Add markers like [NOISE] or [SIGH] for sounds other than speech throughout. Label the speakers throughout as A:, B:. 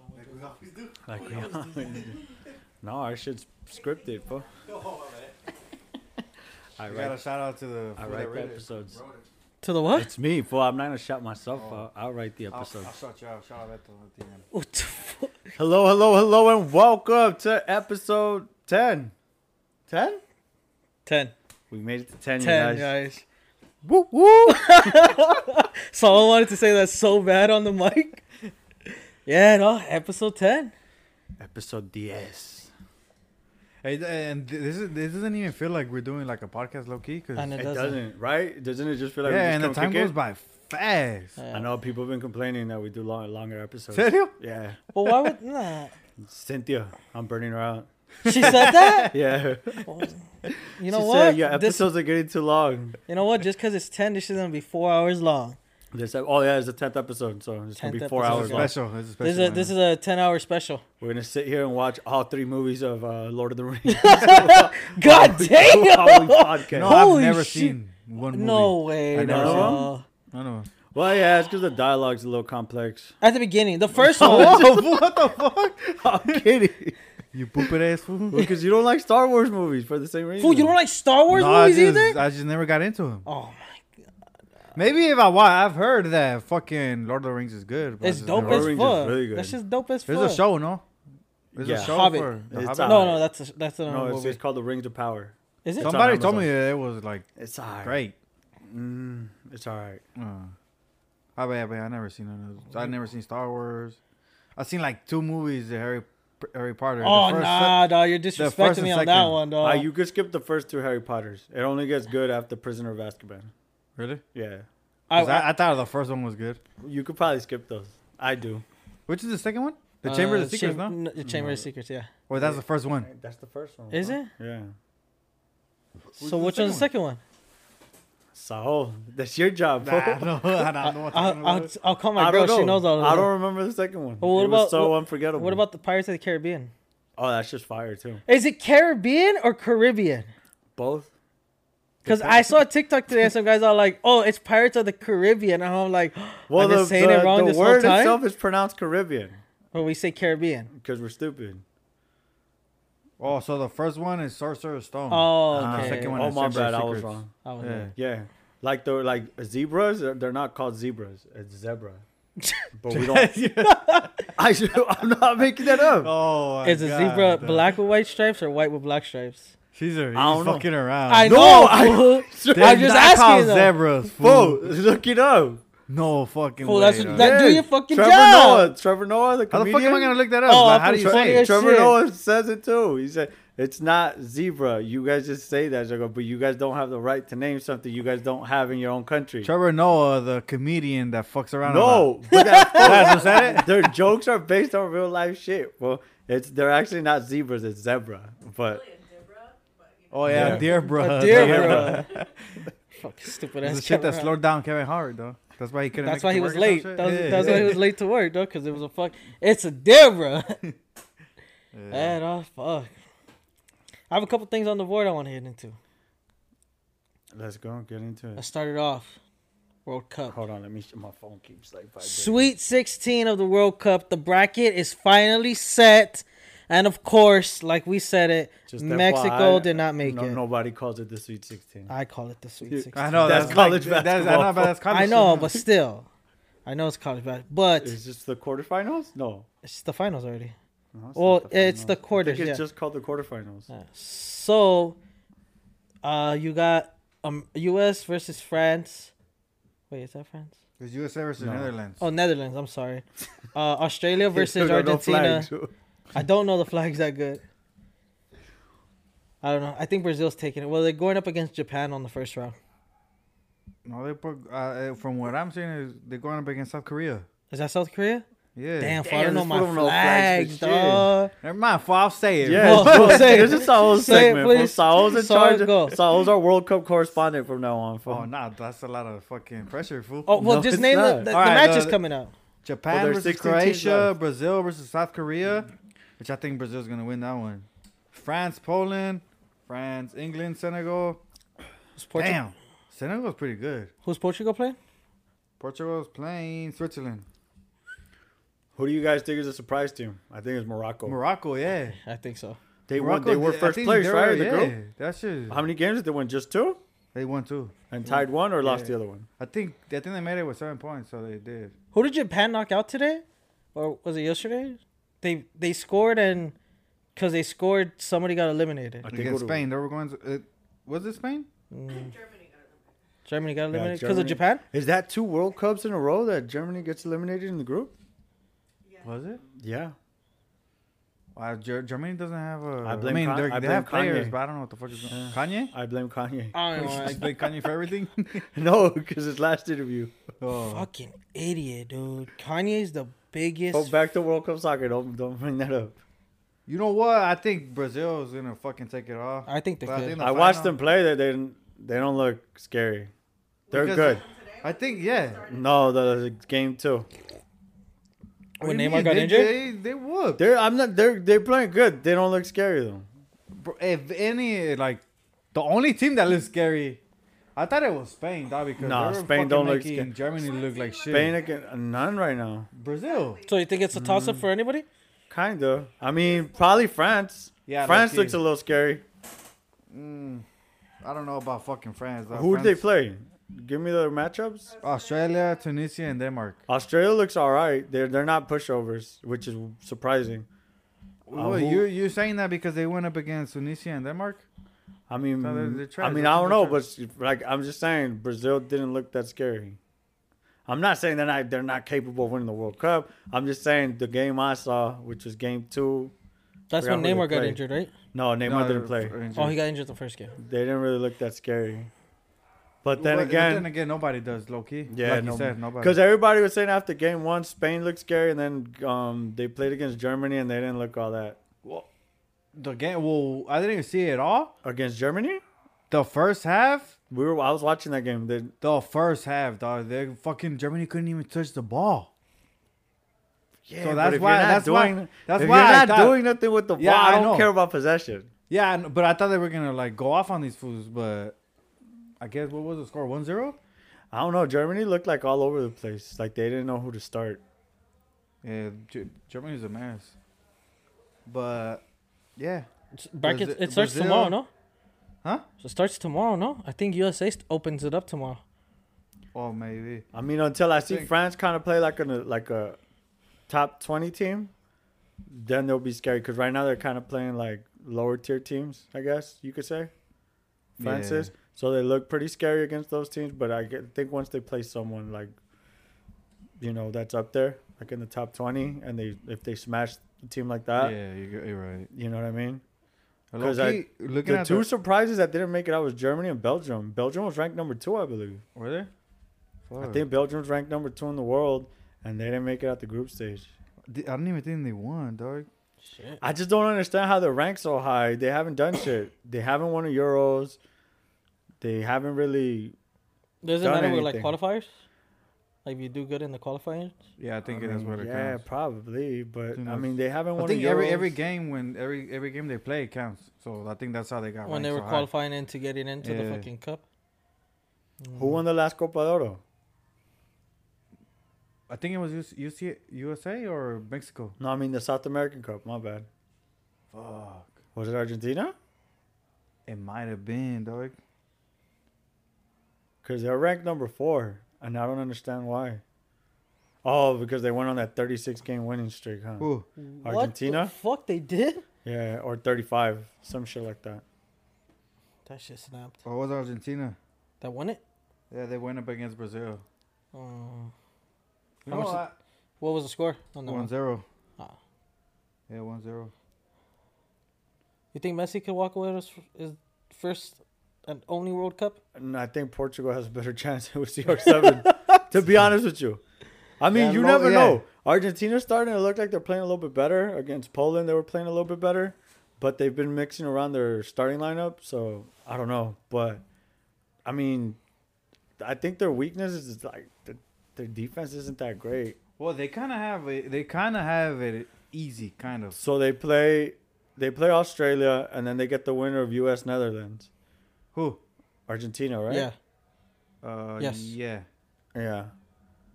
A: always do.
B: Like,
A: We always
B: [LAUGHS]
A: do.
B: no, our shit's scripted, bro.
A: Oh, man.
B: I
A: We got a
B: write,
A: shout out to the.
B: I
A: fool
B: write
A: that
B: the
A: read it.
B: episodes.
A: Wrote it.
C: To the what?
B: It's me, fool. I'm not gonna shout myself
A: Oh.
B: out. I'll write the
A: I'll, I'll
B: episodes.
A: shout you out. Shout out at the end.
B: Oh, [LAUGHS]
C: What the fuck?
B: Hello, hello, hello, and welcome to episode 10. 10?
C: Ten.
B: We made it to 10, you
C: Ten,
B: guys.
C: guys.
B: Mm, Woo,
C: [LAUGHS]
B: woo.
C: Someone wanted to say that so bad on the mic. Yeah, no, episode ten.
B: episode 10.
A: Hey, th- and th- this is this doesn't even feel like we're doing like a podcast low key because
C: And
A: yeah,
C: It
B: It
C: doesn't.
B: doesn't. right? Doesn't it just feel like we just
A: and the
B: come
A: time
B: kick
A: goes
B: it?
A: by fast.
C: Yeah.
B: I know people have been complaining that we do long, longer episodes.
A: Serio?
B: Yeah.
C: But why would nah?
B: Cynthia, I'm burning her out.
C: She said that.
B: Yeah.
C: You
B: [LAUGHS]
C: know
B: she
C: what?
B: Said, yeah,
C: this,
B: episodes are getting too long.
C: you know what? Just because it's ten, this is gonna be four hours long.
B: This, oh, yeah, it's the 10th episode, so it's going to be
C: 10th
B: four
A: It's
C: episode.
B: hours
A: a
B: long.
A: special. It's a special.
C: This is a this is a ten hour special.
B: [LAUGHS] We're going to sit here and watch all three movies of uh, Lord of the [LAUGHS] Rings. [LAUGHS]
C: God
B: Holy
C: damn!
B: podcast.
A: no,
C: Holy
A: I've never
C: shit.
A: seen one movie.
C: No way.
A: I never
C: bro.
A: I know.
B: Well, yeah, it's because the dialogue's a little complex.
C: At the beginning, the first one.
B: what the fuck? [LAUGHS] I'm kidding.
A: You pooping ass
C: [LAUGHS]
A: fool.
B: Because you don't like Star Wars movies for the same reason.
C: Fool, you don't like Star Wars
A: No, I
C: movies
A: just,
C: either?
A: I just never got into him.
C: Oh my.
A: Maybe if I watch, I've heard that fucking Lord of the Rings is good. but I
C: It's
A: just
C: dope
A: never-
C: as
B: Rings is
C: fuck.
B: really good.
C: That's just dope as fuck.
A: There's a show, no? There's
B: Yeah.
A: a show
C: Hobbit.
A: for the
B: It's
A: Hobbit?
B: a-
C: No, no, that's a, that's another
B: No, it's,
C: movie.
B: it's called The Rings of Power.
C: Is it?
B: Some-
A: Somebody
B: on
A: told me
B: Amazon.
A: that it was like
B: It's alright.
A: great.
B: Mm, it's alright.
A: Uh, I bet, I bet I never seen none of those. I never seen Star Wars. I seen like two movies of Harry Harry Potter.
C: Oh
A: the first,
C: nah, dog, you're
A: first
C: disrespecting
A: and
C: me on that
A: second.
C: one,
B: Uh,
C: dog.
B: you could skip the first two Harry Potters. It only gets good after Prisoner of Azkaban.
A: Really?
B: Yeah,
A: 'Cause I, I, thought the first one was good.
B: you could probably skip those. I do.
A: Which is the second one? The
C: Uh,
A: Chamber of the Secrets, no?
C: n- The Chamber of Secrets, yeah.
A: Or that's the first
C: [LAUGHS]
A: one.
B: That's the first one.
C: Is it?
B: Yeah.
C: so which one's the second one?
B: So that's your job. [LAUGHS]
A: Nah,
B: bro.
A: I don't know. I don't know what
C: I'll,
A: time it
C: I'll,
A: was.
C: I'll call my
B: I
C: girl.
B: don't
C: She
B: know.
C: knows all of
B: I
C: them.
B: don't remember the second one.
C: Well, what
B: it was
C: about-
B: so
C: what-
B: unforgettable.
C: What about the Pirates of the Caribbean?
B: Oh, that's just fire too.
C: Is it Caribbean or Caribbean?
B: Both.
C: Because I saw a TikTok today, and some guys are like, "Oh, it's Pirates of the Caribbean," and I'm like, [GASPS]
B: Well,
C: "Well,
B: the,
C: they saying
B: the,
C: it wrong
B: the
C: this whole
B: word
C: time."
B: itself is pronounced Caribbean
C: But we say Caribbean.
B: because we're stupid.
A: Oh, so the first one is Sorcerer's Stone.
C: Oh,
A: Ah,
C: okay.
A: second one
B: oh
A: is
B: my
A: Chamber of
B: bad, I was
A: Secrets.
B: wrong.
C: I was [LAUGHS]
A: Yeah.
C: like,
B: Yeah, like the like zebras, they're they're not called zebras. It's zebra. But we
C: [LAUGHS]
B: don't. I should, I'm not making that up.
A: [LAUGHS] Oh, my
C: Is a
A: God,
C: zebra
A: dog.
C: black with white stripes or white with black stripes?
A: She's a,
B: I
A: he's
B: don't know.
A: fucking around.
C: I
B: no,
C: know.
B: I-
A: [LAUGHS]
C: fool.
A: They're
C: I'm just
A: not
C: asking
A: called
C: you, though.
A: zebras.
B: Fool,
A: Fool.
B: look it up.
A: No fucking
C: Fool,
A: way.
C: that's-
A: dog.
C: that- do your fucking
B: Trevor
C: job.
B: Noah, Trevor Noah, the
A: How the
B: comedian.
A: fuck am I gonna look that up?
C: Oh,
A: Like,
C: I
A: how do
C: thought
A: you
C: it was funny
A: say?
C: as
A: it?
B: Trevor
C: shit.
B: Noah says it too. He said it's not zebra. You guys just say that, Jago, but you guys don't have the right to name something you guys don't have in your own country.
A: Trevor Noah, the comedian that fucks around. a lot.
B: no, but
C: [LAUGHS]
B: that's-
A: that's what said it.
B: their jokes are based on real life shit. Well, it's they're actually not zebras, it's zebra. But
A: Oh yeah,
B: Yeah.
A: dear bro,
C: A
A: [LAUGHS]
C: deer,
A: Dear
C: [LAUGHS] bro.
A: [LAUGHS]
C: Fucking stupid
A: That's
C: ass.
A: the shit that
C: Trevor.
A: slowed down Kevin Hart though. That's why he couldn't.
C: That's
A: make
C: why
A: it
C: he
A: to
C: was
A: work and
C: late.
A: shit.
C: That was,
A: Yeah,
C: that's
A: yeah.
C: why he was late to work, though, because it was a fuck. It's
A: [LAUGHS]
C: a Debra.
A: Yeah.
C: Man, oh fuck. I have a couple things on the board I want to hit into.
B: let's go get into
C: I
B: it.
C: started off World Cup.
B: Hold on, let me. My phone keeps like vibrating.
C: Sweet 16 of the World Cup. The bracket is finally set. And of course, like we said it,
B: Just
C: Mexico
B: FYI,
C: did not make
B: no-
C: it. Uh,
B: Nobody calls it the Sweet 16.
C: I call it the Sweet
B: You-
C: 16.
A: I know
B: That's
A: that's,
B: college
A: like, that's- I
B: basketball.
A: know, but that's college
C: I know,
A: shit.
C: but still. I know it's college basketball, but
B: Is this the quarterfinals? No.
C: it's the finals already.
B: no it's
C: Well,
B: not
C: it's the
B: finals. I
C: quarters,
B: think it's
C: yeah.
B: just called the quarterfinals.
C: Yeah. So, uh, you got um U.S. versus France. Wait, is that France?
A: It's USA versus
B: No.
A: Netherlands.
C: Oh, Netherlands. I'm sorry.
B: [LAUGHS]
C: Uh, Australia versus
B: There are no
C: Argentina.
B: flags. [LAUGHS]
C: I don't know the flags that good. I don't know. I think Brazil's taking it. Well, they're going up against Japan on the first round.
A: No, they put, uh, uh, from what I'm seeing is they're going up against South Korea.
C: Is that South Korea?
A: Yeah.
C: Damn, fool,
B: Damn,
C: I don't know
B: this
C: my
B: fool don't know flags
C: flags,
B: for shit.
C: dog.
A: Never mind. Fool, I'll say it.
B: Yeah,
C: Well,
B: well,
C: say it.
B: this is Saul's
C: Say it,
B: segment. Well,
C: please.
B: Saul's in
C: Saul,
B: charge. of-
C: go.
B: Saul's our World Cup correspondent from now on. fool.
A: Oh nah, that's a lot of fucking pressure, fool.
C: Oh well,
B: No,
C: just
B: it's
C: name the,
B: not. uh,
C: the, the
A: All right,
C: matches
A: no,
C: coming out.
A: Japan
B: there's
A: versus
B: 16 teams
A: Croatia,
B: left.
A: Brazil versus South Korea, which I think Brazil's gonna win that one. France, Poland, France, England, Senegal.
C: Who's Portugal?
A: Damn, Senegal's pretty good.
C: Who's Portugal playing?
A: Portugal's playing Switzerland.
B: Who do you guys think is a surprise team? I think it's Morocco.
A: Morocco, yeah.
C: I think so.
B: they won.
A: Morocco,
B: They were
A: I
B: first
A: think
B: place,
A: they were-
B: right? in The
A: yeah,
B: group.
A: that shit.
B: How many games did they win? Just two,
A: They won too.
B: and tied one, or lost
A: Yeah.
B: the other one.
A: I think I think they made it with seven points, so they did.
C: Who did Japan knock out today, or was it yesterday? They they scored and because they scored, somebody got eliminated.
B: I think
A: Against
B: Uruguay.
A: Spain, they were going. To, uh, was it Spain?
C: Germany got eliminated because
B: Germany.
C: of Japan.
B: Is that two World Cups in a row that Germany gets eliminated in the group?
A: Was it?
B: Yeah.
A: Wow, Ger- Germany doesn't have a.
B: I
A: I,
B: blame
A: mean,
B: Con-
A: they're-
B: I
A: they
B: blame
A: have players,
B: Kanye.
A: but I don't know what the fuck is going. Kanye?
B: [LAUGHS] I blame Kanye.
C: I don't know.
A: Like,
C: [LAUGHS] like,
A: they Kanye for everything. [LAUGHS]
B: no, because his last interview.
A: oh.
C: fucking idiot, dude. Kanye's the biggest.
B: Oh, back to World Cup soccer. Don't don't bring that up.
A: You know what? I think Brazil is gonna fucking take it off.
C: I think they
A: But I
C: could.
A: think the
B: I watched
A: final-
B: them play. They they didn't- they don't look scary. They're
A: Because-
B: good.
A: I think yeah.
B: No, the, the game too.
C: when
A: What do you
C: Neymar
A: mean?
C: got
A: they,
C: injured,
A: they, they whooped.
B: They're I'm not. They're they're playing good. They don't look scary though.
A: Bro, if any, like the only team that looks scary, I thought it was Spain, dog, because
B: Nah,
A: they were
B: Spain
A: fucking
B: don't look
A: making
B: scary.
A: Germany look like shit.
B: Spain again, none right now.
A: Brazil.
C: so you think it's a toss up for anybody?
B: Kind of. I mean, probably France.
A: Yeah,
B: France
A: low-key.
B: looks a little scary.
A: I don't know about fucking France. dog.
B: Who did they
A: Oh, France-
B: play? Give me their matchups.
A: Australia, Tunisia, and Denmark.
B: Australia looks all right. They're they're not pushovers, which is surprising. Uh,
A: Well,
B: who-
A: you you saying that because they went up against Tunisia and Denmark?
B: I mean,
A: No, they're- they're
B: I
A: trash.
B: mean,
A: They're
B: I don't know, but
A: trash.
B: like I'm just saying, Brazil didn't look that scary. I'm not saying they're not they're not capable of winning the World Cup. I'm just saying the game I saw, which was Game Two.
C: That's
B: Forgot
C: when
B: who they
C: Neymar got
B: play.
C: injured, right?
B: No, Neymar
A: No,
B: didn't play.
A: they're injured.
C: Oh, he got injured the first game.
B: They didn't really look that scary. But then
A: But- but
B: again,
A: then again, nobody does low key.
B: yeah,
A: like you said, nobody.
B: Because everybody was saying after Game One, Spain looked scary, and then um, they played against Germany, and they didn't look all that
A: the game. Well, I didn't even see it all.
B: against Germany.
A: The first half,
B: We were. I was watching that game. They,
A: the first half, dog. They fucking Germany couldn't even touch the ball.
B: yeah,
A: So
B: but
A: that's
B: if you're
A: why-
B: not
A: that's why-
B: doing-
A: that's
B: if
A: why
B: you're
A: I
B: not
A: thought-
B: doing nothing with the ball.
A: Yeah,
B: I
A: I
B: don't
A: know.
B: care about possession.
A: Yeah, I kn- but I thought they were gonna like go off on these fools, but I guess what was the score? 1-0?
B: I don't know. Germany looked like all over the place. Like they didn't know who to start.
A: Yeah, G- Germany's a mess. But yeah,
C: It's- Back it,
A: Brazil-
C: it starts
A: Brazil-
C: tomorrow, no?
A: Huh?
C: So it starts tomorrow, no? I think USA st- opens it up tomorrow.
A: oh maybe.
B: I mean, until I see
A: Think-
B: France kind of play like a like a top twenty team, then they'll be scary. Because right now they're kind of playing like lower tier teams. I guess you could say France
A: Yeah.
B: is. So they look pretty scary against those teams. But I get- think once they play someone like, you know, that's up there, like in the top twenty, and they if they smash a team like that,
A: yeah, you're, you're right.
B: you know what I mean. 'Cause
A: Low-key, looking
B: The
A: at
B: two
A: the,
B: surprises that didn't make it out was Germany and Belgium. Belgium was ranked number two, I believe.
A: were there? Fuck.
B: I think Belgium's ranked number two in the world, and they didn't make it out the group stage.
A: Th- I don't even think they won, dog.
C: Shit.
B: I just don't understand how they're ranked so high. They haven't done shit. They haven't won a Euros. They haven't really.
C: Does it
B: Done
C: matter with like
B: anything.
C: qualifiers? Like if you do good in the qualifiers?
A: Yeah, I think
B: I
A: that's
B: mean,
A: what it
B: Yeah,
A: counts.
B: probably, but
A: Who
B: I
A: knows?
B: mean, they haven't won.
A: I think
B: a Euros.
A: every every game when every every game they play counts. So I think that's how they got
C: when they
A: ranked
C: were
A: so high.
C: qualifying into getting into the
A: Yeah.
C: fucking cup?
B: Who won the last Copa de Oro?
A: I think it was US, UC, USA or Mexico.
B: No, I mean the South American Cup. My bad.
A: Fuck.
B: Was it Argentina?
A: It might have been, dog.
B: Because they're ranked number four, and I don't understand why. Oh, because they went on that 36 game winning streak, huh?
A: Ooh.
B: Argentina?
C: What the fuck they did?
B: Yeah, or 35, some shit like that.
C: That shit snapped.
A: Or was Argentina?
C: That won it?
A: Yeah, they went up against Brazil.
C: Oh.
A: You
C: How
A: know
C: much
A: what?
C: what was the score? on that
A: One
C: one?
A: zero.
C: Ah.
A: Yeah, one zero.
C: You think Messi could walk away with his, his first and only World Cup?
B: And I think Portugal has a better [LAUGHS] chance with CR7.
A: [LAUGHS]
B: to be honest with you, I mean,
A: Yeah,
B: you
A: no-
B: never
A: yeah.
B: know. Argentina's starting to look like they're playing a little bit better against Poland. They were playing a little bit better, but they've been mixing around their starting lineup. So I don't know, but I mean, I think their weakness is just, like th- their defense isn't that great.
A: Well, they kind of have it. They kind of have it easy, kind of.
B: So they play, they play Australia, and then they get the winner of U.S. Netherlands,
A: Who?
B: Argentina, right?
C: Yeah.
A: Uh,
C: Yes.
A: Yeah.
B: yeah.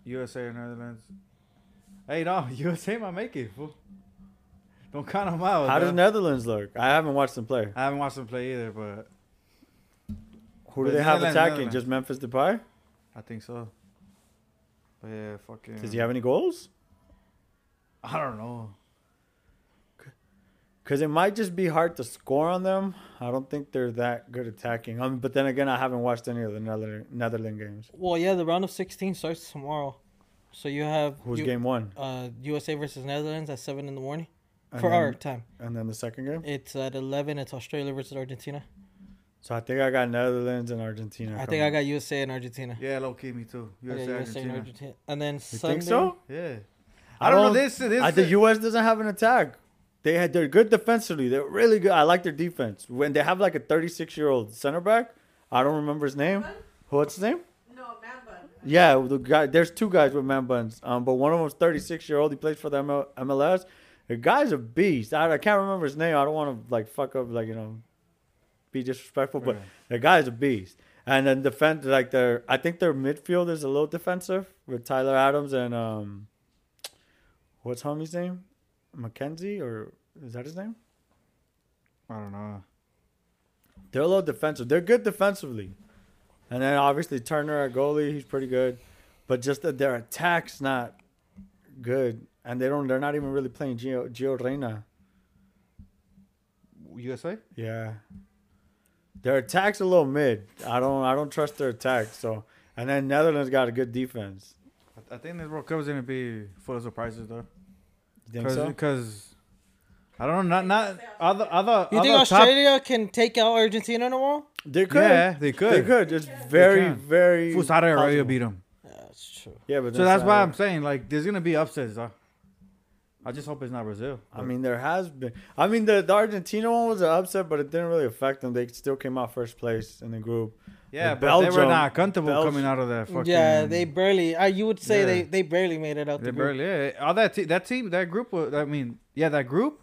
A: USA or Netherlands. Hey, no, [LAUGHS] USA might make it. Fool. Don't count them out.
B: How
A: dog.
B: does Netherlands look? I haven't watched them play.
A: I haven't watched them play either, but
B: Who do
A: But
B: they have
A: Netherlands,
B: attacking?
A: Netherlands.
B: Just Memphis Depay?
A: I think so. But yeah, fucking.
B: Does he have any goals?
A: I don't know.
B: Because it might just be hard to score on them. I don't think they're that good attacking. Um, but then again, I haven't watched any of the Nether- Netherlands games.
C: Well, yeah, the round of 16 starts tomorrow. So you have
B: Who's
C: you-
B: game one?
C: Uh, USA versus Netherlands at 7 in the morning.
B: And
C: for
B: then,
C: our time.
B: And then the second game?
C: It's at 11. It's Australia versus Argentina.
B: So I think I got Netherlands and Argentina.
C: I think
B: coming.
C: I got USA and Argentina.
A: Yeah, low key, me too.
C: I got
A: USA, Argentina.
C: and Argentina. And then
B: You
C: Sunday.
B: think so?
A: Yeah. I don't, know this. This
B: I, the U.S. doesn't have an attack. They had they're good defensively. They're really good. I like their defense. When they have like a 36 year old center back, I don't remember his name. What's his name?
D: No, man bun.
B: Yeah, the guy. There's two guys with man buns. Um, but one of them's 36 year old. He plays for the ML, MLS. The guy's a beast. I, I can't remember his name. I don't want to like fuck up like you know, be disrespectful. But
A: Right.
B: the guy's a beast. And then defend like their. I think their midfield is a little defensive with Tyler Adams and um, what's homie's name? Mackenzie or is that his name?
A: I don't know.
B: They're a little defensive. They're good defensively. And then obviously Turner, our goalie, he's pretty good. But just that their attack's not good. And they don't they're not even really playing Gio Gio Reyna.
A: USA?
B: Yeah. Their attack's a little mid. I don't I don't trust their attack. So and then Netherlands got a good defense.
A: I, I think this World Cup is going to be full of surprises, though.
B: You think so?
A: Because I don't know. Not, not other, other,
C: You
A: other
C: think
A: top-
C: Australia can take out Argentina tomorrow?
B: They could.
A: Yeah, they could.
B: They could. It's very,
A: can.
B: very
A: Full Saudi Arabia
B: possible.
A: beat them.
C: Yeah, that's true.
B: Yeah, but
A: So
B: then
A: that's why
B: Saudi-
A: I'm saying, like, there's going to be upsets, though. I just hope it's not Brazil.
B: I mean, there has been. I mean, the, the Argentina one was an upset, but it didn't really affect them. They still came out first place in the group.
A: yeah,
B: but
A: but they were
B: Belgium-
A: not comfortable
B: Belgium-
A: coming out of that fucking.
C: yeah, they barely. I you would say
A: Yeah.
C: they, they barely made it out.
A: They
C: the group.
A: barely. Yeah, all that te- that team, that group. Was, I mean, yeah, that group.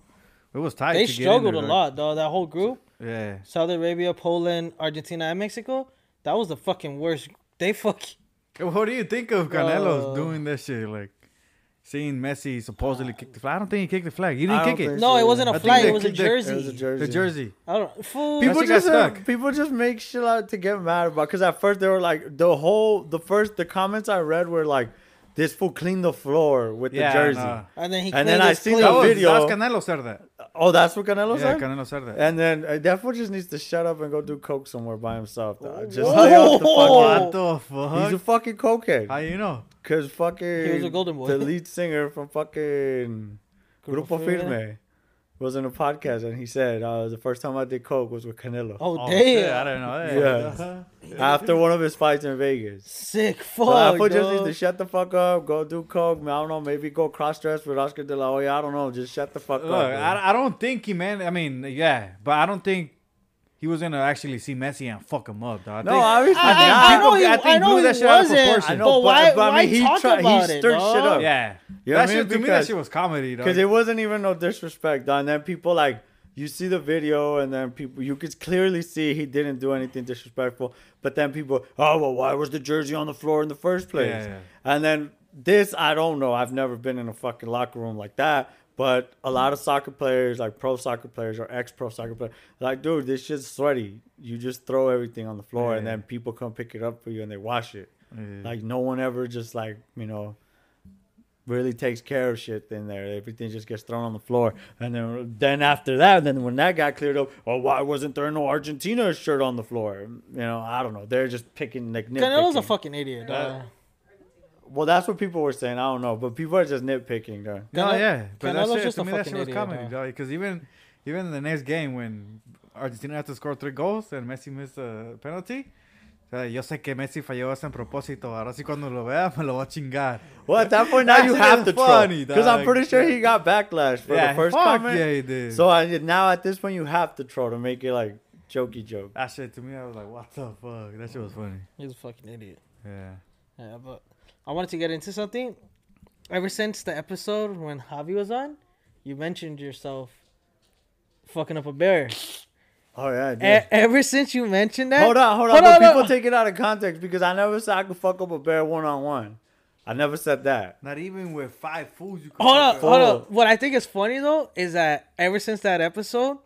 A: It was tight.
C: They
A: to get in there,
C: struggled a
A: like-
C: lot, though. That whole group.
A: Yeah,
C: Saudi Arabia, Poland, Argentina, and Mexico. That was the fucking worst. They fucking.
A: What do you think of Canelo's
C: Bro.
A: doing that shit? Like seeing Messi supposedly kick the flag. I don't think he kicked the flag. He didn't
B: I
A: kick
B: don't
A: it.
C: No, it wasn't
A: I
C: a
A: think
C: flag.
A: they
C: It was a
A: kicked it.
C: jersey.
B: It was a jersey.
A: The jersey.
C: I don't. Fool.
A: That
B: People
A: shit got
B: just have-
A: stuck.
B: people just make shit out to get mad about. Because at first they were like the whole the first the comments I read were like, "This fool cleaned the floor with
A: Yeah,
B: the jersey."
A: nah.
C: and then he.
B: And then
C: cleaned
B: I
C: his
A: That
B: seen
C: plate.
B: the
A: was
B: video.
A: that's Canelo said that.
B: Oh, that's what Canelo
A: yeah,
B: said.
A: Canelo said that.
B: and then uh, that fool just needs to shut up and go do coke somewhere by himself. dog. Just
C: Whoa.
B: lay off the
A: What
B: fucking.
A: the
B: Oh. He's a
A: fuck?
B: fucking cokehead.
A: How you know?
B: Cause fucking
C: He was a golden boy.
B: The lead singer from fucking
C: Grupo
B: Grupo
C: Firme.
B: Firme was in a podcast and he said uh, the first time I did coke was with Canelo
C: Oh,
A: Oh,
C: damn!
A: shit, I don't know. Yeah.
B: after one of his fights in Vegas.
C: Sick fuck.
B: So Apple just
C: dog.
B: needs to shut the fuck up, go do coke. I don't know, maybe go cross dress with Oscar De La Hoya. I don't know, just shut the fuck
A: Look,
B: up. dude.
A: I, I don't think he man. I mean, yeah, but I don't think he was gonna actually see Messi and fuck him up. Dog. I
B: No,
A: think-
B: obviously
A: I think
B: not.
C: I, I know
A: people-
C: he,
A: I
C: I,
A: think
C: know
A: blew
C: he
A: that shit out of
C: wasn't.
A: proportion.
B: I know,
C: but, why?
B: but- but I
C: why
B: mean, he
C: talk
B: tried- he
C: about it,
B: stirred shit
C: dog?
B: up.
A: Yeah,
B: You know
A: that
B: what I mean?
A: shit to me that
B: Because-
A: shit was comedy. Dog.
B: Because it wasn't even no disrespect. dog. And then people like you see the video, and then people you could clearly see he didn't do anything disrespectful. But then people, oh well, why was the jersey on the floor in the first place?
A: Yeah, yeah.
B: And then this, I don't know. I've never been in a fucking locker room like that. But a lot of soccer players, like pro soccer players or ex pro soccer players, like, dude, this shit's sweaty. You just throw everything on the floor, and
A: Yeah.
B: then people come pick it up for you and they wash it.
A: Yeah.
B: Like no one ever just like you know really takes care of shit in there. Everything just gets thrown on the floor, and then then after that, then when that got cleared up, oh why wasn't there no Argentina shirt on the floor? You know I don't know. They're just picking like nitpicking.
C: Canelo's a fucking idiot.
A: Uh,
C: dog.
B: well, that's what people were saying. I don't know, but people are just nitpicking. Though.
A: No,
C: Canelo-
A: yeah, but that
C: Canelo's
A: shit,
C: just
A: to
C: a
A: me, that
C: fucking
A: shit was
C: idiot,
A: comedy,
C: dog.
A: dog. Because even even the next game when Argentina had to score three goals and Messi missed a penalty. o sea, Yo sé que Messi falló eso en propósito. Ahora sí cuando lo vea me lo va a chingar.
B: Well,
A: [LAUGHS]
B: at that point now
A: That
B: you
A: shit
B: have
A: is
B: to troll
A: funny,
B: because I'm
A: dog.
B: pretty sure he got backlash for
A: yeah,
B: the first
A: fuck
B: comment.
A: yeah, he did.
B: So I, now at this point you have to troll to make it like jokey joke.
A: that shit to me, I was like, what the fuck? That shit was funny.
C: He's a fucking idiot.
A: Yeah.
C: Yeah, but I wanted to get into something. Ever since the episode when Javi was on, you mentioned yourself fucking up a bear.
B: Oh yeah,
A: Eh,
B: I did.
C: E- ever since you mentioned that,
B: Hold on, hold on.
C: Eh, Hold
B: but
C: on,
B: people
C: hold on.
B: take it out of context because I never said I could fuck up a bear one on one. I never said that.
A: Not even with five fools you could.
C: Hold up,
A: fuck
C: hold
B: Full.
C: up. What I think is funny though is that ever since that episode,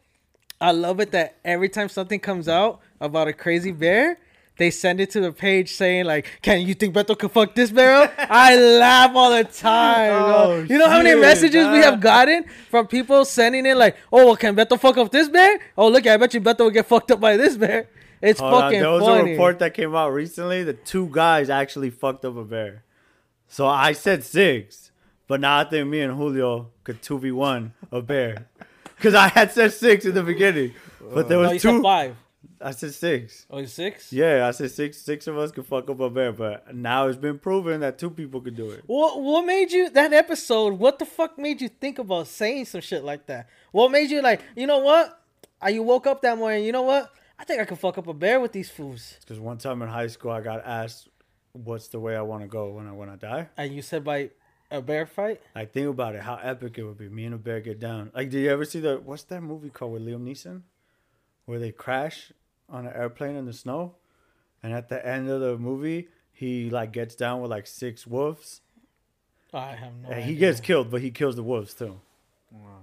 C: I love it that every time something comes out about a crazy bear, they send it to the page saying like, "Can you think Beto could fuck this bear up?" I laugh all the time.
A: Oh,
C: yo. you know how many
A: shit,
C: messages we
A: huh?
C: have gotten from people sending in like, "Oh, well, can Beto fuck up this bear?" Oh, look, I bet you Beto will get fucked up by this bear. It's
B: Hold on,
C: fucking
B: There was
C: funny.
B: a report that came out recently that two guys actually fucked up a bear. So I said six, but now I think me and Julio could two v one a bear, [LAUGHS] because I had said six in the beginning, but there
C: Uh,
B: was
C: no, Oh, you
B: two.
C: said five.
B: I said six.
C: Oh, you six.
B: Yeah, I said six. Six of us could fuck up a bear, but now it's been proven that two people could do it.
C: What what made you that episode? What the fuck made you think about saying some shit like that? What made you like? You know what? Uh, you woke up that morning. You know what? I think I can fuck up a bear with these fools.
B: Because one time in high school, I got asked, "What's the way I want to go when I when I die?"
C: And you said by a bear fight.
B: Like think about it, how epic it would be. Me and a bear get down. Like, did you ever see the what's that movie called with Liam Neeson, where they crash on an airplane in the snow, and at the end of the movie, he like gets down with like six wolves,
C: Oh, I have
A: Oh,
C: no.
B: and
C: idea.
B: he gets killed, but he kills the wolves too.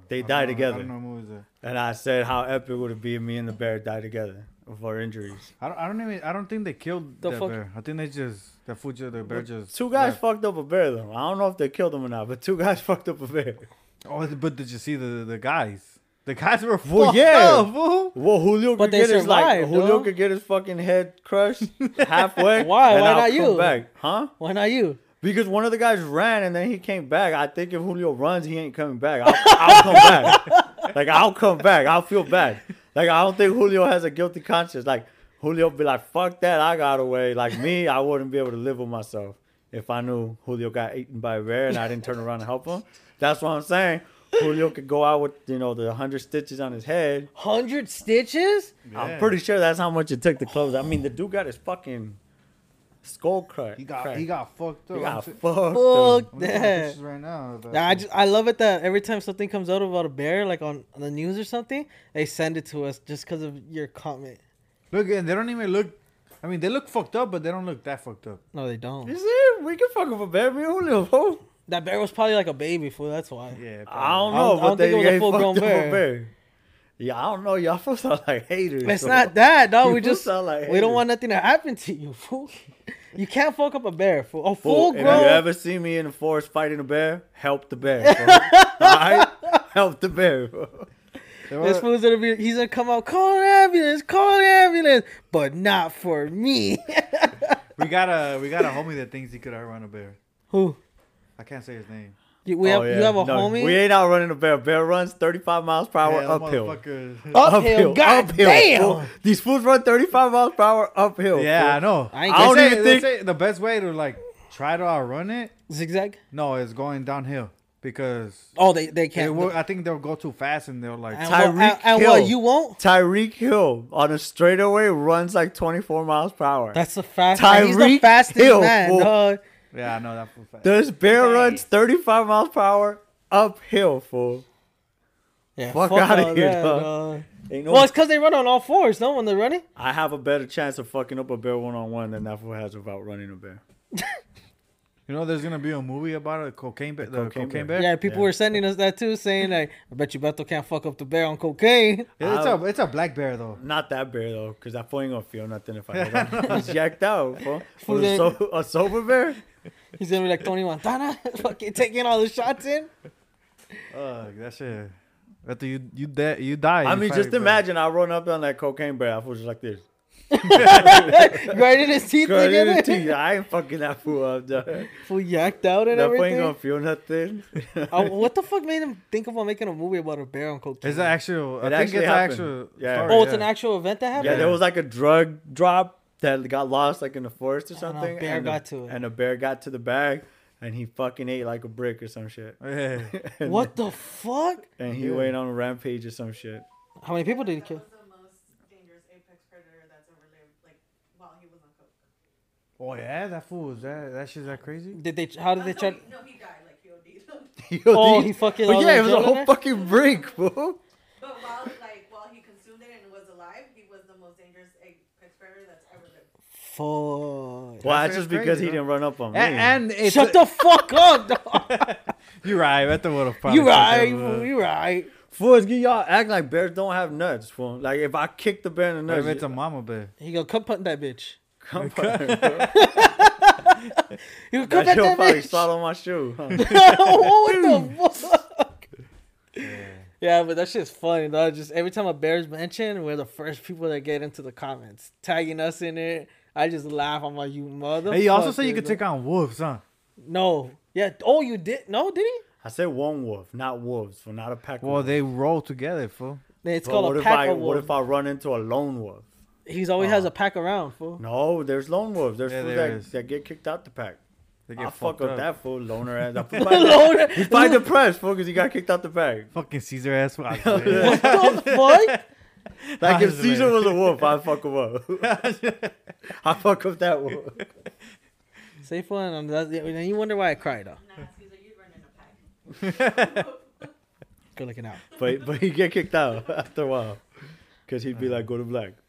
B: They
A: I
B: die
A: don't know- I
B: together.
A: don't know what was that.
B: And I said, how epic would it be if me and the bear die together of our
A: [LAUGHS]
B: injuries?
A: I don't, I don't even. I don't think they killed
C: The
A: that
C: fuck-
A: bear. I think they just the food. The bear just
B: Two guys
A: left.
B: fucked up a bear though. I don't know if they killed him or not, but two guys [LAUGHS] fucked up a bear.
A: Oh, but did you see the the guys? The guys were fucked
B: Well, yeah.
A: up, fool.
B: Well, Julio
C: But
B: could
C: they
B: get his like
C: survived,
B: Julio
C: though.
B: could get his fucking head
C: [LAUGHS]
B: crushed halfway.
C: Why?
B: and
C: Why
B: I'll
C: not
B: come
C: you?
B: Back, huh?
C: Why not you?
B: Because one of the guys ran and then he came back. I think if Julio runs, he ain't coming back. I'll, I'll come
C: [LAUGHS]
B: back. Like I'll come back. I'll feel bad. Like I don't think Julio has a guilty conscience. Like Julio be like, "Fuck that! I got away." Like me, I wouldn't be able to live with myself if I knew Julio got eaten by a bear and I didn't turn around and help him. That's what I'm saying. Julio could go out with you know the hundred stitches on his head.
C: Hundred stitches.
B: I'm
A: Yeah.
B: pretty sure that's how much it took to close. I mean, the dude got his fucking skull cracked.
A: He got he got fucked up.
B: He
A: I'm
B: got
A: si-
B: fucked. up.
A: I'm
C: Fuck
A: looking at
C: that.
A: pictures right now. of
C: Nah, I
A: that.
C: just I love it that every time something comes out about a bear, like on, on the news or something, they send it to us just because of your comment.
A: Look, and they don't even look. I mean, they look fucked up, but they don't look that fucked up.
C: No, they don't.
B: You see, we can fuck up a bear, me and Julio, bro.
C: That bear was probably like a baby fool. That's why.
A: Yeah,
B: I don't
C: I
B: know,
C: don't- I
B: but
C: don't think it
B: they
C: was a
B: ain't fucked up
C: full-grown
B: a
C: bear.
B: bear. Yeah, I don't know. Y'all folks sound like haters.
C: It's
B: bro.
C: not that, dog. We
B: People
C: just
B: sound like
C: we
B: haters.
C: don't want nothing to happen to you, fool. [LAUGHS] You can't fuck up a bear, fool. Oh,
B: Fool,
C: full
B: If you
C: grown.
B: ever see me in the forest fighting a bear, help the bear.
C: [LAUGHS]
B: Bro. All right, help the bear. Bro.
A: They
C: This
A: were-
C: fool's gonna be. He's gonna come out. Call an ambulance. Call an ambulance. But not for me. [LAUGHS]
A: we got a we got a homie that thinks he could outrun a bear.
C: Who?
A: I can't say his name.
C: You, we
B: Oh,
C: have,
B: yeah.
C: you have a
B: No,
C: homie
B: We ain't out running a bear. Bear runs 35 miles per hour
A: Yeah, that
B: uphill.
A: motherfucker-
C: uphill. God damn.
B: fool. These fools run 35 miles per hour uphill. fool.
A: Yeah, I know.
C: I ain't
A: They
B: I don't
A: say-
B: even
A: they
B: think-
A: say the best way to like try to outrun it.
C: zigzag.
A: No, is going downhill because
C: Oh, they they
A: it
C: can't.
A: will, I think they'll go too fast and they'll like.
C: and
A: t-
C: what-
B: Tyreek
C: and- and what
B: Hill.
C: you won't?
B: Tyreek Hill on a straightaway runs like 24 miles per hour.
C: That's the fast. and He's the
B: Tyreek
C: fastest
B: Hill,
C: man,
B: fool.
C: dog.
A: yeah, I know that for a fact.
B: This bear runs 35 miles per hour uphill, fool.
C: Yeah,
B: Fuck outta
C: all
B: here,
C: that,
B: dog.
C: dog.
B: Ain't no,
C: Well, it's because they run on all fours. No, when they're running.
B: I have a better chance of fucking up a bear one on one than that fool has of outrunning a bear.
A: You know, there's gonna be a movie about a cocaine bear. The
B: cocaine
A: cocaine,
B: bear.
A: bear.
C: Yeah, people
B: Yeah.
C: were sending us that too, saying like, "I bet you Beto can't fuck up the bear on cocaine."
A: Yeah, It's a it's a black bear though.
B: Not that bear though, because that fool ain't gonna feel nothing if I
A: [LAUGHS]
B: hit him. He's jacked out, fool. With a, so- a sober bear?
C: He's gonna be like Tony Montana, [LAUGHS] fucking taking all the shots in.
A: Ugh, that shit. After you you die, you die.
B: I
A: you
B: mean,
A: fight
B: just
A: bear.
B: imagine I run up on that cocaine bear. I was just like this.
C: grinding his [LAUGHS] teeth
B: Girl,
C: together.
B: in the teeth. I ain't fucking that fool up, dog. That
C: Full yacked out
B: fool ain't
C: and everything.
B: gonna feel nothing.
C: Uh, what the fuck made him think about making a movie about a bear on cocaine?
A: It's an actual. I
B: It
A: think
B: actually
A: it's an
B: happened.
A: actual.
B: Yeah.
A: story,
C: oh, it's
A: yeah.
C: an actual event that happened.
B: Yeah, there was like a drug drop that got lost like in the forest or
C: a
B: something.
C: bear
B: and
C: got
B: a,
C: to it.
B: And a bear got to the bag and he fucking ate like a brick or some shit.
A: Yeah.
B: And,
C: What the fuck?
B: And he went on a rampage or some shit.
C: How many people did he kill?
D: That was the most dangerous apex predator that's ever lived, like while he was on
A: [LAUGHS]
D: coke.
A: Oh yeah, that fool was that. That shit's that [LAUGHS] crazy.
C: Did they? How did they
B: [LAUGHS]
C: try?
D: Uh, No, he died like he OD'd.
C: Oh, he fucking
B: But
C: all
B: yeah,
C: the
B: it was a
C: adrenaline
B: whole
C: there?
B: fucking brick,
A: [LAUGHS]
B: fool.
D: [LAUGHS] But while like while he consumed it and was alive, he was the most dangerous apex predator that's ever lived.
C: Fuck.
B: Well,
A: That's
B: that's just
A: crazy,
B: because he
A: huh?
B: didn't run up on me.
A: And, and it's
C: Shut the fuck up,
B: [LAUGHS]
C: dog.
A: You're right. Beto would have probably.
C: You right,
A: said that,
B: uh,
C: fool, you right.
B: Fools, get y'all act like bears don't have nuts. Fool. Like if I kick the bear in the
A: but If
B: nuts,
A: it's a
B: you-
A: mama bear.
C: He go come punt that bitch.
B: come on, bro.
C: He go
B: that shit
C: come punt that
B: probably
C: bitch.
B: slide on my shoe. huh?
C: what the fuck? Yeah, but that shit's funny, though. Just every time a bear's mentioned, we're the first people that get into the comments, tagging us in it. I just laugh. I'm like, you mother.
A: Hey, you also said you could take on wolves, huh?
C: No. Yeah. Oh, you did? No, did he?
B: I said one wolf, not wolves, for not a pack. of
A: Well,
B: wolves.
A: they roll together, fool.
C: Nah, It's
B: But
C: called
B: what
C: a
B: if
C: pack
B: I
C: of
B: what
C: wolves.
B: if I run into a lone wolf?
C: He's always has a pack around,
B: [LAUGHS]
C: fool.
B: No, there's lone wolves. There's
A: Yeah,
B: fools
A: there
B: that,
A: is.
B: that get kicked out the pack.
A: They get
B: I fuck
A: fucked
B: up
A: up.
B: that fool loner ass. I
C: [LAUGHS] Loner.
B: He's probably depressed, fool, because he got kicked out
A: [LAUGHS]
B: the pack.
A: Fucking Caesar ass. Wow,
C: [LAUGHS] What the fuck?
B: Like if
A: Honestly.
B: Caesar was a wolf, I fuck him up.
A: [LAUGHS]
B: I fuck up that wolf.
C: Safe one. And that- and you wonder why I cried, though.
D: Nah, Caesar, you'd run in a pack.
C: Good looking out.
B: But but he get kicked out after a while, because he'd
A: Uh.
B: be like, go to black. [LAUGHS]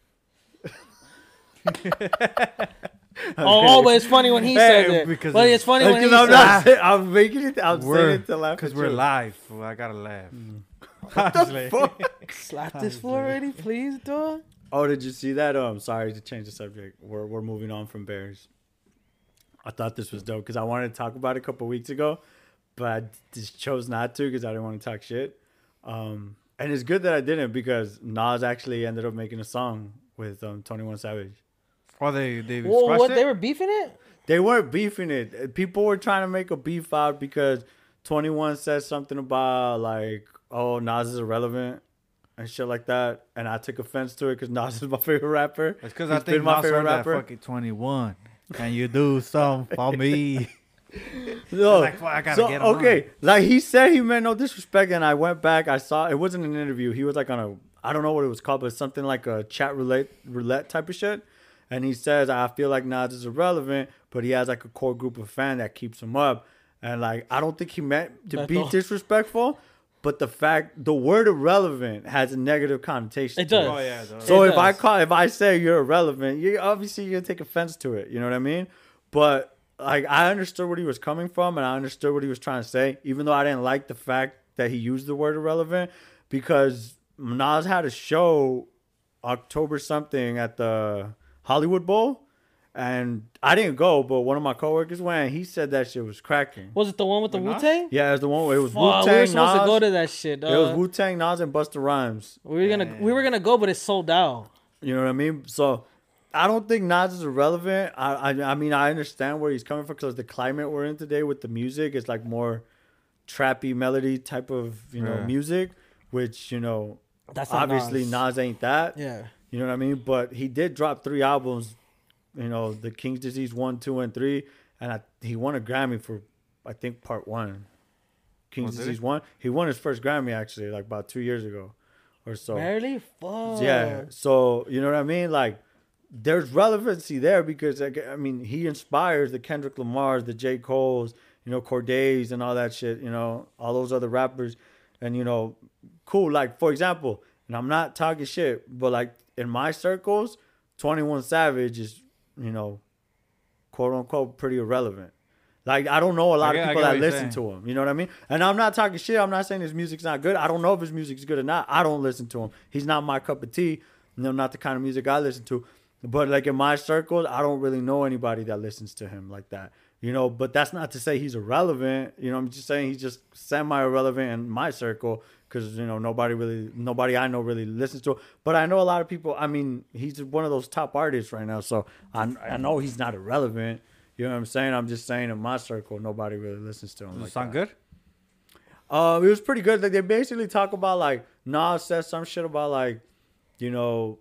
C: Oh, but it's funny when he says
A: Hey,
C: it.
A: because
C: but
A: it's-
C: it's funny when
B: Like,
C: he
B: you know,
C: says
B: I'm,
C: it.
B: not, saying- I'm making it. I'm
A: We're-
B: saying it to laugh
A: Because
B: at
A: we're
B: you.
A: live, fool. I gotta laugh. [LAUGHS] Honestly.
B: Fuck.
C: Slap this fool already, please, dog.
B: Oh, did you see that? Um, sorry to change the subject. We're we're moving on from bears. I thought this was dope because I wanted to talk about it a couple weeks ago, but I just chose not to because I didn't want to talk shit. Um, and it's good that I didn't because Nas actually ended up making a song with um Twenty One Savage.
A: Oh, they they
C: Whoa,
A: squashed
C: what?
A: it?
C: They were beefing it?
B: They weren't beefing it. People were trying to make a beef out because Twenty One said something about like, "Oh, Nas is irrelevant." And shit like that, and I took offense to it because Nas is my [LAUGHS] favorite rapper.
A: It's because
B: He's
A: I think my favorite rapper. fucking 21. Can you do something for me?
B: No.
A: Like, fuck, I gotta
B: so,
A: get him
B: okay,
A: on.
B: like he said, he meant no disrespect, and I went back. I saw it wasn't an interview. He was like on a I don't know what it was called, but something like a chat roulette roulette type of shit. And he says, I feel like Nas is irrelevant, but he has like a core group of fan that keeps him up. And like I don't think he meant to
C: That's
B: be
C: all.
B: disrespectful, but the fact the word irrelevant has a negative connotation.
C: It
B: to
C: does.
A: Oh, yeah, it does.
B: so
C: It
B: if I
C: does.
B: call, if I say you're irrelevant, you obviously you're gonna take offense to it. You know what I mean? But like I understood what he was coming from, and I understood what he was trying to say, even though I didn't like the fact that he used the word irrelevant, because Nas had a show October something at the Hollywood Bowl, and I didn't go, but one of my coworkers went. And he said that shit was cracking.
C: Was it the one with the
A: With
C: Wu
A: Nas?
C: Tang?
B: Yeah, it was the one where it was Wu
C: Fuck,
B: Tang.
C: we were supposed
B: Nas,
C: to go to uh, that shit.
B: it was
C: dog.
B: Wu Tang, Nas, and Busta Rhymes.
C: we were gonna we were gonna go, but it sold out.
B: You know what I mean? So I don't think Nas is irrelevant. I I, I mean I understand where he's coming from because the climate we're in today with the music is like more trappy melody type of you know
A: Yeah.
B: music, which you know
C: That's not
B: obviously
C: Nas.
B: Nas. ain't that.
C: Yeah.
B: You know what I mean? But he did drop three albums, you know, the King's Disease one, two, and three, and I, he won a Grammy for I think part one.
A: Oh,
B: King's
A: did he?
B: Disease one. He won his first Grammy actually like about two years ago, or so.
C: Barely. Fuck.
B: Yeah.
A: Oh.
B: So you know what I mean? Like, there's relevancy there because like, I mean, he inspires the Kendrick Lamar's, the J. Cole's, you know, Cordae's and all that shit. You know, all those other rappers, and you know, cool. Like for example, and I'm not talking shit, but like in my circles, Twenty One Savage is you know, quote unquote, pretty irrelevant. Like I don't know a lot
A: get- I
B: of people
A: get what
B: that
A: you're
B: listen
A: saying.
B: to him. You know what I mean? And I'm not talking shit. I'm not saying his music's not good. I don't know if his music's good or not. I don't listen to him. He's not my cup of tea. No, not the kind of music I listen to. But like in my circles, I don't really know anybody that listens to him like that. You know, but that's not to say he's irrelevant. You know, I'm just saying he's just semi irrelevant in my circle because you know nobody really, nobody I know really listens to. Him. But I know a lot of people. I mean, he's one of those top artists right now, so I, I know he's not irrelevant. You know what I'm saying? I'm just saying in my circle, nobody really listens to him.
A: Does it
B: like
A: sound
B: that.
A: good?
B: Um, it was pretty good. Like they basically talk about like Nas said some shit about like, you know,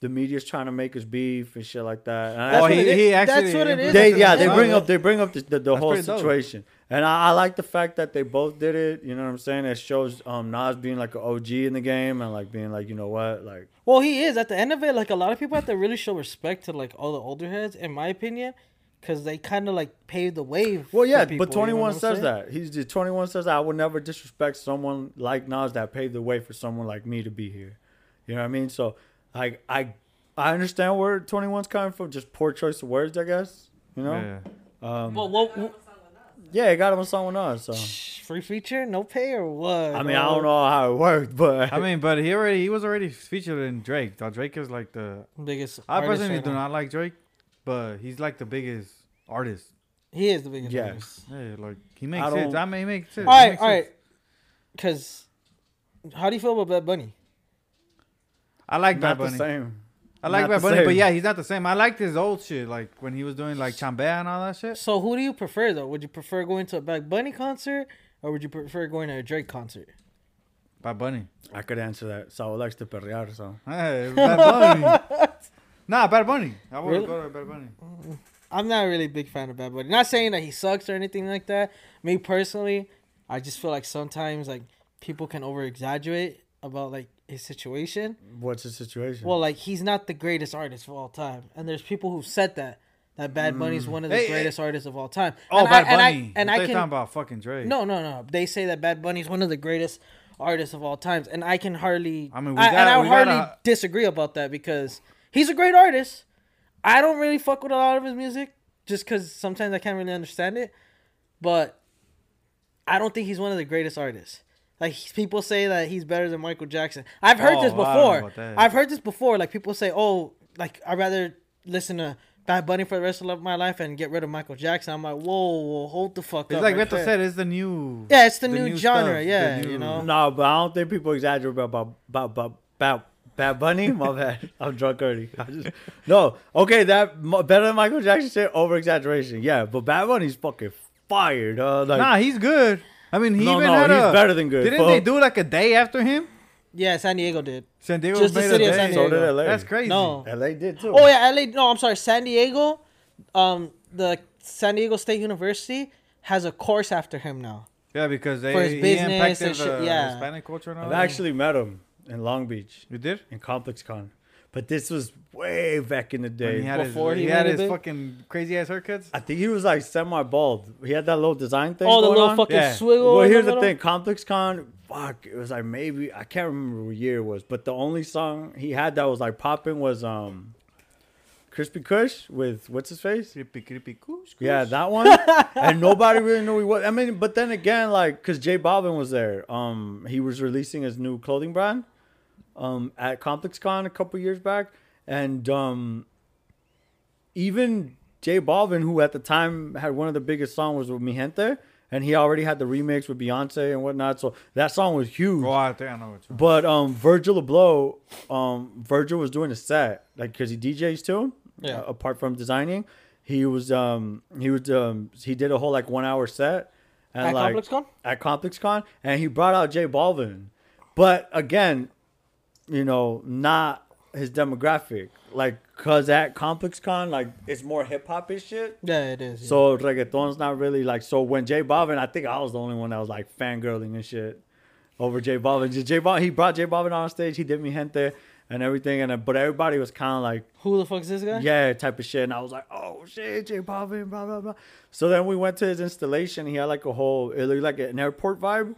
B: the media's trying to make us beef and shit like that. And I-
C: That's
A: oh,
C: what
A: he,
C: it is.
A: he
C: That's
A: actually.
C: what it is.
B: they
C: that's
B: yeah
C: what
B: they
C: I'm
B: bring
C: saying.
B: up they bring up the, the, the whole
A: pretty dope.
B: situation and I, I like the fact that they both did it you know what i'm saying it shows um nas being like an og in the game and like being like you know what like
C: Well, he is at the end of it. Like a lot of people have to really show respect to like all the older heads, in my opinion, because they kind of like paved the way.
B: well
C: for
B: yeah
C: people,
B: but
C: you know
B: 21
C: what I'm
B: says
C: saying?
B: that he's just 21 says i would never disrespect someone like nas that paved the way for someone like me to be here you know what i mean so like i I understand where 21's coming from. Just poor choice of words, I guess. You know.
A: Yeah.
B: Um,
C: Well, what?
D: That was someone else.
B: yeah, it got him on someone else. So
C: free feature, no pay or what?
B: I mean, I don't know how it worked, but
A: I mean, but he already he was already featured in Drake. Now, Drake is like the
C: Biggest.
A: I
C: artist
A: personally
C: right
A: do
C: now.
A: not like Drake, but he's like the biggest artist.
C: He is the biggest.
B: Yeah.
C: artist.
A: Yeah, like he makes
B: don't-
A: sense. I mean, he makes sense.
C: All
A: He
C: right,
A: makes
C: all
A: sense.
C: right. Because how do you feel about Bad Bunny?
A: I like
B: [LAUGHS] not
A: Bad Bunny.
B: the same.
A: I like
B: Not
A: Bad
B: the
A: Bunny, but
B: same.
A: yeah, he's not the same. I liked his old shit, like when he was doing like Chambea and all that shit.
C: So who do you prefer though? Would you prefer going to a Bad Bunny concert or would you prefer going to a Drake concert?
A: Bad Bunny.
B: I could answer that. Saul likes to perrear, so
A: Hey, Bad Bunny.
C: [LAUGHS]
A: nah, Bad Bunny. I would
C: Really?
A: go to Bad Bunny.
C: I'm not really a big fan of Bad Bunny. Not saying that he sucks or anything like that. Me personally, I just feel like sometimes like people can over exaggerate about like his situation.
B: what's the situation?
C: Well, like he's not the greatest artist of all time, and there's people who've said that that Bad Bunny's one of the
A: Mm. Hey, hey.
C: greatest artists of all time.
A: Oh,
C: And I-
A: Bad
C: and I-
A: Bunny.
C: And
A: I, thought
C: I,
A: you were
C: can
A: talking about fucking Drake.
C: No, no, no. They say that Bad Bunny is one of the greatest artists of all times, and I can hardly. I
A: I
C: mean,
A: mean, we
C: and I
A: gotta-
C: would
A: we
C: hardly
A: gotta-
C: disagree about that because he's a great artist. I don't really fuck with a lot of his music just because sometimes I can't really understand it, but I don't think he's one of the greatest artists. Like he's- people say that he's better than Michael Jackson. I've heard
A: Oh,
C: this
A: I don't know
C: before.
A: about that.
C: I've heard this before. Like people say, "Oh, like I'd rather listen to Bad Bunny for the rest of my life and get rid of Michael Jackson." I'm like, "Whoa, whoa hold the fuck
A: It's
C: up!"
A: like
C: right
A: Beto
C: there.
A: said, it's the new.
C: Yeah, it's the, new, genre.
A: stuff, the
C: yeah,
A: new-
C: you know.
B: no, but I don't think people exaggerate about about about about Bad Bunny. My [LAUGHS] bad. I'm drunk already. I just, no, okay, that mo- better than Michael Jackson shit. Over exaggeration, yeah. But Bad Bunny's fucking fired. Uh, like
A: Nah, he's good. I mean, he
B: No,
A: even
B: no,
A: had
B: he's
A: a-
B: better than good,
A: Didn't
B: fuck.
A: they do like a day after him?
C: Yeah, San Diego did.
A: San Diego
C: Just the
A: made
C: city
A: a
C: of
A: day.
C: San
B: so did
C: Diego.
B: LA.
A: That's crazy.
C: No.
B: LA did too.
C: Oh yeah, LA. No, I'm sorry, San Diego. Um, the San Diego State University has a course after him now.
A: Yeah, because they
C: For his
A: he
C: business
A: impacted
C: and shit,
A: the
C: yeah.
A: Hispanic culture and all
B: I've
A: that.
B: actually met him in Long Beach
A: you did.
B: in Complex Con, but this was way back in the
A: When
B: day.
A: he had
C: Before
A: his, he
C: he
A: had
C: made
A: his
C: it big?
A: fucking crazy ass haircuts.
B: I think he was like semi bald. He had that little design thing.
C: Oh, the
B: going
C: little
B: on.
C: fucking
A: Yeah.
C: swiggle.
B: well,
C: in
B: here's the
C: middle?
B: thing. Complex Con, fuck, it was like maybe I can't remember what year it was, but the only song he had that was like popping was um, Crispy Kush with what's his face?
A: Creepy, creepy, coosh,
B: Yeah,
A: coosh.
B: that one. and nobody really knew who he was. I mean, but then again, like, cause Jay Bobbin was there. Um, he was releasing his new clothing brand, um, at Complex Con a couple years back, and um, even Jay Bobbin, who at the time had one of the biggest songs was with Mi Gente, and he already had the remix with Beyonce and whatnot. So that song was huge.
A: Oh, I think I know what you're.
B: But um, Virgil Abloh, um, Virgil was doing a set like because he DJs too.
C: Yeah.
B: uh, apart from designing, he was um he was um he did a whole like one hour set and
C: At
B: like
C: ComplexCon?
B: at ComplexCon and he brought out Jay Balvin, but again, you know not his demographic like cause at ComplexCon like it's more hip hop and shit.
C: Yeah, it is. So
B: So reggaeton's not really like so when J Balvin, I think I was the only one that was like fangirling and shit over J Balvin. J- J Balvin, he brought J Balvin on stage, he did me gente and everything, and uh, but everybody was kind of like
C: who the fuck's this guy?
B: yeah type of shit, and I was like oh shit J Balvin blah blah blah. So then we went to his installation. He had like a whole it looked like an airport vibe,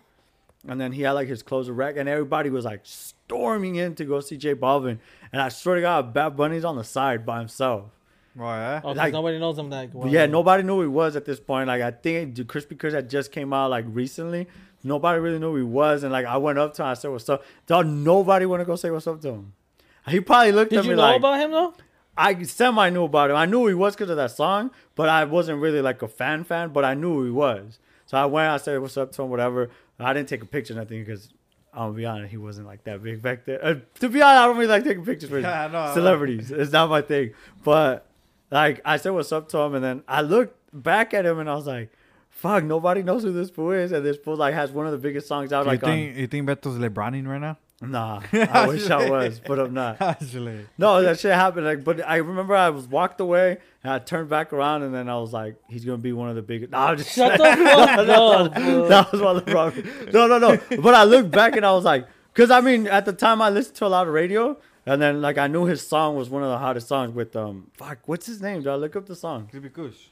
B: and then he had like his clothes rack, and everybody was like storming in to go see J Balvin, and I swear to God, Bad Bunny's on the side by himself.
A: Oh yeah.
C: Oh, 'cause
B: like-
C: nobody knows him that.
B: But
C: Well.
B: yeah, nobody knew who he was at this point. Like I think the Krispy Kreme that just came out like recently, nobody really knew who he was. And like I went up to him, I said what's up. Dog, nobody wanna go say what's up to him. He probably looked
C: Did
B: at
C: you
B: me
C: know
B: like
C: about
B: [LAUGHS]
C: him though?
B: I semi knew about him. I knew who he was because of that song, but I wasn't really like a fan fan. But I knew who he was, so I went. I said what's up to him, whatever. I didn't take a picture, nothing, because I'll be honest, he wasn't like that big back then. Uh, to be honest, I don't really like taking pictures
A: [LAUGHS]
B: for
A: Yeah, I know, I know.
B: celebrities. It's not my thing. But like I said what's up to him, and then I looked back at him and I was like, "Fuck, nobody knows who this fool is." And this fool like has one of the biggest songs out.
A: You
B: Like, um,
A: think you think Beto's LeBroning right now? [LAUGHS]
B: on, nah, I wish I was, but I'm not.
A: Actually,
B: No, that shit happened. Like, but I remember I was walked away and I turned back around and then I was like, he's gonna be one of the biggest. Nah, I'm just
C: Shut the fuck up,
B: [LAUGHS]
C: bro. [LAUGHS]
B: that was one of the problems. No, no, no. But I looked back and I was like, because I mean, at the time I listened to a lot of radio, and then like I knew his song was one of the hottest songs with um, fuck, what's his name? Did I look up the song?
A: creepy coosh.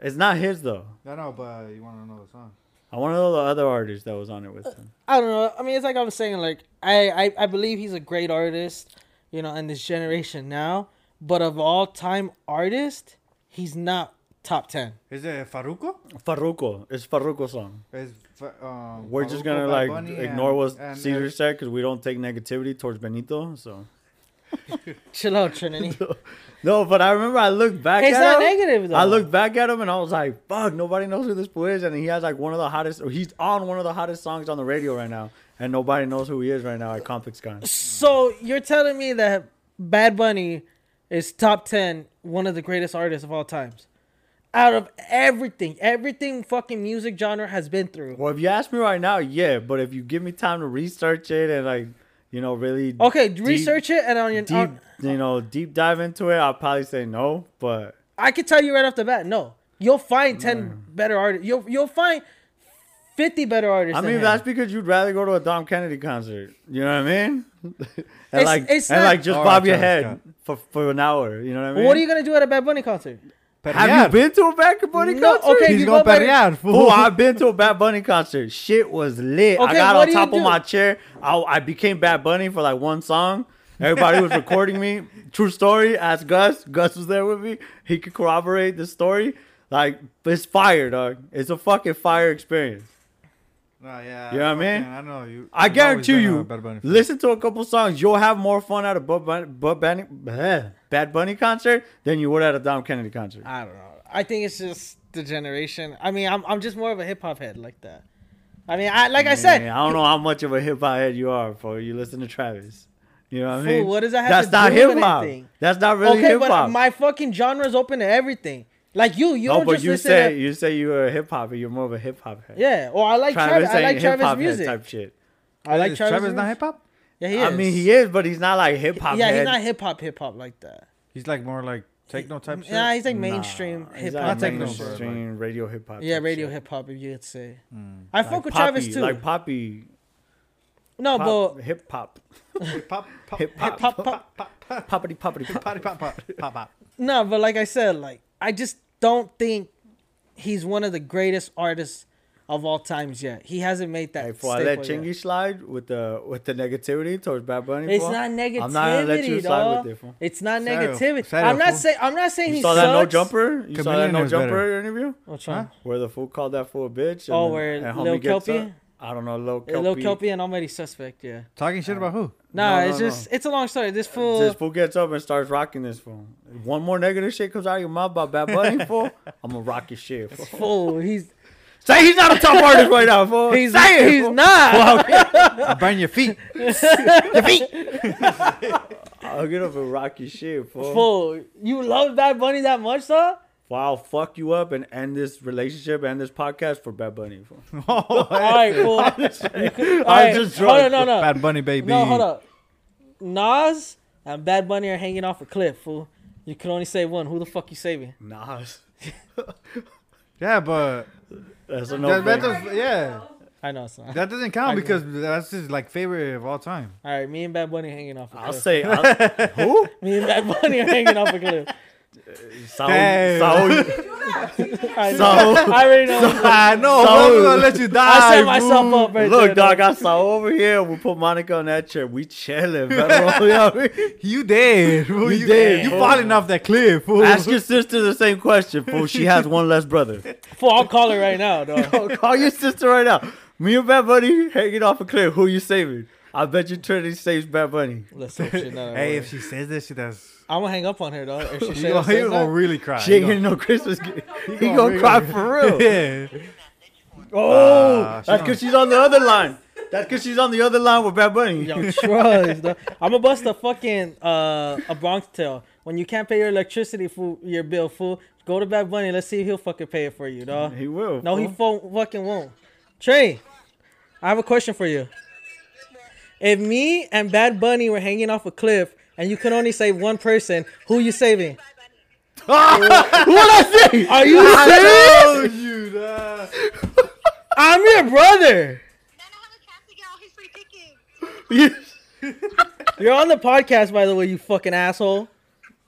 B: It's not his though.
A: I know, but you want to know the song.
B: I want to know the other artist that was on it with him.
C: I don't know. I mean, it's like I'm saying. Like I, I, I believe he's a great artist. you know, in this generation now. But of all time artist, he's not top ten.
A: Is it Faruco?
B: Farruko. It's Farruko song.
A: Is Fa- um,
B: We're just
A: Farruko,
B: gonna
A: Bad
B: like
A: Bunny,
B: ignore
A: and- uh,
B: what
A: and
B: Caesar
A: there's-
B: said because we don't take negativity towards Benito. So
C: Chill out, Trinity.
B: [LAUGHS] no, but I remember I looked back.
C: It's
B: at
C: not
B: him.
C: negative,
B: I
C: though.
B: looked back at him and I was like, "Fuck, nobody knows who this fool is." And he has like one of the hottest. Or he's on one of the hottest songs on the radio right now, and nobody knows who he is right now at Complex Con.
C: so you're telling me that Bad Bunny is top ten, one of the greatest artists of all times. Out of everything, everything fucking music genre has been through.
B: Well, if you ask me right now, yeah. But if you give me time to research it and like, you know, really
C: Okay,
B: deep-
C: research it uh, and on your
B: deep,
C: on-
B: you know, deep dive into it, I'll probably say no. But
C: I can tell you right off the bat, no. You'll find ten better artists. You'll you'll find fifty better artists.
B: I
C: than
B: mean,
C: him.
B: that's because you'd rather go to a Dom Kennedy concert. You know what I mean? [LAUGHS] and
C: It's-
B: like,
C: it's
B: and
C: not-
B: like, just
A: All
B: bob
A: right,
B: your
A: Travis
B: head for, for an hour. You know what I mean?
C: what are you gonna do at a Bad Bunny concert?
B: Have
A: Perrear.
B: you been to a Bad Bunny
C: No,
B: concert? [LAUGHS]
C: okay,
A: He's
C: you
A: gonna
C: go back-
A: perrear, fool.
B: Oh, I've been to a Bad Bunny concert. Shit was lit. I
C: Okay,
B: got
C: what
B: on
C: do you
B: top
C: do?
B: of my chair. I, I became Bad Bunny for like one song. Everybody was recording me. True story. Ask Gus. Gus was there with me. He could corroborate the story. Like it's fire, dog. It's a fucking fire experience.
A: Oh, yeah.
B: You know what I mean?
A: fucking- I know you.
B: I
A: you've always
B: guarantee
A: been
B: you,
A: a Bad Bunny fan.
B: listen to a couple songs, you'll have more fun at a Bud Bunny, Bud Bunny, [LAUGHS] bleh, Bad Bunny concert than you would at a Dom Kennedy concert.
C: I don't know. I think it's just the generation. I mean, I'm I'm just more of a hip hop head like that. I mean, I like I said,
B: Man, I don't know how much of a hip hop head you are, bro. You listen to Travis. You know what I
C: Fool,
B: mean?
C: what does that have
B: That's
C: to
B: not
C: do with
B: hip hop.
C: anything?
B: That's not really
C: okay,
B: hip
C: but
B: hop.
C: my fucking genre is open to everything. Like you, you
B: No,
C: don't
B: but
C: just
B: you
C: listen.
B: say
C: to,
B: you say you are a hip hopper. You're more of a hip hop head.
C: yeah, or I like Travis.
B: Travis,
C: I like
B: ain't hip
C: Travis
B: hop head
C: music.
B: type shit.
C: I like
A: Is
C: Travis.
A: Travis not
C: music.
A: hip hop?
C: Yeah, he
B: I
C: is.
B: mean, he is, but he's not like hip hop.
C: Yeah,
B: head.
C: he's not hip hop, hip hop like that.
A: He's like more like techno type shit.
C: Yeah, he's like
B: Nah,
C: mainstream
B: he's
C: hip
B: not
C: hop.
A: Not techno, bro.
B: mainstream radio hip hop.
C: Yeah,
B: type
C: radio
B: shit. Mm.
C: hip hop, if you could say. I fuck
B: Like
C: with
B: poppy,
C: Travis too.
B: Like poppy,
C: no,
B: pop,
C: but
B: hip hop,
A: Hip hop, pop,
B: hip
A: pop,
B: hop,
C: pop, pop,
B: poppity, poppity, pop.
A: potty, pop, pop, pop, pop.
C: No, but like I said, like I just don't think he's one of the greatest artists of all times yet. He hasn't made that.
B: Hey, fool, I let
C: staple
B: Chingy
C: yet.
B: slide with the with the negativity towards Bad Bunny.
C: It's
B: fool.
C: not negativity,
B: I'm not gonna let you slide
C: dawg.
B: with it. Fool.
C: It's not
A: Serio.
C: negativity.
A: Serio,
C: I'm not
A: fool.
C: saying. I'm not saying
B: You
C: he
B: saw
C: sucks.
B: that no jumper? You saw that
A: Chameleon
B: no
A: is
B: jumper
A: better.
B: interview
C: Which one?
A: Huh?
B: where the fool called that fool a bitch?
C: Oh,
B: then-
C: where
B: homie
C: Lil
B: gets
C: Kelpie?
B: up. I don't know, Lil
C: Uh,
B: Kelpy.
C: Lil Kelpy and Almighty Suspect. Yeah.
A: Talking shit about who?
C: Nah,
B: no,
C: it's
B: no.
C: just it's a long story. This fool.
B: This fool gets up and starts rocking this fool. One more negative shit comes out of your mouth about Bad Bunny,
C: [LAUGHS]
B: fool. I'm gonna rock your shit. Fool. [LAUGHS]
C: fool. He's
B: Say he's not
A: [LAUGHS]
B: a top artist right now, fool.
C: he's
B: Say it,
C: he's
B: fool.
C: not.
B: I'll get,
A: I'll burn your [LAUGHS] feet.
B: I'll get up and rock your shit, fool.
C: Fool. You love Bad Bunny that much, though?
B: Well, I'll fuck you up and end this relationship and this podcast for Bad Bunny. Fool. [LAUGHS]
A: [LAUGHS]
C: All right, fool. I'm just,
B: just
C: No,
B: drunk.
C: no, no.
A: Bad Bunny baby.
C: No, hold up. Nas and Bad Bunny are hanging off a cliff, fool. You can only save one. Who the fuck you saving?
B: Nas.
A: Yeah, but
B: That's a
A: that, that
B: no.
A: does, yeah,
C: I know it's not.
A: that doesn't
C: I
A: count
C: know.
A: because that's his like favorite of all time.
C: All right, me and Bad Bunny hanging off a cliff.
B: I'll say I'll, who?
C: [LAUGHS] Me and Bad Bunny are hanging off a cliff.
A: Damn.
B: Saul, Saul,
D: Do that. Please,
C: I, know.
B: Saul,
C: [LAUGHS] I already know.
A: [LAUGHS] I know.
B: So-
A: bro, I'm gonna let you die.
C: I set myself
A: fool.
C: up right there.
B: Look, dog,
C: dog.
B: I saw over here. We put Monica on that chair. We
A: [LAUGHS]
B: chilling. Better you know what I mean?
A: You [LAUGHS] dead. Fool.
B: You
A: You
B: dead,
A: dead. You
B: fool.
A: falling off that cliff. Fool.
B: Ask your sister the same question, fool. She has one less brother.
C: Fool, I'll call her right
A: [LAUGHS]
C: now, dog.
B: Call- Call your sister right now. Me and Bad Bunny hanging off a cliff. Who you saving? I bet you Trinity saves Bad Bunny.
C: Let's hope she
A: [LAUGHS]
C: not.
A: Hey, if she says this, she does.
C: I'm gonna hang up on her, dog.
A: [LAUGHS]
C: If she
A: You
C: says
A: gonna, you
C: that,
A: gonna really cry.
B: She ain't
A: You
B: getting no Christmas gift.
A: [LAUGHS]
B: He
C: [LAUGHS]
A: gonna-
B: gonna
A: you
B: cry
A: gonna-
B: for
A: [LAUGHS]
B: real.
A: Yeah.
B: Oh,
A: Ah, she
B: that's because she's on the other line. That's because she's on the other line with Bad Bunny.
C: Yo,
A: [LAUGHS]
C: trust. dog. I'm gonna bust a fucking uh, a Bronx tale. When you can't pay your electricity for your bill, fool, go to Bad Bunny. Let's see if he'll fucking pay it for you, dog.
B: [LAUGHS] He will.
C: No, he
B: fool.
C: fo- fucking won't. Trey, I have a question for you. If me and Bad Bunny were hanging off a cliff and you could only save one person, who you
A: [LAUGHS]
C: saving?
B: what I say?
C: Are you
A: I
C: serious?
A: told you that.
C: I'm your brother. You're on the podcast, by the way, you fucking asshole.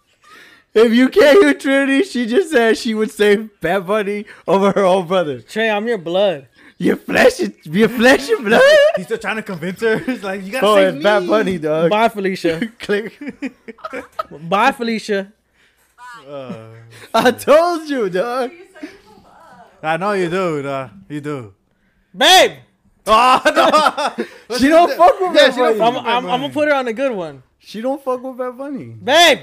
B: [LAUGHS] if you can't hear Trinity, she just said she would save Bad Bunny over her own brother.
C: Trey, I'm your blood.
B: Your flesh is your flesh and blood.
A: [LAUGHS] He's still trying to convince her. [LAUGHS] He's like, you gotta
B: Oh,
A: save
B: it's
A: me.
B: Bad Bunny, dog.
C: Bye,
A: [LAUGHS]
C: Felicia.
B: Click.
C: Bye, Felicia.
A: Uh,
B: I told you, dog.
D: You set yourself up.
A: I know you do. Uh, you do.
C: Babe,
A: Oh no!
B: She don't fuck with
A: Yeah,
B: Bad
A: she don't
B: Bunny.
A: fuck-
C: I'm, I'm, I'm gonna put her on a good one.
B: she don't fuck with Bad Bunny.
C: Babe,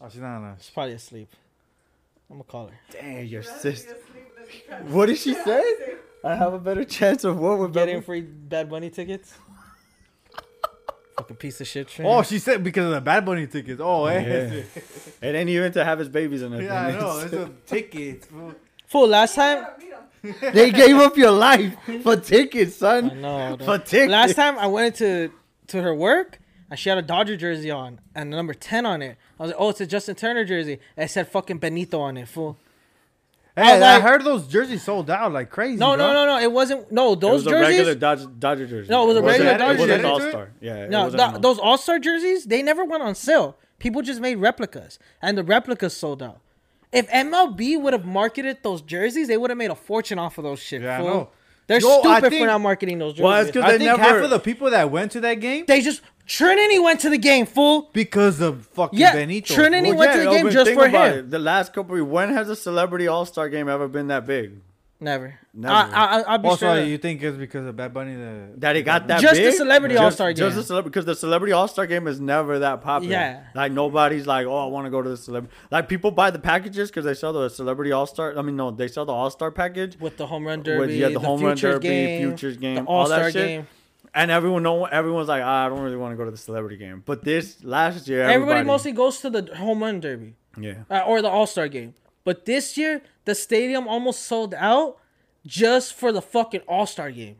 A: oh, she's not on
C: she's probably asleep. I'm gonna call her.
B: Damn, your
D: Rather
B: sister.
D: be asleep than be trapped.
B: What did she say? I have a better chance of what with Bad
C: Getting
B: Bunny.
C: free Bad Bunny tickets. [LAUGHS] Fucking piece of shit. Train.
A: Oh, she said because of the Bad Bunny tickets. Oh,
C: [LAUGHS]
A: eh. [LAUGHS]
B: Yeah. it ain't even to have his babies in it.
A: Yeah, I know. It's a [LAUGHS] ticket.
C: fool. Last time,
D: Meet him.
B: they gave up your life for tickets,
C: I
B: son.
C: know.
B: For
C: dog.
B: tickets.
C: Last time I went to to her work and she had a Dodger jersey on and the number ten on it. I was like, oh, it's a Justin Turner jersey. And it said fucking Benito on it, fool.
A: Hey,
C: I
A: I,
C: was like-
A: heard those jerseys sold out like crazy.
C: No, no,
A: bro.
C: no, no. It wasn't. No,
B: It
C: those
B: was a
C: jerseys.
B: regular Dodger, Dodger jersey.
C: No, it was a
B: wasn't-
A: regular
B: It wasn't
A: Dodger
B: All
A: jersey.
B: Star. Yeah. it
C: No,
B: wasn't
C: th-
B: an
C: those All Star jerseys they never went on sale. People just made replicas, and the replicas sold out. If MLB would have marketed those jerseys, they would have made a fortune off of those shit.
A: Yeah, I
C: fool.
A: know.
C: They're
A: Yo, I
C: stupid
A: think-
C: for not marketing those jerseys.
B: Well, it's 'cause
A: I
B: they
A: think half
B: never-
A: of the people that went to that game
C: they just Trinity went to the game, fool.
A: because of fucking
C: Yeah,
A: Benito.
C: Trinity
A: Well,
C: went to the
B: oh,
C: game
B: but
C: just
B: think
C: for
B: about
C: him.
B: it. The last couple, when has a celebrity All Star game ever been that big?
C: Never.
B: Never.
C: I, I, I- I'll be
A: Also,
C: sure.
A: Oh, you think it's because of Bad Bunny? The
B: That it got that
C: Just
B: big?
C: the celebrity
B: Just-
C: All-Star
B: Just
C: game.
B: the celebrity, because the celebrity All Star game is never that popular.
C: Yeah.
B: Like nobody's like, oh, I want to go to the celebrity. Like people buy the packages because they sell the celebrity All Star. I mean, no, they sell the All Star package.
C: with the home run derby,
B: with yeah, the, home run
C: futures
B: derby,
C: game,
B: futures
C: the
B: game, all
C: All Star
B: that shit.
C: game.
B: And everyone, no, everyone's like, ah, I don't really want to go to the celebrity game. But this last year, everybody,
C: Everybody mostly goes to the home run derby.
B: yeah.
C: uh, or the All Star game. But this year, the stadium almost sold out just for the fucking All Star game.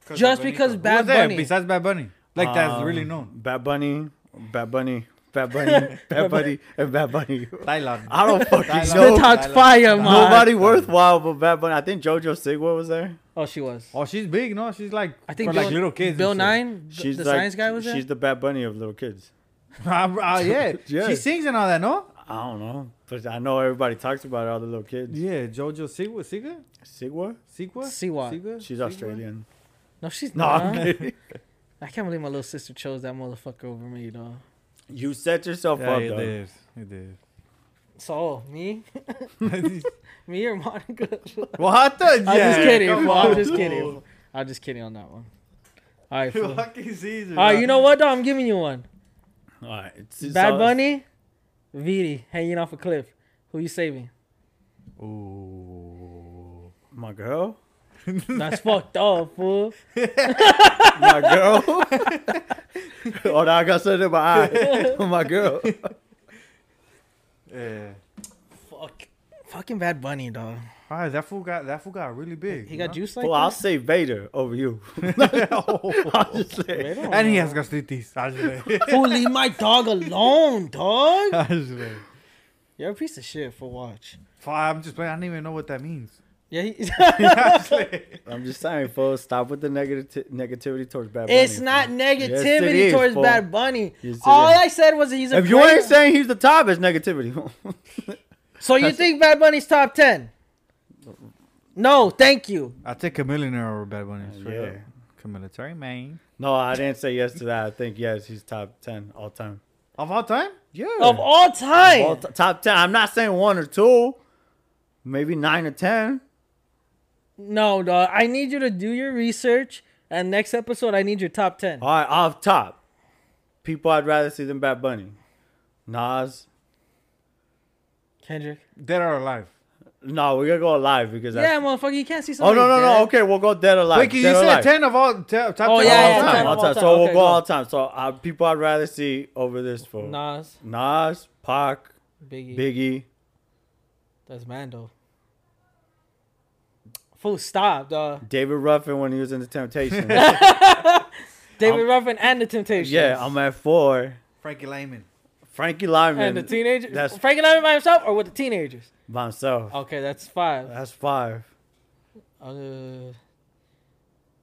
A: Because
C: Just
A: of Benito.
C: because
A: Who
C: Bad
A: was there
C: Bunny- Um,
A: Besides Bad Bunny, like that's really known.
B: Bad Bunny, Bad Bunny, Bad
C: [LAUGHS]
B: Bunny, Bad Bunny, and Bad Bunny.
A: Thailand.
B: I don't fucking
A: Tyler.
C: The
A: No,
B: know.
A: Tyler.
C: hot fire, man.
B: Nobody worthwhile but Bad Bunny. I think JoJo Sigwa was there.
C: Oh, she was.
A: Oh, she's big. No, she's like
C: I think
A: for
C: Bill,
A: like little kids.
C: Bill
A: and shit.
C: Nine, th-
B: She's
C: the
B: like,
C: science guy was there.
B: She's the Bad Bunny of little kids.
A: [LAUGHS] Ah, [LAUGHS] yeah.
B: Yeah.
A: she sings and all that. No.
B: I don't know, but I know everybody talks about all the little kids.
A: Yeah, JoJo Siwa, Siga,
B: Sigwa?
A: Siwa,
C: Siwa.
A: Siga?
B: She's
A: Siwa?
C: [LAUGHS]
B: Australian.
C: no, she's
B: No,
C: not.
B: I'm kidding.
C: I can't believe my little sister chose that motherfucker over me, dog.
B: You set yourself
A: Yeah,
B: up,
A: you
B: dog.
A: did. You did.
C: So me, me
A: [LAUGHS]
C: or Monica?
A: [LAUGHS] What the?
C: I'm just kidding.
A: come
C: fool. I'm
A: on,
C: just kidding.
A: fool.
C: I'm just kidding on that one. All right, fool. all
A: [LAUGHS] Fucking Caesar.
C: right. You know what? Dog? I'm giving you one.
B: All right. it's-
C: Bad
B: so-
C: Bunny, Vidi hanging off a cliff. Who you saving?
A: Ooh.
B: My girl?
C: That's fucked up, fool.
B: My
C: [LAUGHS]
B: girl? oh, no, I got something in my eye.
C: [LAUGHS]
B: my girl.
A: Yeah.
C: Fuck. Fucking Bad Bunny, dog.
A: All right, Ah, that fool got that fool got really big.
C: He got
A: you.
C: juice like
B: Well, I'll
C: that?
B: say Vader over
C: [LAUGHS]
B: you. [LAUGHS] I'll just say. [LAUGHS]
C: They don't
A: And he
C: know.
A: has gastritis. [LAUGHS] I was like-
C: Fool, leave my dog
B: [LAUGHS]
C: alone, dog.
A: I was like,
C: You're a piece of shit for watch.
A: fuck, I'm just playing. I don't even know what that means. [LAUGHS]
B: [LAUGHS]
C: Yeah, he,
A: I was like,
B: I'm just saying, folks, stop with the negati- negativity towards Bad Bunny.
C: it's not negativity
B: is,
C: towards
B: fool.
C: Bad Bunny.
B: Yes, it
C: All
B: is.
C: I said was that he's a
B: If you
C: great-
B: ain't saying he's the top, it's negativity. [LAUGHS]
C: So you think Bad Bunny's top ten? No, thank you.
A: I take a millionaire over Bad Bunny. Straight
B: yeah.
A: yeah. up. Military man.
B: no, I didn't say yes to that. I think yes, he's top ten all time.
A: Of all time?
B: Yeah,
C: Of all time.
B: All t- top ten. I'm not saying one or two, maybe nine or ten.
C: no, dog. I need you to do your research and next episode I need your top ten.
B: All right, off top, people I'd rather see than Bad Bunny, Nas.
C: Kendrick.
A: Dead or alive.
B: No, we're gonna go alive because
C: Yeah,
B: that's.
C: motherfucker, you can't see
B: Oh
C: something.
B: no no no! Okay, we'll go dead alive.
A: Wait, you
B: Dead or
A: said
B: Alive.
A: 10 of all. Te- top 10
C: Oh,
A: of
C: yeah,
A: all
B: all
C: yeah,
A: time.
B: time, all time. So
C: Okay,
B: we'll go
C: go.
B: all time. So uh, people I'd rather see over this fool.
C: Nas,
B: Nas, Pac,
C: Biggie.
B: Biggie.
C: That's Mando. Fool, stop, dog.
B: David Ruffin when he was in the Temptations.
C: [LAUGHS] David Ruffin and the Temptations.
B: yeah, I'm at four.
A: Frankie Lehman.
B: Frankie Lyman
C: and the teenagers.
B: That's-
C: That's Frankie Lyman by himself or with the teenagers.
B: by himself.
C: Okay, that's five.
B: That's five.
C: Uh,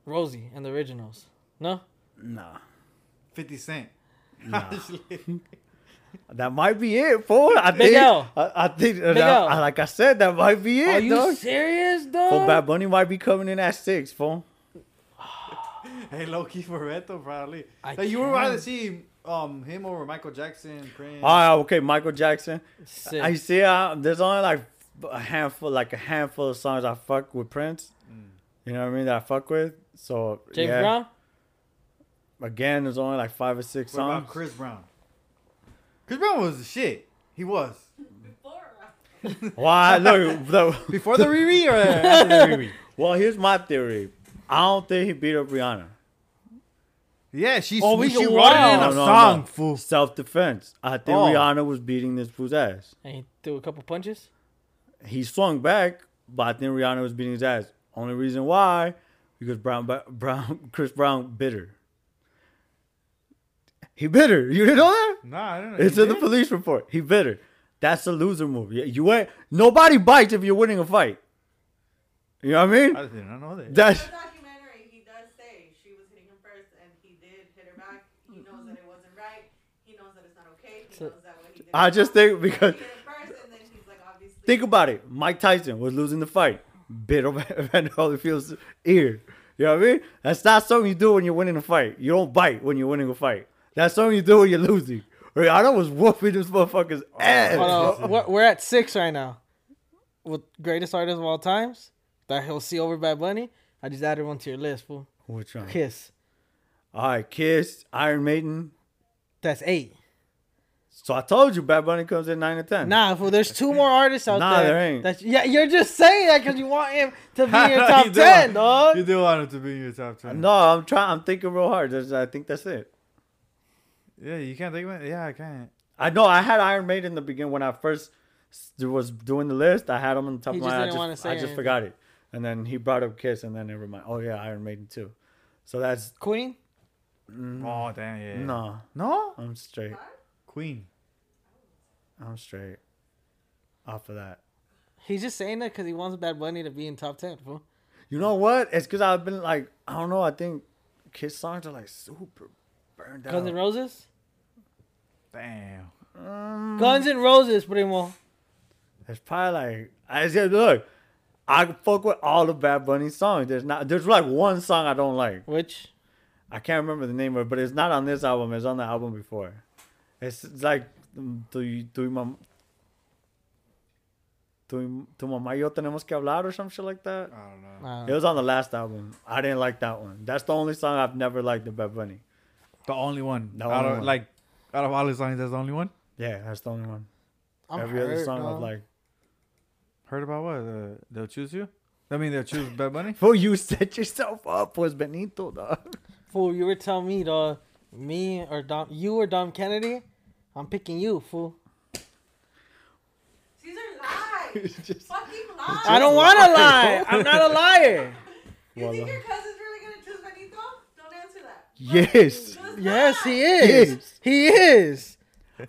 C: Rosie and the originals. No,
B: Nah.
A: [LAUGHS] 50 Cent.
B: Nah. That might be it, fool. I think.
C: Miguel.
B: I, I think. uh,
C: Miguel.
B: I- like I said, that might be it,
C: Are you
B: dog.
C: serious,
B: Fool, Bad
C: dog?
B: Bunny might be coming in at six, fool.
A: Hey, low key for Beto, probably.
C: I
A: So you were rather
C: can't.
A: see um him over Michael Jackson, Prince.
B: Ah, okay, Michael Jackson.
C: Sick.
B: I see. Uh, there's only like a handful, like a handful of songs I fuck with Prince.
A: Mm.
B: You know what I mean? That I fuck with. So
C: James
B: yeah.
C: Brown?
B: Again, there's only like five or six
A: what about
B: songs.
A: Chris Brown? Chris Brown was the shit. He was
D: Before or after?
B: Why? Look, the,
A: before the Riri [LAUGHS] or after the Riri.
B: well, here's my theory. I don't think he beat up Rihanna.
A: Yeah, she
C: Oh, we
A: she
C: can-
A: wrote
C: wow.
A: it in
C: No,
A: a
B: no, no.
A: song, fool.
B: Self defense. I think
A: Oh.
B: Rihanna was beating this fool's ass.
C: And he threw a couple punches.
B: He swung back, but I think Rihanna was beating his ass. Only reason why, because Brown, [LAUGHS] Brown, Chris Brown, bitter. He bitter. You didn't know that?
A: Nah, I don't know.
B: It's
A: He
B: in the
A: did?
B: police report. He bitter. That's a loser move. You, you ain't nobody bites if you're winning a fight. You know what I mean?
A: I did not know that.
C: [LAUGHS]
B: That's
D: In the documentary, he does say she was hitting him first, and he did hit her back. He knows that it wasn't right. He knows that it's not okay. He
C: So-
D: knows that what he did.
B: I
D: was
B: just
D: wrong.
B: think because
D: He hit her first, and then he's like, obviously.
B: think about it. Mike Tyson was losing the fight. Bit of [LAUGHS] Evander Holyfield's ear. You know what I mean? That's not something you do when you're winning a fight. You don't bite when you're winning a fight. That's something you do when you're losing. Rihanna was whooping this motherfucker's ass. [LAUGHS]
C: Hold
B: bro.
C: on. We're, we're at six right now. With greatest artist of all times that he'll see over Bad Bunny. I just added one to your list, fool.
B: Which one?
C: Kiss.
B: All right, Kiss, Iron Maiden.
C: That's eight.
B: So I told you, Bad Bunny comes in nine and ten.
C: Nah, fool. There's two more artists out
B: Nah,
C: there.
B: there ain't.
C: That yeah, you're just saying that because you want him
B: [LAUGHS]
C: to be in
A: [LAUGHS]
C: your
A: You
C: top
A: do
C: ten,
A: want-
C: dog.
A: You do want it to be in your top ten.
B: No, I'm trying. I'm thinking real hard. That's- I think that's it.
A: Yeah, you can't think of it. Yeah, I can't.
B: I know I had Iron Maiden in the beginning when I first s- was doing the list. I had them on the top
C: He
B: of my
C: just
B: head. I
C: didn't
B: just,
C: wanna say
B: I just
C: anything.
B: forgot it. And then he brought up Kiss, and then never mind. Oh yeah, Iron Maiden too. So that's
C: Queen.
A: Oh damn, yeah.
B: no.
A: no,
B: I'm straight.
A: Queen.
B: I'm straight. Off of that.
C: He's just saying that because he wants Bad Bunny to be in top ten, fool.
B: You know what? It's because I've been like, I don't know. I think Kiss songs are like super burned
C: Guns N'
B: out.
C: Roses.
A: Damn.
C: Guns N' Roses, primo.
B: Mm. It's probably like I said. Look, I fuck with all the Bad Bunny songs. There's not. There's like one song I don't like.
C: Which
B: I can't remember the name of it, but it's not on this album. It's on the album before. It's, it's like mm, tu tu y mam tu, y- tu mamá y yo tenemos que hablar or some shit like that.
C: Uh-huh.
A: I don't know.
C: I don't
B: It
C: know.
B: was on the last album. I didn't like that one. That's the only song I've never liked of Bad Bunny.
A: The only one.
B: The
A: out
B: only
A: of,
B: one.
A: Like, out of all his songs, that's the only one.
B: Yeah, that's the only one.
C: I'm
B: Every other
C: hurt,
B: song
C: dog.
B: I've liked.
A: Heard about what? Uh, they'll choose you. I mean, they'll choose Bad Bunny.
B: Fool, you set yourself up was Benito,
C: [LAUGHS]
B: dog.
C: Fool, you were telling me, dog. Me or Dom, you or Dom Kennedy. I'm picking you, fool.
D: These
C: [LAUGHS]
D: are lies.
B: Just-
D: Fucking lies.
C: I don't want to
B: [LAUGHS]
C: lie. I'm not a liar.
D: You think
B: Voila.
D: your cousin's really gonna choose Benito? Don't answer that.
B: Yes.
D: Just
C: Yes,
D: lie.
C: he is. He is.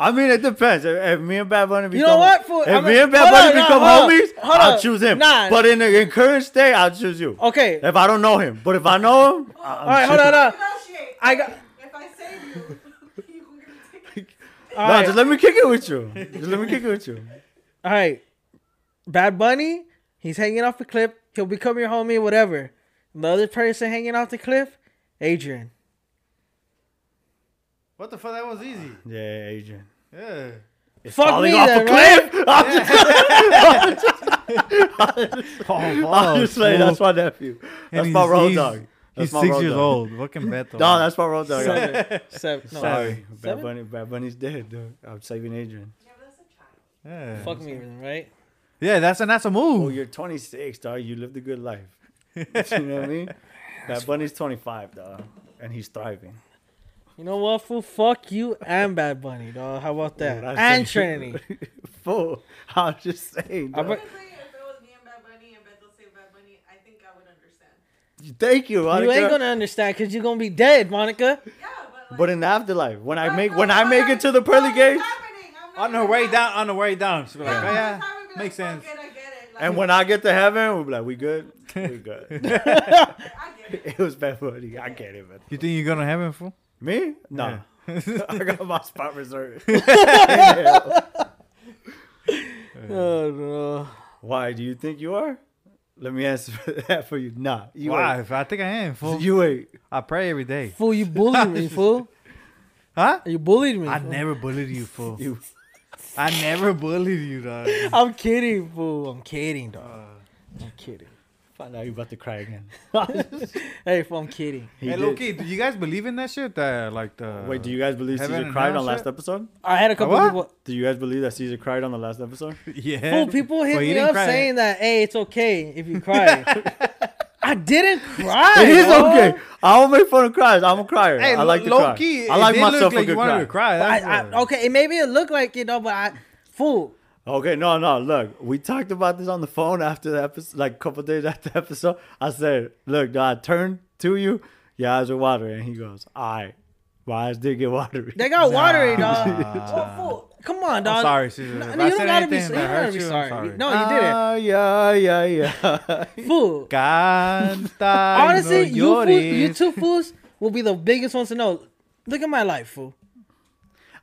B: I mean, it depends. If, if me and Bad Bunny become,
C: You know what, fool?
B: If
C: I'm
B: me
C: a-
B: and Bad
C: hold
B: Bunny
C: on,
B: become
C: hold on,
B: homies,
C: hold
B: I'll
C: on.
B: choose him.
C: Nah.
B: But in the in current state, I'll choose you.
C: Okay.
B: If I don't know him, but if I know him, I- I'm
C: All right, hold on.
B: choosing-
C: Hold on.
D: Negotiate.
C: I got-
D: If I save you, [LAUGHS] you can take
C: [LAUGHS]
D: it.
C: All
B: no,
C: right.
B: just let me kick it with you. Just let me kick it with you.
C: All right. Bad Bunny, he's hanging off the cliff. He'll become your homie, whatever. The other person hanging off the cliff, Adrian.
A: [LAUGHS] What the fuck? That was easy.
B: Yeah, Adrian.
A: Yeah.
B: It's
C: Fuck
B: falling
C: me
B: off
C: then,
B: a
C: right?
B: cliff. [LAUGHS] I'm just,
A: Oh,
B: I'm just saying, that's my nephew. That's my road dog.
A: He's
B: That's my
A: six
B: road
A: years
B: dog.
A: old. Fucking Beto.
B: No, that's my road dog.
C: Seven. Seven.
B: [LAUGHS]
C: No,
B: Sorry, Bad
C: Seven?
B: Bunny. Bad Bunny's dead, dude. I'm saving Adrian.
D: Yeah, but that's a child.
A: Yeah.
C: Fuck me, then, right?
A: Yeah, that's a that's a
B: Oh,
A: move.
B: you're 26, dog. You lived a good life. you know what I mean? Bad Bunny's 25, dog, and he's thriving.
C: You know what, fool? Fuck you and Bad Bunny, dog. How about that?
B: Well, that's
C: and
B: it. [LAUGHS]
C: Trinity.
B: Fool. I'm just saying.
C: I
B: Dog.
C: bet-
D: Honestly, if it was me and Bad Bunny and Bethel saved Bad Bunny, I think I would understand.
B: Thank you.
C: You
B: Monica.
C: ain't gonna understand because you're gonna be dead, Monica.
D: Yeah, but like.
B: But in the afterlife, when I
D: But
B: make
D: no,
B: when I
D: but
B: make
D: like,
B: it to the
D: what
B: pearly
D: is
B: gates,
D: happening? I'm not
A: On her
D: even
A: way
D: mad.
A: down. On her way down. She's like,
D: Yeah,
A: oh, yeah,
D: I would be like,
A: makes
D: fuck
A: sense.
D: It, I get it. Like,
B: and when I get to heaven, we'll be like, we good, we good. [LAUGHS]
D: I get it.
B: it was bad buddy. I get it, man.
A: You think you're gonna have him, fool? [LAUGHS]
B: Me? Nah. [LAUGHS] I got my spot [LAUGHS] reserved.
C: Oh, no.
B: Why do you think you are? Let me answer [LAUGHS] that for you. Nah. You
A: Why? If I think I am.
B: ain't.
A: Fool.
B: You ain't.
A: I pray every day.
C: Fool, you bullied me, fool.
A: Huh?
C: You bullied me.
A: I
C: fool.
A: never bullied you, fool.
B: [LAUGHS] You.
A: I never bullied you, dog.
C: I'm kidding, fool. I'm kidding, dog. I'm kidding. [LAUGHS]
B: Find out you about to cry again.
C: hey, fool, I'm kidding.
B: He
A: hey,
B: did.
A: Loki, do you guys believe in that shit? That like the
B: Wait, do you guys believe
A: Heaven
B: Caesar
A: and
B: cried
A: hell
B: on last
A: shit?
B: episode?
C: I had a couple
A: what?
C: people.
B: Do you guys believe that Caesar cried on the last episode?
A: [LAUGHS] yeah?
C: Fool, people hit
A: Well, you
C: me
A: didn't
C: up
A: cry.
C: saying that, hey, it's okay if
A: [LAUGHS]
C: you cry. I didn't cry.
B: It is
C: dog.
B: okay. I don't make fun of cries. I'm a crier.
A: Hey,
B: I like to cry.
A: Loki,
B: I like
A: it did
B: myself
A: look
B: a
A: like
B: good
A: you wanted
B: cry.
A: to cry.
C: I,
A: That's
C: I,
A: what-
C: okay, it made me look like you know, but I fool.
B: Okay, no, no. Look, we talked about this on the phone after the episode, like a couple days after the episode. I said, "Look, do I turn to you. Your eyes are watery," and he goes, "All right, my eyes did get watery."
C: They got
A: [LAUGHS]
C: watery, dog.
A: Nah.
C: Oh, fool. Come on, dog.
A: I'm sorry, Caesar.
C: No,
A: If
C: you
A: I
C: don't
A: said
C: gotta be-
A: anything that
C: you don't gotta
A: hurt
C: be
A: you, I'm
C: sorry.
A: sorry.
C: No, you did it.
B: Ah, yeah, yeah, yeah.
C: Fool.
A: Canta,
C: [LAUGHS] Honestly,
A: no
C: you, fool, you
A: llores.
C: two fools will be the biggest ones to know. Look at my
A: [LAUGHS]
C: life, fool.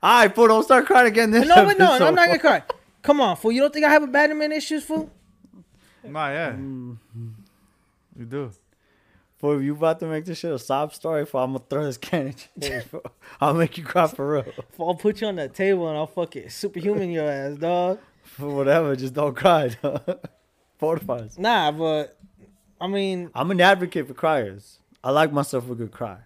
B: All right, fool, don't start crying again. This
C: No, but no,
B: episode.
C: I'm not gonna cry. Come on, fool. You don't think I have a badminton issues, fool?
A: Nah, yeah.
B: Mm-hmm.
A: You do.
B: Fool, if you about to make this shit a sob story, fool, I'm gonna throw this can at you. fool. I'll make you cry for real.
C: Fool, I'll put you on that table and I'll fuck it. Superhuman your ass, dog.
B: [LAUGHS] Fool, whatever, just don't cry. [LAUGHS] dog. Fortifies.
C: Nah, but I mean,
B: I'm an advocate for criers. I like myself a good cry.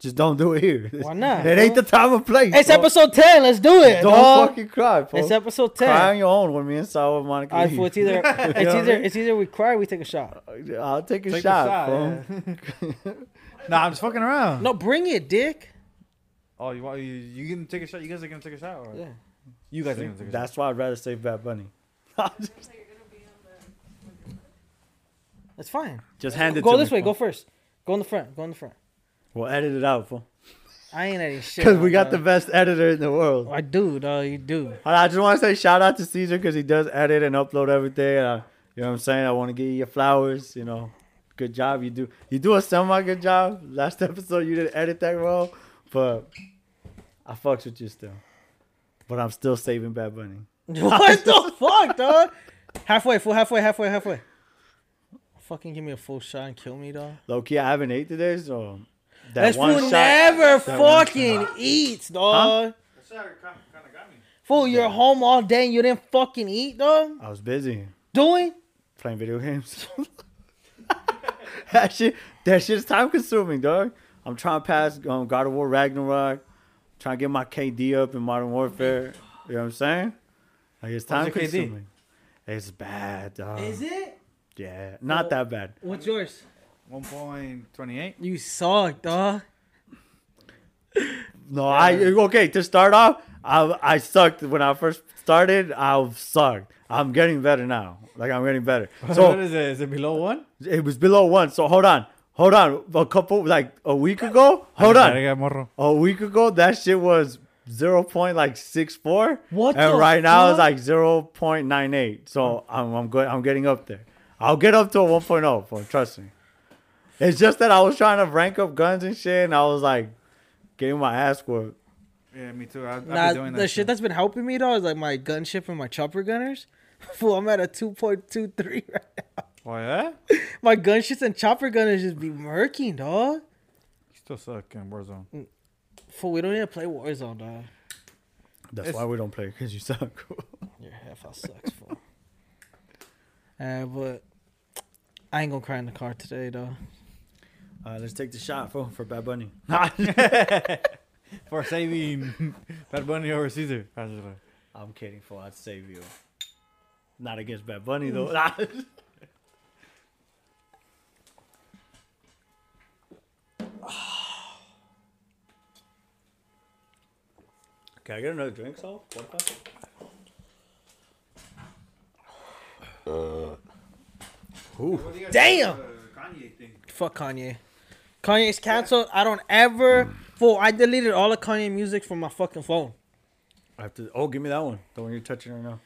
B: Just don't do it here.
C: Why
B: [LAUGHS]
C: not,
B: It ain't
C: bro?
B: the time or place.
C: it's
B: bro.
C: episode ten. Let's do it,
B: Don't
C: dog.
B: fucking cry, bro.
C: It's episode
B: Cry on
C: ten.
B: your own when me and Saul with Monica.
C: All right,
B: leave.
C: fool. It's either
B: You know
C: it's
B: what
C: either
B: I mean?
C: it's either we cry or we take a shot.
B: [LAUGHS] I'll take a
A: Take
B: shot,
A: a
B: bro.
A: shot.
B: [LAUGHS]
A: yeah. [LAUGHS] nah, I'm just fucking around.
C: No, bring it, dick.
A: Oh, you want you, you gonna take a shot? You guys are gonna take a shot, or
C: Yeah.
A: you guys are gonna take a shot?
B: That's why I'd rather save Bad Bunny. [LAUGHS]
D: So you're gonna be on the.
C: That's fine.
B: Just hand it
C: Go
B: to
C: this
B: me,
C: way.
B: fool.
C: Go first. Go in the front. Go in the front.
B: We'll edit it out, fool. [LAUGHS]
C: I ain't any shit.
B: Because we got the
C: dog.
B: best editor in the world.
C: I do, dog.
B: [LAUGHS]
C: You do. [LAUGHS]
B: All right, I just want to say shout out to Caesar because he does edit and upload everything. And I, you know what I'm saying? I want to give you your flowers. You know, good job you do. You do a semi good job. Last [LAUGHS] episode you didn't edit that well, but I fucks with you still. But I'm still saving Bad Bunny.
C: What the fuck, dog? Halfway, full halfway, halfway, halfway. Fucking give me a full shot and kill me, dog.
B: Low key, I haven't ate today, so that
C: That
B: one
C: fool
B: shot.
C: never
B: one
C: fucking eats,
A: That
C: dog.
A: shot kind of got me.
C: Fool, you're home all day and you didn't fucking eat, dog.
B: I was busy
C: Doing?
B: playing video games. [LAUGHS] that shit, that shit's time consuming, dog. I'm trying to pass um, God of War Ragnarok. Trying to get my KD up in Modern Warfare. You know what I'm saying? Like it's time
A: What's your KD?
B: consuming. It's bad, dog.
C: it?
B: Yeah, not that bad.
C: What's yours?
A: One point twenty-eight.
C: You suck, dog.
B: No, I okay to start off. I I sucked when I first started. I sucked. I'm getting better now. Like I'm getting better.
A: [LAUGHS]
B: So
A: what is it? Is it below one?
B: It was below one. So hold on, hold on. A couple like a week ago. Hold on,
A: on.
B: a week ago that shit was zero point like six four.
C: What
B: And
C: the
B: right now it's
C: fuck?
B: like zero point nine eight. So I'm I'm good. I'm getting up there. I'll get up to a 1.0. For, trust me. It's just that I was trying to rank up guns and shit, and I was like getting my ass whooped.
A: Yeah, me too. I, I've
C: Nah,
A: been doing
C: the
A: that
C: shit, that's been helping me, dog, is like my gunship and my chopper gunners. [LAUGHS] Fool, I'm at a 2.23 [LAUGHS] right now.
A: Oh yeah.
C: My gunships and chopper gunners just be murking, dog.
A: You still suck in Warzone.
C: Fool, we don't need to play Warzone, dog.
B: That's
A: It's-
B: why we don't play because you suck. [LAUGHS]
C: Your half house sucks, fool. [LAUGHS] Uh, but I ain't gonna cry in the car today, though.
B: All right, let's take the shot for for Bad [LAUGHS] Bunny.
A: For saving Bad Bunny over Caesar. That's what I-
B: I'm kidding, for I'd save you. Not against Bad Bunny [LAUGHS] though. [SIGHS] All Can I get another drink, Saul? What the?
C: Damn! Fuck Kanye. Kanye's canceled. I don't ever. Fool, I deleted all of Kanye music from my fucking phone.
B: I have to. Oh, give me that one. The one you're touching right now.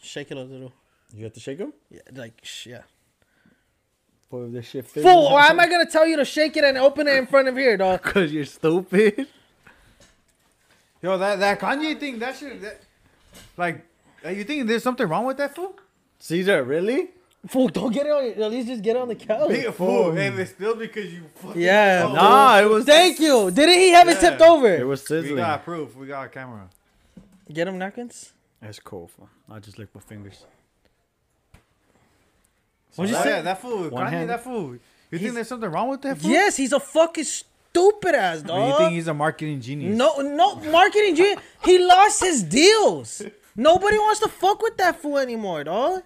C: Shake it a little.
B: You have to shake him.
C: Yeah, like, sh- yeah.
B: Boy, this shit fits.
C: Fool, why
B: [LAUGHS]
C: am I gonna tell you to shake it and open it in front of here, dog?
A: Cause you're stupid. Yo, that that Kanye thing, that shit, that, like, uh, you think there's something wrong with that fool?
B: Caesar, really?
C: [LAUGHS] Fool, don't get it on. Your, at least just get it on the couch.
A: Be a fool, and it's still because you fucking.
C: Yeah.
A: Oh,
B: Nah, it was.
C: Thank you. Didn't he have it tipped
A: Yeah.
B: It
C: over?
B: was
A: We
B: sizzling.
A: got proof. We got a camera.
C: Get him napkins.
B: That's cool. fool. I just licked my fingers.
C: What'd you
A: that,
C: say?
A: yeah, that fool,
B: One
A: Kanye,
B: hand.
A: that fool. You
C: He's-
A: think there's something wrong with that fool?
C: Yes, he's a fucking stupid ass
A: Or you think
C: dog.
A: he's a marketing genius?
C: No, no marketing genius. He lost his deals. Nobody wants to fuck with that fool anymore, dog.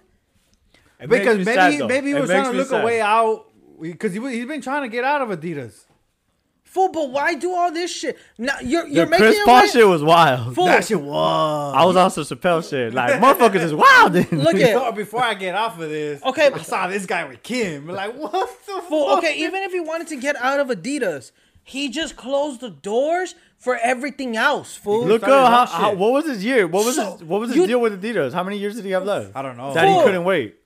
B: It makes
A: Because
B: me
A: maybe
B: sad,
A: he,
B: though.
A: maybe he
B: It
A: was
B: makes
A: trying to
B: me
A: look
B: sad.
A: a way out because he, wa- he's been trying to get out of Adidas.
C: Fool, but why do all this shit? Now you're
B: The
C: you're making
B: Chris
C: it
B: Paul
C: way-
B: shit was wild.
C: Fool,
A: That shit was.
B: I was also Chappelle shit. Like motherfuckers is wild. Then.
C: Look at-
A: Before, before I get off of this,
C: Okay,
A: I
C: but-
A: saw this guy with Kim. Like, what the
C: Fool,
A: fuck?
C: okay, even if he wanted to get out of Adidas, he just closed the doors for everything else, fool.
B: [LAUGHS] Look
A: started
B: up how,
A: his own
B: how-
A: shit.
B: what was his year? What was
C: So,
B: his, what was his
C: you-
B: deal with Adidas? How many years did he have left?
A: I don't know.
B: That he
C: Fool.
B: couldn't wait.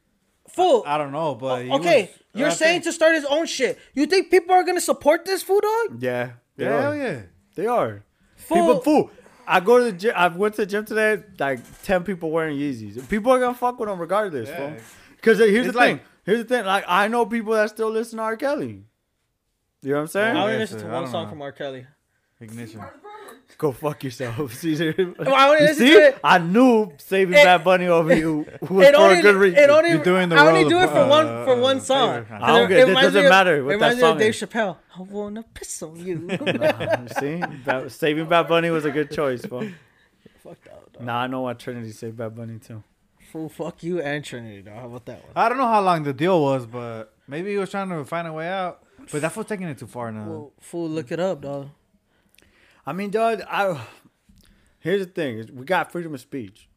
C: fool.
A: I don't know, but he
C: okay,
A: was-
C: you're
A: I
C: saying
A: think-
C: to start his own shit. You think people are gonna support this fool, dog?
B: Yeah, they
A: yeah, hell
B: are.
A: yeah.
B: They are.
C: Fool.
B: People fool. I go to the gym. I went to the gym today. Like ten people wearing Yeezys. People are gonna fuck with them regardless,
A: Yeah.
B: Because here's
A: It's
B: the
A: like-
B: thing. Here's the thing. Like I know people that still listen to R. Kelly. You know what I'm
A: Oh,
B: saying?
C: I
A: Yeah.
C: only
A: Yes,
C: listen
A: sir.
C: to
A: I
C: one
A: don't
C: song
A: know.
C: from R. Kelly.
A: Ignition.
B: Go fuck yourself, [LAUGHS] Caesar.
C: I only
B: You
C: listen
B: see?
C: to it-
B: I knew saving
C: It-
B: Bad Bunny over
C: [LAUGHS]
B: you [LAUGHS] was
C: It
B: for
C: only,
B: a good reason.
C: it only, [LAUGHS]
A: You're doing the
C: I only
A: world
C: do
A: a
C: it for
A: fa-
C: one for
A: uh,
C: one
A: uh,
C: song.
A: favor.
B: I don't
C: It
B: get- it
C: reminds
B: doesn't
C: me of-
B: matter what
C: it
B: that
C: reminds me
B: song
C: of Dave
B: is.
C: Chappelle. I wanna piss on
B: [LAUGHS]
C: you.
B: [LAUGHS]
C: [LAUGHS]
B: See, Bad- saving Bad Bunny was a good choice, bro.
C: fuck that, dog.
B: Nah, I know why Trinity saved Bad Bunny too.
C: Fool, fuck you and Trinity, dog. How about that one?
A: I don't know how long the deal was, but maybe he was trying to find a way out. But that fool's taking it too far now.
C: Fool, fool, look it up, dog.
B: I mean, dog. I here's the thing: is we got freedom of speech.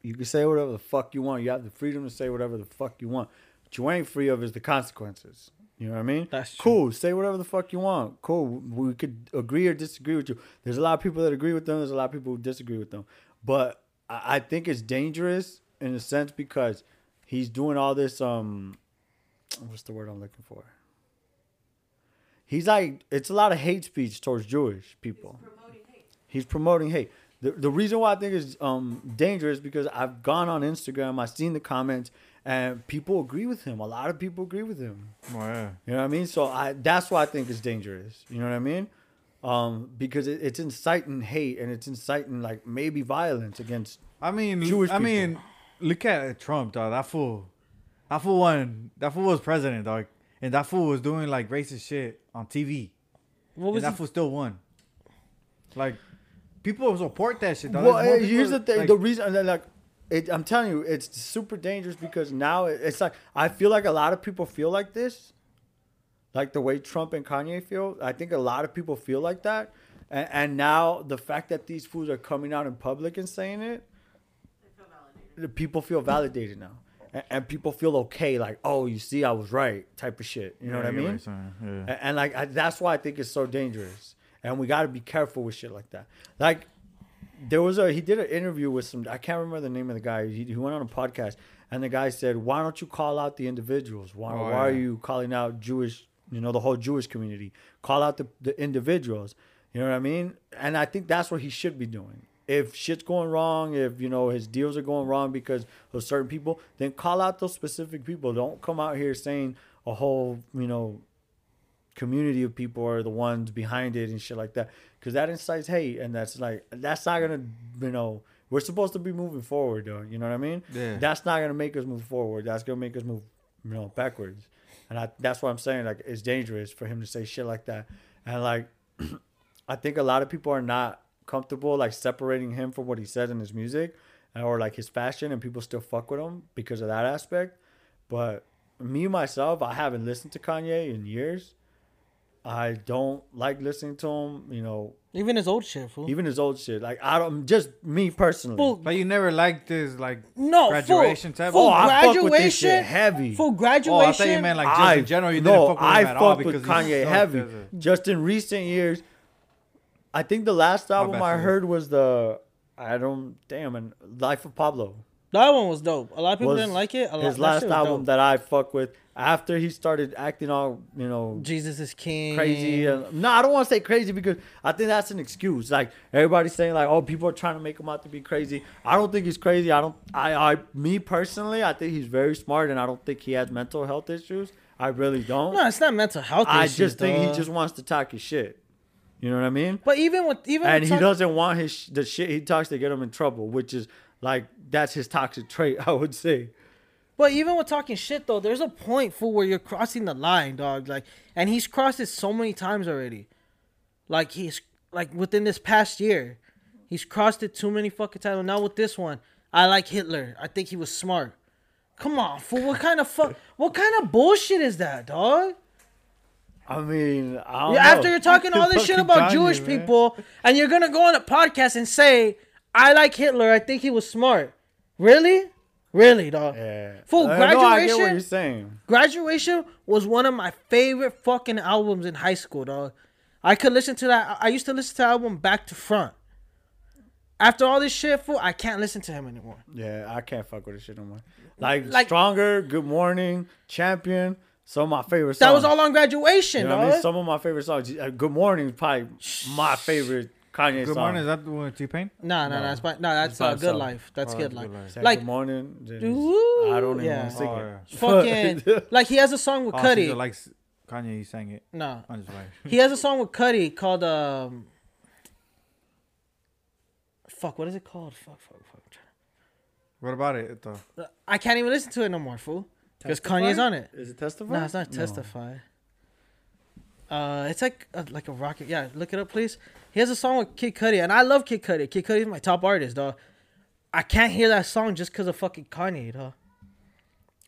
B: You can say whatever the fuck you want. You have the freedom to say whatever the fuck you want. What you ain't free of is the consequences. You know what I mean?
C: That's true.
B: cool. Say whatever the fuck you want. Cool. We could agree or disagree with you. There's a lot of people that agree with them. There's a lot of people who disagree with them. But I, I think it's dangerous in a sense because he's doing all this. Um, what's the word I'm looking for? He's like, it's a lot of hate speech towards Jewish people.
D: Promoting hate.
B: He's promoting hate. The, the reason why I think it's um, dangerous because I've gone on Instagram, I've seen the comments, and people agree with him. A lot of people agree with him.
A: Oh, yeah.
B: You know what I mean? So I that's why I think it's dangerous. You know what I mean? Um, because it, it's inciting hate and it's inciting like maybe violence against.
A: I mean,
B: Jewish
A: I
B: people.
A: mean, look at Trump, dog. That fool, that fool won. That fool was president, dog, and that fool was doing like racist shit on TV,
C: What
A: and
C: was
A: that
C: he
A: fool still won. Like, people support that shit, dog.
B: Well,
A: There's more
B: eh,
A: people-
B: here's the thing.
A: like-
B: the reason that like. It, I'm telling you, it's super dangerous because now it, it's like I feel like a lot of people feel like this, like the way Trump and Kanye feel. I think a lot of people feel like that, and, and now the fact that these fools are coming out in public and saying it,
D: I feel validated.
B: the people feel validated now, and, and people feel okay. Like, oh, you see, I was right, type of shit. You know what I
A: Yeah,
B: mean?
A: you're right, son. Yeah.
B: A- And, like I, that's why I think it's so dangerous. And we got to be careful with shit like that. Like there was a he did an interview with some I can't remember the name of the guy. He, he went on a podcast and the guy said, "Why don't you call out the individuals? Why
A: Oh,
B: why
A: yeah.
B: are you calling out Jewish, you know, the whole Jewish community? Call out the the individuals." You know what I mean? And I think that's what he should be doing. If shit's going wrong, if you know his deals are going wrong because of certain people, then call out those specific people. Don't come out here saying a whole, you know, community of people are the ones behind it and shit like that because that incites hate and that's like that's not gonna you know we're supposed to be moving forward though you know what i mean
A: Yeah.
B: that's not gonna make us move forward that's gonna make us move you know backwards and I, that's what i'm saying like it's dangerous for him to say shit like that and like [CLEARS THROAT] i think a lot of people are not comfortable like separating him from what he says in his music or like his fashion and people still fuck with him because of that aspect but me myself i haven't listened to kanye in years I don't like listening to him. You know,
C: even his old shit, fool?
B: even his old shit. Like I don't. Just me personally.
C: Fool,
A: But you never liked this, like,
C: No,
A: graduation
C: for,
A: type.
C: For
B: Oh, I fuck
C: graduation,
B: with this shit heavy.
C: For
A: oh,
C: graduation,
A: I thought you meant like just
B: I
A: in general. You didn't
B: no,
A: fuck with him
B: I
A: at all
B: fucked
A: because
B: with
A: he's
B: Kanye
A: so-
B: heavy.
A: there's a-
B: Just in recent years, I think the last album
A: bad,
B: I
A: sorry.
B: heard was the I don't damn and Life of Pablo.
C: That one was dope. A lot of people
B: was
C: didn't like it. A lot,
B: his
C: that
B: last
C: shit was
B: album
C: dope.
B: that I fuck with after he started acting all you know
C: Jesus is King.
B: crazy. uh,
C: Mm-hmm.
B: And, no, I don't want to say crazy because I think that's an excuse. Like everybody's saying, like, oh, people are trying to make him out to be crazy. I don't think he's crazy. I don't. I, I, me personally, I think he's very smart, and I don't think he has mental health issues. I really don't.
C: No, it's not mental health.
B: I
C: issues,
B: just think
C: dog.
B: he just wants to talk his shit. You know what I mean?
C: But even with even
B: And
C: with
B: he
C: talk-
B: doesn't want his sh- the shit he talks to get him in trouble, which is like that's his toxic trait, [LAUGHS] I would say.
C: But even with talking shit though, there's a point fool where you're crossing the line, dog. Like, and he's crossed it so many times already. Like he's like within this past year, he's crossed it too many fucking times. Now with this one, I like Hitler. I think he was smart. Come on, fool. What kind of fuck? What kind of bullshit is that, dog?
B: I mean, I don't
C: Yeah,
B: know.
C: after you're talking all this shit
A: Fucking
C: about
A: Kanye,
C: Jewish
A: man.
C: people, and you're gonna go on a podcast and say, "I like Hitler. I think he was smart." Really, really, dog.
B: yeah. I
C: Fool,
B: know, I get what
C: graduation-
B: you're saying.
C: Graduation was one of my favorite fucking albums in high school, dog. I could listen to that. I I used to listen to that album back to front. After all this shit, fool, I can't listen to him anymore.
B: Yeah, I can't fuck with this shit no more. Like,
C: Like-
B: Stronger, Good Morning, Champion, some of my favorite songs.
C: That was all on graduation,
B: you know
C: dog.
B: what I mean? Some of my favorite songs. Uh, Good Morning is probably my favorite Kanye
A: Good
B: song.
A: morning. Is that one with T Pain?
C: nah, nah, nah, that's my, nah,
B: It's
C: that's
B: by
C: uh, good
B: itself.
C: life. That's
A: Oh,
C: good
A: Good
C: life.
A: Life.
B: Say
C: Like
B: Good Morning. then it's-
C: Ooh,
B: I don't even
C: yeah.
B: want to sing
A: Oh,
B: it.
A: yeah.
C: fucking,
B: [LAUGHS]
C: like he has a song with
A: Oh,
C: Cuddy.
A: Cuddy. likes Kanye. He sang it.
C: nah,
A: I'm just like,
C: he has a song with Cuddy called um. Fuck, what is it called? Fuck, fuck, fuck.
A: [LAUGHS] what about it though?
C: I can't even listen to it no more, fool. Because Kanye's on it.
B: Is it Testify?
C: No, it's not testify. Uh, it's like a, like a rocket. Yeah, look it up, please. He has a song with Kid Cudi, and I love Kid Cudi. Kid Cudi's my top artist, dog. I can't hear that song just because of fucking Kanye, dog.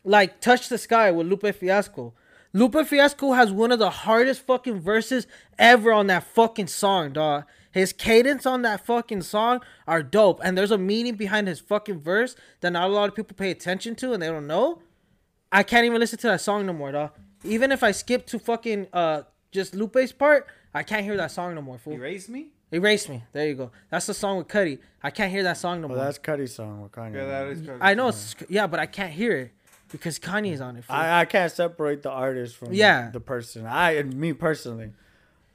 C: Like "Touch the Sky" with Lupe Fiasco. Lupe Fiasco has one of the hardest fucking verses ever on that fucking song, dog. His cadence on that fucking song are dope, and there's a meaning behind his fucking verse that not a lot of people pay attention to, and they don't know. I can't even listen to that song no more, dog. Even if I skip to fucking uh just Lupe's part, I can't hear that song no more. Fool.
A: Erase me.
C: Erase me. There you go. That's the song with Cuddy. I can't hear that song no
B: Oh,
C: more.
B: that's Cuddy's song with Kanye.
A: Yeah, that is. Cuddy.
C: I know it's yeah, but I can't hear it because Kanye's on it. Fool.
B: I, I can't separate the artist from
C: Yeah.
B: the person. I and me personally,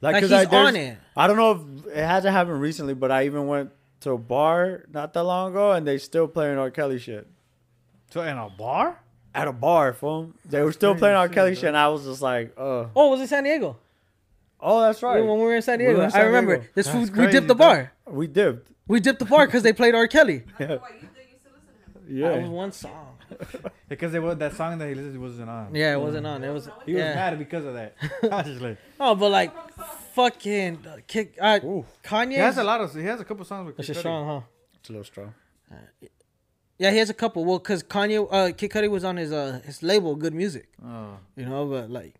B: like,
C: Like,
B: 'cause
C: he's
B: I, there's-
C: on it.
B: I don't know if it hasn't happened recently, but I even went to a bar not that long ago, and they still playing R. Kelly shit
A: So in a bar?
B: at a bar. Fool. They were still playing R.
A: shit,
B: Kelly
A: bro.
B: shit, and I was just like, uh,
C: oh, was it San Diego?
B: oh, that's right.
C: When we were in San
B: We were
C: Diego,
B: in San
C: I remember
B: Diego.
C: this. Fool,
A: That's
C: we dipped
A: crazy,
C: the
A: dog.
C: bar.
B: we dipped.
C: We dipped the bar because they played R. Kelly.
D: I don't know why you think you still listen to him.
C: That was
B: Yeah,
C: one song.
A: Because it was that song that he listened to wasn't on.
C: Yeah, it wasn't on. It was
A: He was
C: yeah.
A: mad because of that. I was just like,
C: Oh, but like fucking uh, kick. Uh,
B: Ooh.
A: he has a
C: Kanye.
A: lot of. He has a couple songs with.
C: That's
A: Kid
C: just
A: Cudi.
C: strong, huh?
B: it's a little strong.
C: Yeah, he has a couple. Well, cause Kanye, uh, Kid Cudi was on his uh his label, Good Music.
A: Oh. [LAUGHS]
C: You know, but like,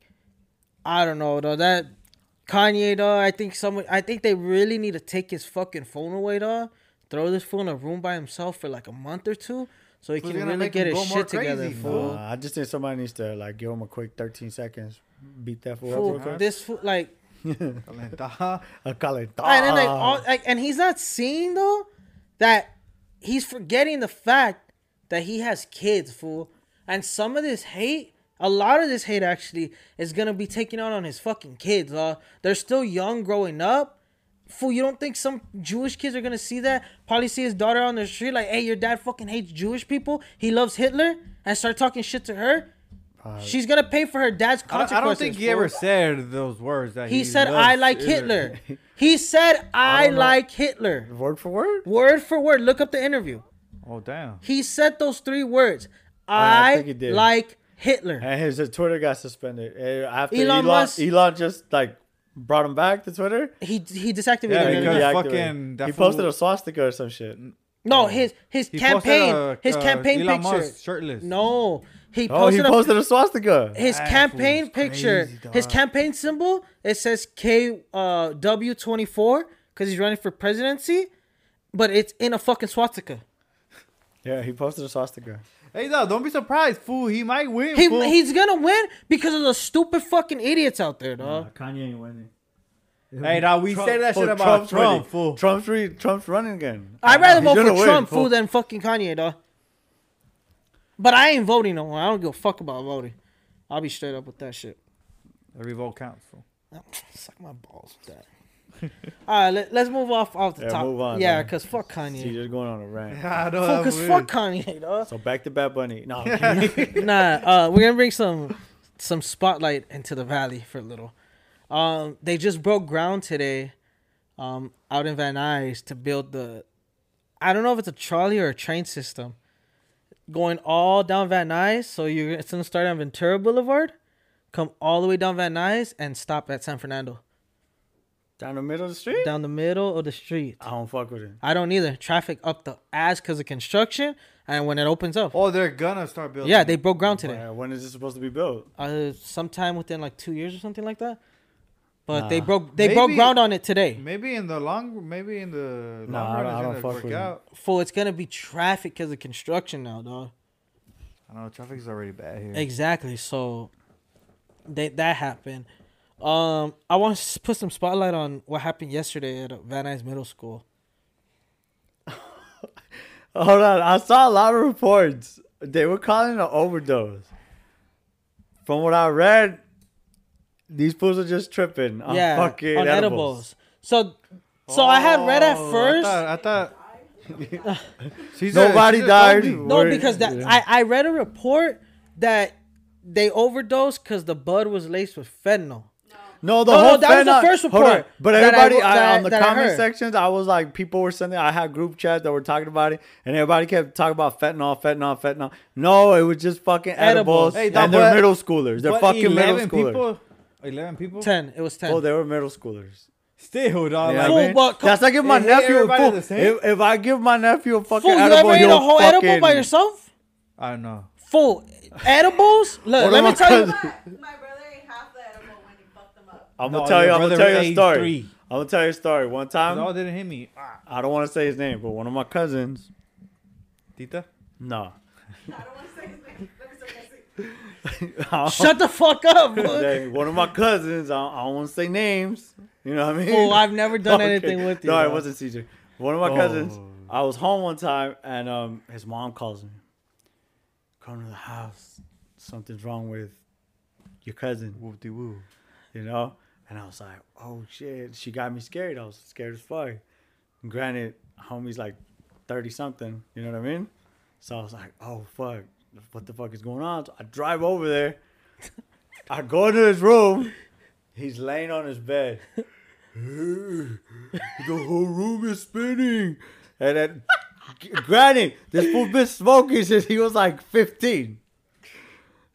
C: I don't know though. That Kanye though, I think someone, I think they really need to take his fucking phone away though. Throw this fool in a room by himself for like a month or two, so he
A: Who's
C: can
A: gonna
C: really
A: make him
C: get his
A: go more
C: shit together.
A: crazy,
C: Fool.
A: fool?
B: Uh, I just think somebody needs to like give him a quick 13 seconds, beat that fool.
C: Fool,
B: up real quick.
C: this fool, like,
B: [LAUGHS]
A: Calentado.
B: I call it.
C: and then uh, like,
B: dog.
C: all, like, and he's not seeing though that he's forgetting the fact that he has kids, fool. And some of this hate, a lot of this hate actually is gonna be taken out on his fucking kids. Uh, they're still young, growing up. Fool, you don't think some Jewish kids are gonna see that? Probably see his daughter on the street, like, hey, your dad fucking hates Jewish people. He loves Hitler, and start talking shit to her. She's gonna pay for her dad's
A: Uh, I,
C: consequences.
A: I don't think he
C: fool.
A: ever said those words that he.
C: He said,
A: loves
C: "I like Hitler."
A: [LAUGHS]
C: He said, "I,
B: don't know.
C: like Hitler."
B: word for word.
C: Word for word, look up the interview.
A: Oh damn.
C: He said those three words.
B: I
A: Oh,
C: I,
B: think he did.
C: like Hitler.
B: And his, his Twitter got suspended. And After
C: Elon
B: Elon, Elon,
C: Musk-
B: just like brought him back to Twitter.
C: He he deactivated
A: Yeah,
C: it.
B: And
A: because-
B: then he
A: fucking
B: activated.
A: that
B: he posted
A: fool-
B: a swastika or some shit.
C: No, his his
A: He posted
C: campaign,
A: a-
C: his
A: uh,
C: campaign
A: Elon
C: picture.
A: Musk shirtless.
C: No, he
B: Oh, he
C: posted, a-
B: posted a swastika.
C: his
A: That
C: campaign
A: fool's
C: picture.
A: crazy,
C: his
A: dog.
C: campaign symbol it says K uh, W twenty four because he's running for presidency, but it's in a fucking swastika.
B: Yeah, he posted a swastika.
A: Hey, no, don't be surprised, fool. He might win.
C: He,
A: fool.
C: he's gonna win because of the stupid fucking idiots out there, dog.
B: Kanye ain't winning.
A: Hey, now we say that shit about
B: Trump's
A: Trump,
B: winning.
A: fool.
B: Trump's re- Trump's running again.
C: I'd rather
B: He's
C: vote
B: gonna
C: for
B: win,
C: Trump,
B: fool.
C: fool, than fucking Kanye, dog. But I ain't voting no more. I don't give a fuck about voting. I'll be straight up with that shit.
A: Every vote counts. fool.
C: [LAUGHS] Suck my balls with
B: [LAUGHS]
C: that. All right, let, let's move off off the
B: Yeah,
C: top.
B: move on,
C: yeah,
B: man.
C: because fuck
B: See,
C: Kanye.
B: just going on a rant.
A: Yeah, I know
C: Fuck,
A: that
C: cause
A: was
C: fuck
A: weird.
C: Kanye, dog.
B: So back to Bad Bunny.
C: [LAUGHS]
B: No,
C: nah, uh, we're gonna bring some some spotlight into the valley for a little. Um, they just broke ground today, um, out in Van Nuys to build the, I don't know if it's a trolley or a train system, going all down Van Nuys. So you're it's gonna start on Ventura Boulevard, come all the way down Van Nuys and stop at San Fernando,
B: down the middle of the street.
C: down the middle of the street.
B: I don't fuck with it.
C: I don't either. Traffic up the ass because of construction, and when it opens up,
A: Oh, they're gonna start building.
C: yeah, they broke ground today.
B: Why- When is this supposed to be built?
C: uh, sometime within like two years or something like that. But they
B: Nah.
C: broke they broke
A: Maybe-
C: ground on it today.
A: Maybe in the long, maybe in the long
B: Nah, I
A: run,
B: don't- I
A: it's
B: don't
A: gonna
B: fuck
A: work
B: with it.
A: out.
C: Fool, it's gonna be traffic because of construction now, dog.
A: I don't know. Traffic's already bad here.
C: Exactly. So they, that happened. Um, I want to put some spotlight on what happened yesterday at uh, Van Nuys Middle School.
B: Hold on. I saw a lot of reports. They were calling it an overdose. From what I read, these fools are just tripping on
C: yeah,
B: fucking
C: on
B: edibles.
C: edibles. So, so I had read at
A: Oh,
C: first.
A: I thought. I thought she's
B: Nobody
A: she's
B: died.
A: zombie.
C: No,
B: Where-
C: because that
B: yeah.
C: I, I read a report that they overdosed because the bud was laced with fentanyl.
B: No, the
C: No, no,
B: whole
C: that was the
B: fentanyl-
C: first
B: hold on.
C: report
B: But
C: that I
B: everybody
C: wo-
B: I,
C: that I-
B: on the
C: that I
B: comment
C: heard.
B: sections, I was like, people were sending. I had group chat that were talking about it, and everybody kept talking about fentanyl, fentanyl, fentanyl. No, it was just fucking edibles.
C: Edibles.
A: Hey,
B: and
A: that-
B: they're
A: but-
B: middle schoolers. They're
A: What,
B: fucking middle
A: 11
B: schoolers.
A: people. Eleven people.
C: Ten. It was ten.
B: Oh, they were middle schoolers.
A: Still, dog.
B: Yeah,
A: like,
B: I mean,
C: Fool, but Uh, come-
B: That's like if my
A: They hate
B: nephew.
A: everybody
B: Fool,
A: the
B: if,
A: same?
B: if I give my nephew a fucking
C: Fool, you
B: edible,
C: ever ate
B: he'll
C: a whole
B: fucking,
C: edible by yourself?
A: I don't know.
C: Fool, edibles. Look,
B: One
C: let
B: of
C: me
B: my
C: tell you.
B: cousins-
D: But my brother ate half the edible when he fucked them up.
B: I'm
A: No,
B: gonna tell
A: your
B: you. I'm gonna
A: brother
B: tell you a
A: ate
B: story.
A: three.
B: I'm gonna tell you a story. One time,
A: No, it didn't hit me. Ah,
B: I don't want to say his name, but one of my cousins.
A: Tita.
C: [LAUGHS]
B: No. [LAUGHS]
D: I don't want to say his name. Let me start guessing.
C: Shut the
B: [LAUGHS]
C: fuck up. fool.
B: Dang, one of my cousins. I don't, I don't want to say names. You know what I mean?
C: Fool, I've never Oh,
B: [LAUGHS]
C: done
B: Okay.
C: anything with you.
B: No, it
C: bro.
B: wasn't CJ. One of my cousins. I was home one time, and um, his mom calls me. Come to the house. Something's wrong with your cousin.
A: Whoop de woo.
B: you know? And I was like, oh shit. She got me scared. I was scared as fuck. Granted, homie's like 30 something, you know what I mean? So I was like, oh fuck, what the fuck is going on? So I drive over there. I go into his room. He's laying on his bed. the whole room is spinning. And then, granted, this fool been smoking since he was like 15.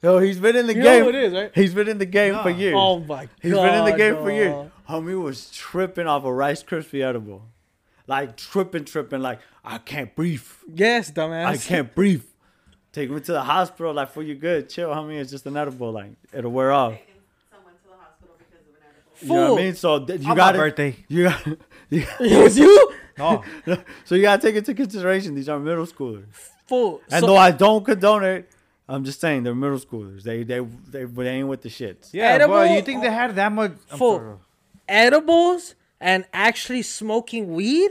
B: So he's been in the
C: You know
B: game.
C: who it is, right?
B: He's been in the game for years.
C: Oh my god.
B: He's been in the game for
C: dog.
B: years. Homie was tripping off a Rice Krispie edible. Like tripping, tripping, like, I can't breathe.
C: Yes, dumbass.
B: I can't breathe. Take me to the hospital, like, for you good. Chill, homie. It's just an edible. Like, it'll wear off.
D: Taking someone to the hospital because of an edible.
B: You know
C: Fool.
B: what I mean? So th- you
A: On
B: got
A: my birthday.
B: You got [LAUGHS] you,
C: It was [LAUGHS] you.
A: No.
B: so you gotta take into consideration these are middle schoolers.
C: Fool.
B: And
C: so
B: though I don't condone it, I'm just saying they're middle schoolers. They they they, they ain't with the shits.
A: Yeah,
C: Edible-
A: but you think they had that much? I'm
C: Full.
A: sorry.
C: edibles and actually smoking weed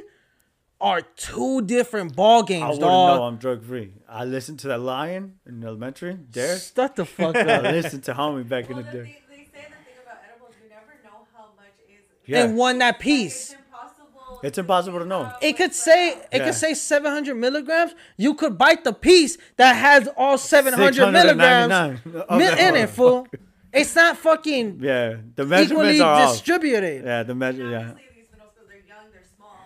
C: are two different ball
B: I
C: games,
B: wouldn't know
C: dog.
B: I'm drug free. I listened to that lion in elementary. Dare
C: Shut
B: [LAUGHS]
C: the fuck
B: I
C: up.
B: listened to homie back in
D: Well,
B: the
D: the
B: day.
D: thing, they say the thing about edibles, you never know how much is.
B: Yeah.
C: And one that
D: It's
C: piece.
D: impossible.
B: It's impossible to know.
D: how
C: It could
D: much-
C: say it
B: Yeah.
C: could say 700 milligrams. You could bite the piece that has all 700 milligrams
B: 699 of
C: mi-
B: that
C: in it,
B: motherfucker.
C: fool. It's not fucking
B: Yeah, the
C: equally
B: measurements are off.
C: distributed.
B: Yeah, the measure. Yeah,
D: Obviously, these middle schools, they're young, they're small.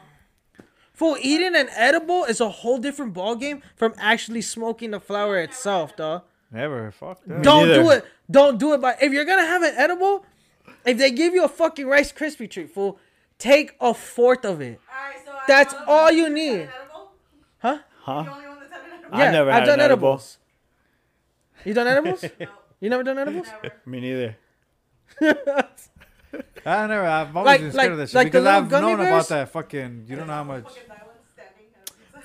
C: Fool, eating an edible is a whole different ballgame from actually smoking the flower itself, dog.
A: Never. Fuck that.
C: Don't
B: neither.
C: do it. Don't do it. By if you're gonna have an edible, if they give you a fucking Rice Krispie treat, fool, take a fourth of it.
D: All right, so I
C: That's
D: know
C: all
D: that
C: you
D: it's
C: need.
D: an edible.
C: Huh?
B: huh?
D: The only one that's had an edible.
B: I
C: Yeah,
B: never
C: I've
B: had
C: done
B: an edible.
C: edibles. You done edibles?
D: No,
C: you never done edibles?
D: never.
B: Me neither.
A: I never. I've always
C: Like-
A: been scared
C: like-
A: of that shit
C: like the
A: because
C: little
A: I've
C: gummy
A: known
C: bears?
A: about that fucking. You don't know how much.
D: [LAUGHS] Fucking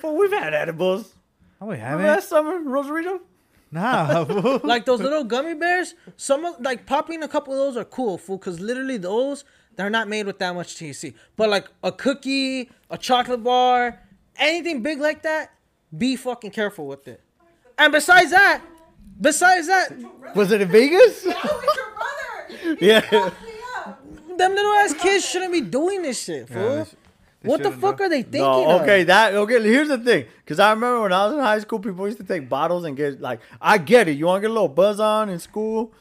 D: silence, standing. edibles.
B: Well, we've had edibles.
A: Oh, we
B: Remember
A: haven't.
B: last summer, Rosarito.
A: Nah. fool.
C: Like those little gummy bears. Some of, like popping a couple of those are cool, fool, because literally those they're not made with that much THC. But like a cookie, a chocolate bar, anything big like that, be fucking careful with it. And besides that, besides that,
E: Was it in
B: [LAUGHS]
E: Vegas?
D: That was your
A: [LAUGHS]
D: brother. He
E: Yeah.
D: fucked me up.
C: them little ass kids shouldn't be doing this shit, fool.
A: they sh- they
C: what the
A: shouldn't,
C: fuck
A: bro.
C: are they thinking?
B: No, okay,
C: Of?
B: that okay. Here's the thing, because I remember when I was in high school, people used to take bottles and get like, I get it. You want to get a little buzz on in school?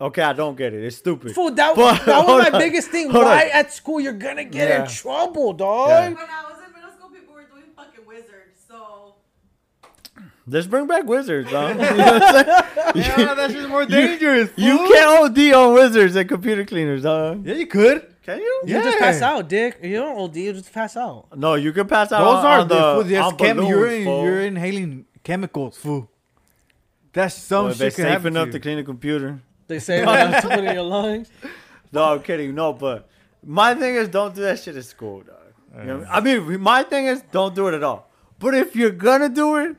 B: Okay, I don't get it. It's stupid.
C: Fool, that,
B: [LAUGHS] But-
C: that
B: hold
C: was my
B: on,
C: biggest thing.
B: hold on.
C: Why at school you're gonna get
B: Yeah.
C: in trouble, dog?
B: Yeah.
D: When I was in middle school, people were doing fucking wizards. So
B: Let's bring back wizards, huh? you, know
C: [LAUGHS]
B: what I'm saying?
A: Yeah, that shit's more dangerous.
B: You
A: fool.
B: can't OD on wizards and computer cleaners, huh?
A: Yeah, you could.
B: Can you?
A: Yeah.
C: You just pass out, dick. You don't OD. You just pass out.
B: No, you can pass out.
A: Those
B: on,
A: are
B: Uh, on
A: the,
B: the
A: fool. That's
B: on
A: chem-
B: balloons,
A: you're, in,
B: fool.
A: you're inhaling chemicals, fool. That's some
B: Well, if they
A: shit. could
B: safe
A: happen
B: enough
A: to
B: to
A: you.
B: clean a computer. [LAUGHS]
C: They say enough to put in your lungs.
B: No, I'm kidding. No, but my thing is don't do that shit at school, dog. You know what I mean? I mean, my thing is don't do it at all. But if you're gonna do it,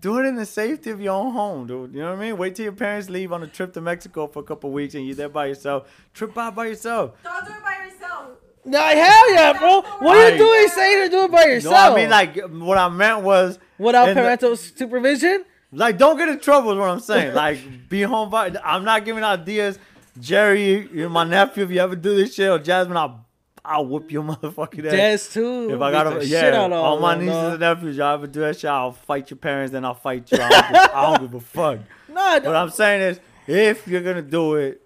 B: do it in the safety of your own home, dude. You know what I mean? Wait till your parents leave on a trip to Mexico for a couple weeks and you're there by yourself. Trip out by yourself.
D: don't do it by yourself.
C: Nah, hell yeah, bro. What are
B: I-
C: you doing saying to do it by yourself?
B: No, I mean like what I meant was
C: Without
B: in the-
C: parental supervision?
B: Like, don't get in trouble is what I'm
C: [LAUGHS]
B: saying. Like, be home by. I'm not giving ideas. Jerry, you're my nephew. If you ever do this shit, or Jasmine, I'll, I'll whoop your [LAUGHS] motherfucking ass.
C: Des too.
B: if I got to
C: Beat the
B: yeah,
C: shit out of
B: all my
C: them,
B: nieces
C: dog.
B: and nephews, y'all ever do that shit, I'll fight your parents, then I'll fight you. I don't give, I don't give a fuck.
C: Nah,
B: What I'm saying is, if you're gonna do it,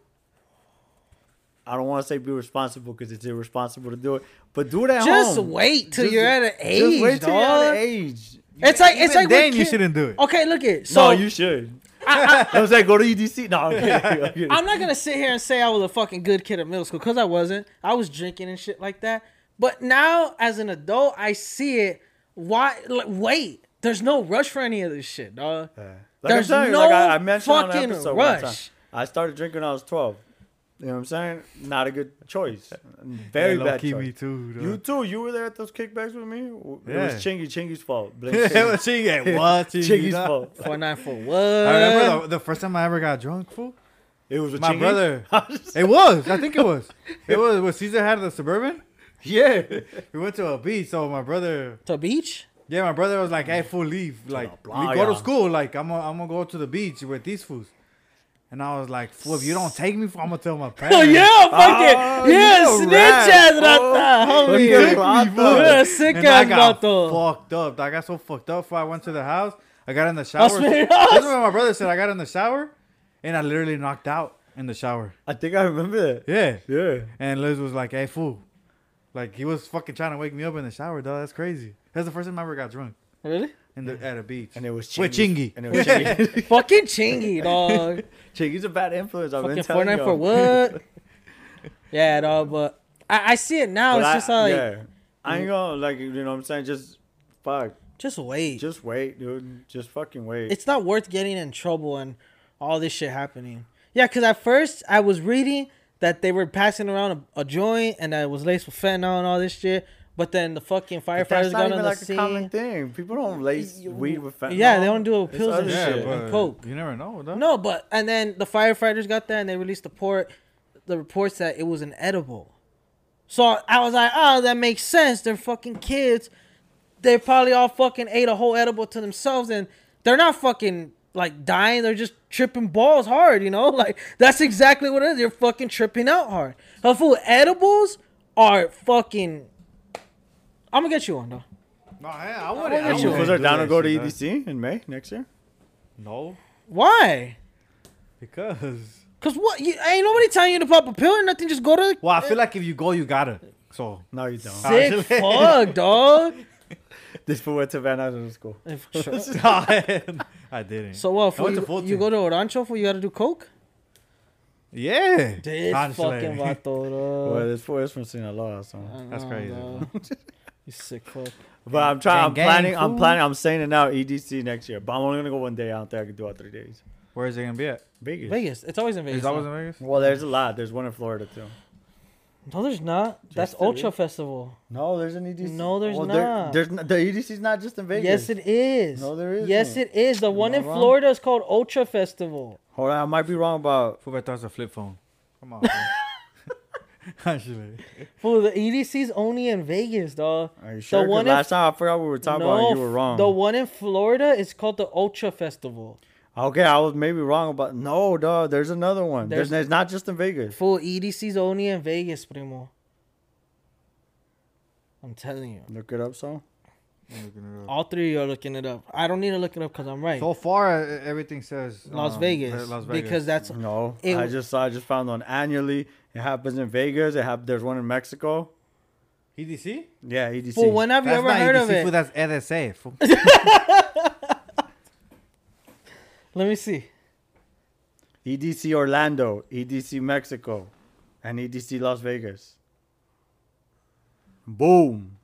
B: I don't want to say be responsible because it's irresponsible to do it, but do it at
C: just
B: home.
C: wait till
B: Just-
C: you're at an age,
B: Just wait till you're at
C: dog.
B: an age.
C: It's like it's
A: Even
C: like Oh,
A: then
C: with
A: you
C: kid-
A: shouldn't do it.
C: Okay, look it. So
B: no, you should. I, [LAUGHS] was like, go to UDC. No, I'm kidding. I'm kidding.
C: I'm not gonna sit here and say I was a fucking good kid at middle school because I wasn't. I was drinking and shit like that. But now, as an adult, I see it. Why? Like, wait, there's no rush for any of this shit, dog.
B: Like I'm
C: There's
B: telling you,
C: no
B: like I, I mentioned on an
C: fucking
B: episode one time,
C: rush.
B: I started drinking when I was 12. You know what I'm saying? Not a good choice. Very
A: Yeah,
B: bad
A: low-key
B: choice.
A: me too. dog.
B: You too. You were there at those kickbacks with me. It
A: Yeah.
B: was Chingy Chingy's
A: [LAUGHS]
B: fault. [LAUGHS] Blame
A: It
B: Chingy.
A: was [LAUGHS] she at what?
B: [LAUGHS]
A: She-
B: Chingy's
A: you know?
B: fault.
C: Four nine four one.
A: I
C: Uh,
A: remember the, the first time I ever got drunk, fool.
B: It was with
A: My
B: Chingy. [LAUGHS]
A: brother. It was. I think it was. It was when Caesar had the suburban.
B: yeah.
A: We went to a beach, so my brother,
C: to beach.
A: yeah, my brother was like, "Hey, fool, leave. Like,
B: blah,
A: we go
B: yeah.
A: to school. Like, I'm gonna, I'm gonna go to the beach with these fools." And I was like, "Fool, if you don't take me, fool, I'm gonna tell my parents."
C: Oh yeah, fuck it.
B: Oh,
C: yeah,
B: you a
C: snitch
B: rat,
C: ass
B: bro.
C: rata,
B: Look
C: homie.
B: at
A: Took me,
B: Rata.
A: fool.
C: Yeah, sick
A: And I
C: ass
A: got
C: vato.
A: fucked up. I got so fucked up. Before I went to the house, I got in the shower.
C: serious?
A: That's what my brother said. I got in the shower, and I literally knocked out in the shower.
B: I think I remember that.
A: Yeah.
B: Yeah.
A: And Liz was like, "Hey, fool," like he was fucking trying to wake me up in the shower, dog. That's crazy. That's the first time I ever got drunk
B: [LAUGHS]
C: Really?
A: in the, at a beach.
B: And it was Chingy.
A: With Chingy.
B: And it
A: [LAUGHS]
B: was Chingy.
C: Fucking chingy, dog.
B: Chingy's a bad influence. I've
C: Fucking
B: been
C: four
B: telling
C: nine
B: you.
C: four what? Yeah, dog. But I, I see it now.
B: But
C: it's
B: I,
C: just like
B: yeah. I ain't gonna like you know what I'm saying. Just fuck.
C: just wait.
B: Just wait, dude. Just fucking wait.
C: it's not worth getting in trouble and all this shit happening. Yeah, because at first I was reading that they were passing around a, a joint and that it was laced with fentanyl and all this shit. But then the fucking firefighters
B: That's not
C: got on
B: even
C: the
B: like a common
C: scene.
B: thing. People don't lace weed with fentanyl.
C: Yeah, they don't do
B: It's
C: pills and
B: other
A: yeah,
C: shit.
A: but
C: and coke.
A: You never know, dog.
C: No, but and then the firefighters got there and they released the port the reports that it was an edible. So I was like, oh, that makes sense. They're fucking kids. They probably all fucking ate a whole edible to themselves and they're not fucking like dying. They're just tripping balls hard, you know? [LAUGHS] Like that's exactly what it is. You're fucking tripping out hard. Now, fool, edibles are fucking I'm gonna get you one though.
A: no hey, I wouldn't. I
C: get you.
A: wouldn't
B: Was there
A: do
B: down
A: that
B: to go to
A: shit, dog.
B: EDC in May next year?
A: No,
C: Why?
A: because
C: Cause what? You, ain't nobody telling you to pop a pill or nothing. Just go to the
A: well, I feel like if you go, you gotta. [LAUGHS] So
B: No, [LAUGHS] you don't.
C: [LAUGHS] sick fuck,
B: [LAUGHS]
C: dog.
B: This fool went to Van Nuys School.
A: [LAUGHS] I didn't.
C: So what?
A: I
C: For
A: went
C: you,
A: to Fulton.
C: you go to Orancho for you gotta do coke.
A: yeah.
C: This
A: Honestly.
B: [LAUGHS]
C: fucking vato,
B: Well,
C: dog.
B: this fool is from Sinaloa, so.
A: That's
C: No,
A: crazy,
B: [LAUGHS]
C: dog. you sick fuck.
B: But I'm trying.
A: Gang,
B: I'm
A: gang,
B: planning. I'm
A: fool.
B: planning. I'm saying it now. EDC next year. But I'm only gonna go one day. I don't think I can do all three days.
A: [LAUGHS] Where is it gonna be at?
B: Vegas.
C: Vegas. It's always in Vegas.
A: Is that
C: huh?
A: was in Vegas?
B: Well, there's a lot. There's one in Florida too.
C: no, there's not. That's
B: Just
C: Ultra
B: Vegas.
C: Festival.
B: No, there's an E EDC.
C: No, there's
B: there-
C: not.
B: there's n- the EDC's not just in Vegas.
C: Yes, it is.
B: No, there isn't.
C: Yes, it is. The one
B: I
C: in
B: wrong?
C: Florida is called Ultra Festival.
B: Hold on, I might be wrong
A: [LAUGHS]
B: about
A: Fool, I thought it was a flip phone. Come on. man. [LAUGHS] Actually,
C: Fool, the E EDC's only in Vegas, dog.
B: Are you sure? 'Cause
C: one in-
B: last time I forgot we were talking about. and You
C: f-
B: were wrong.
C: The one in Florida is called the Ultra Festival.
B: okay, I was maybe wrong about. No, dog. There's another one. There's,
C: There's-
B: it's not just in Vegas.
C: Full E EDC's only in Vegas, primo. I'm telling you.
B: Look it up, so.
A: I'm looking it up.
C: All three of you are looking it up. I don't need to look it up because I'm right.
A: so far e- everything says
C: Las,
A: um,
C: Vegas,
A: Las Vegas
C: Because that's
B: No,
C: It-
B: I just saw. I just found one annually. It happens in Vegas. It hap- There's one in Mexico.
A: EDC.
B: Yeah, E EDC.
C: Fool, when have you
A: That's
C: ever
A: not
C: heard
B: E
A: EDC
C: of it?
A: food, that's NSA.
C: [LAUGHS]
A: fool.
C: Let me see.
B: EDC E Orlando, EDC Mexico, and EDC Las Vegas. Boom.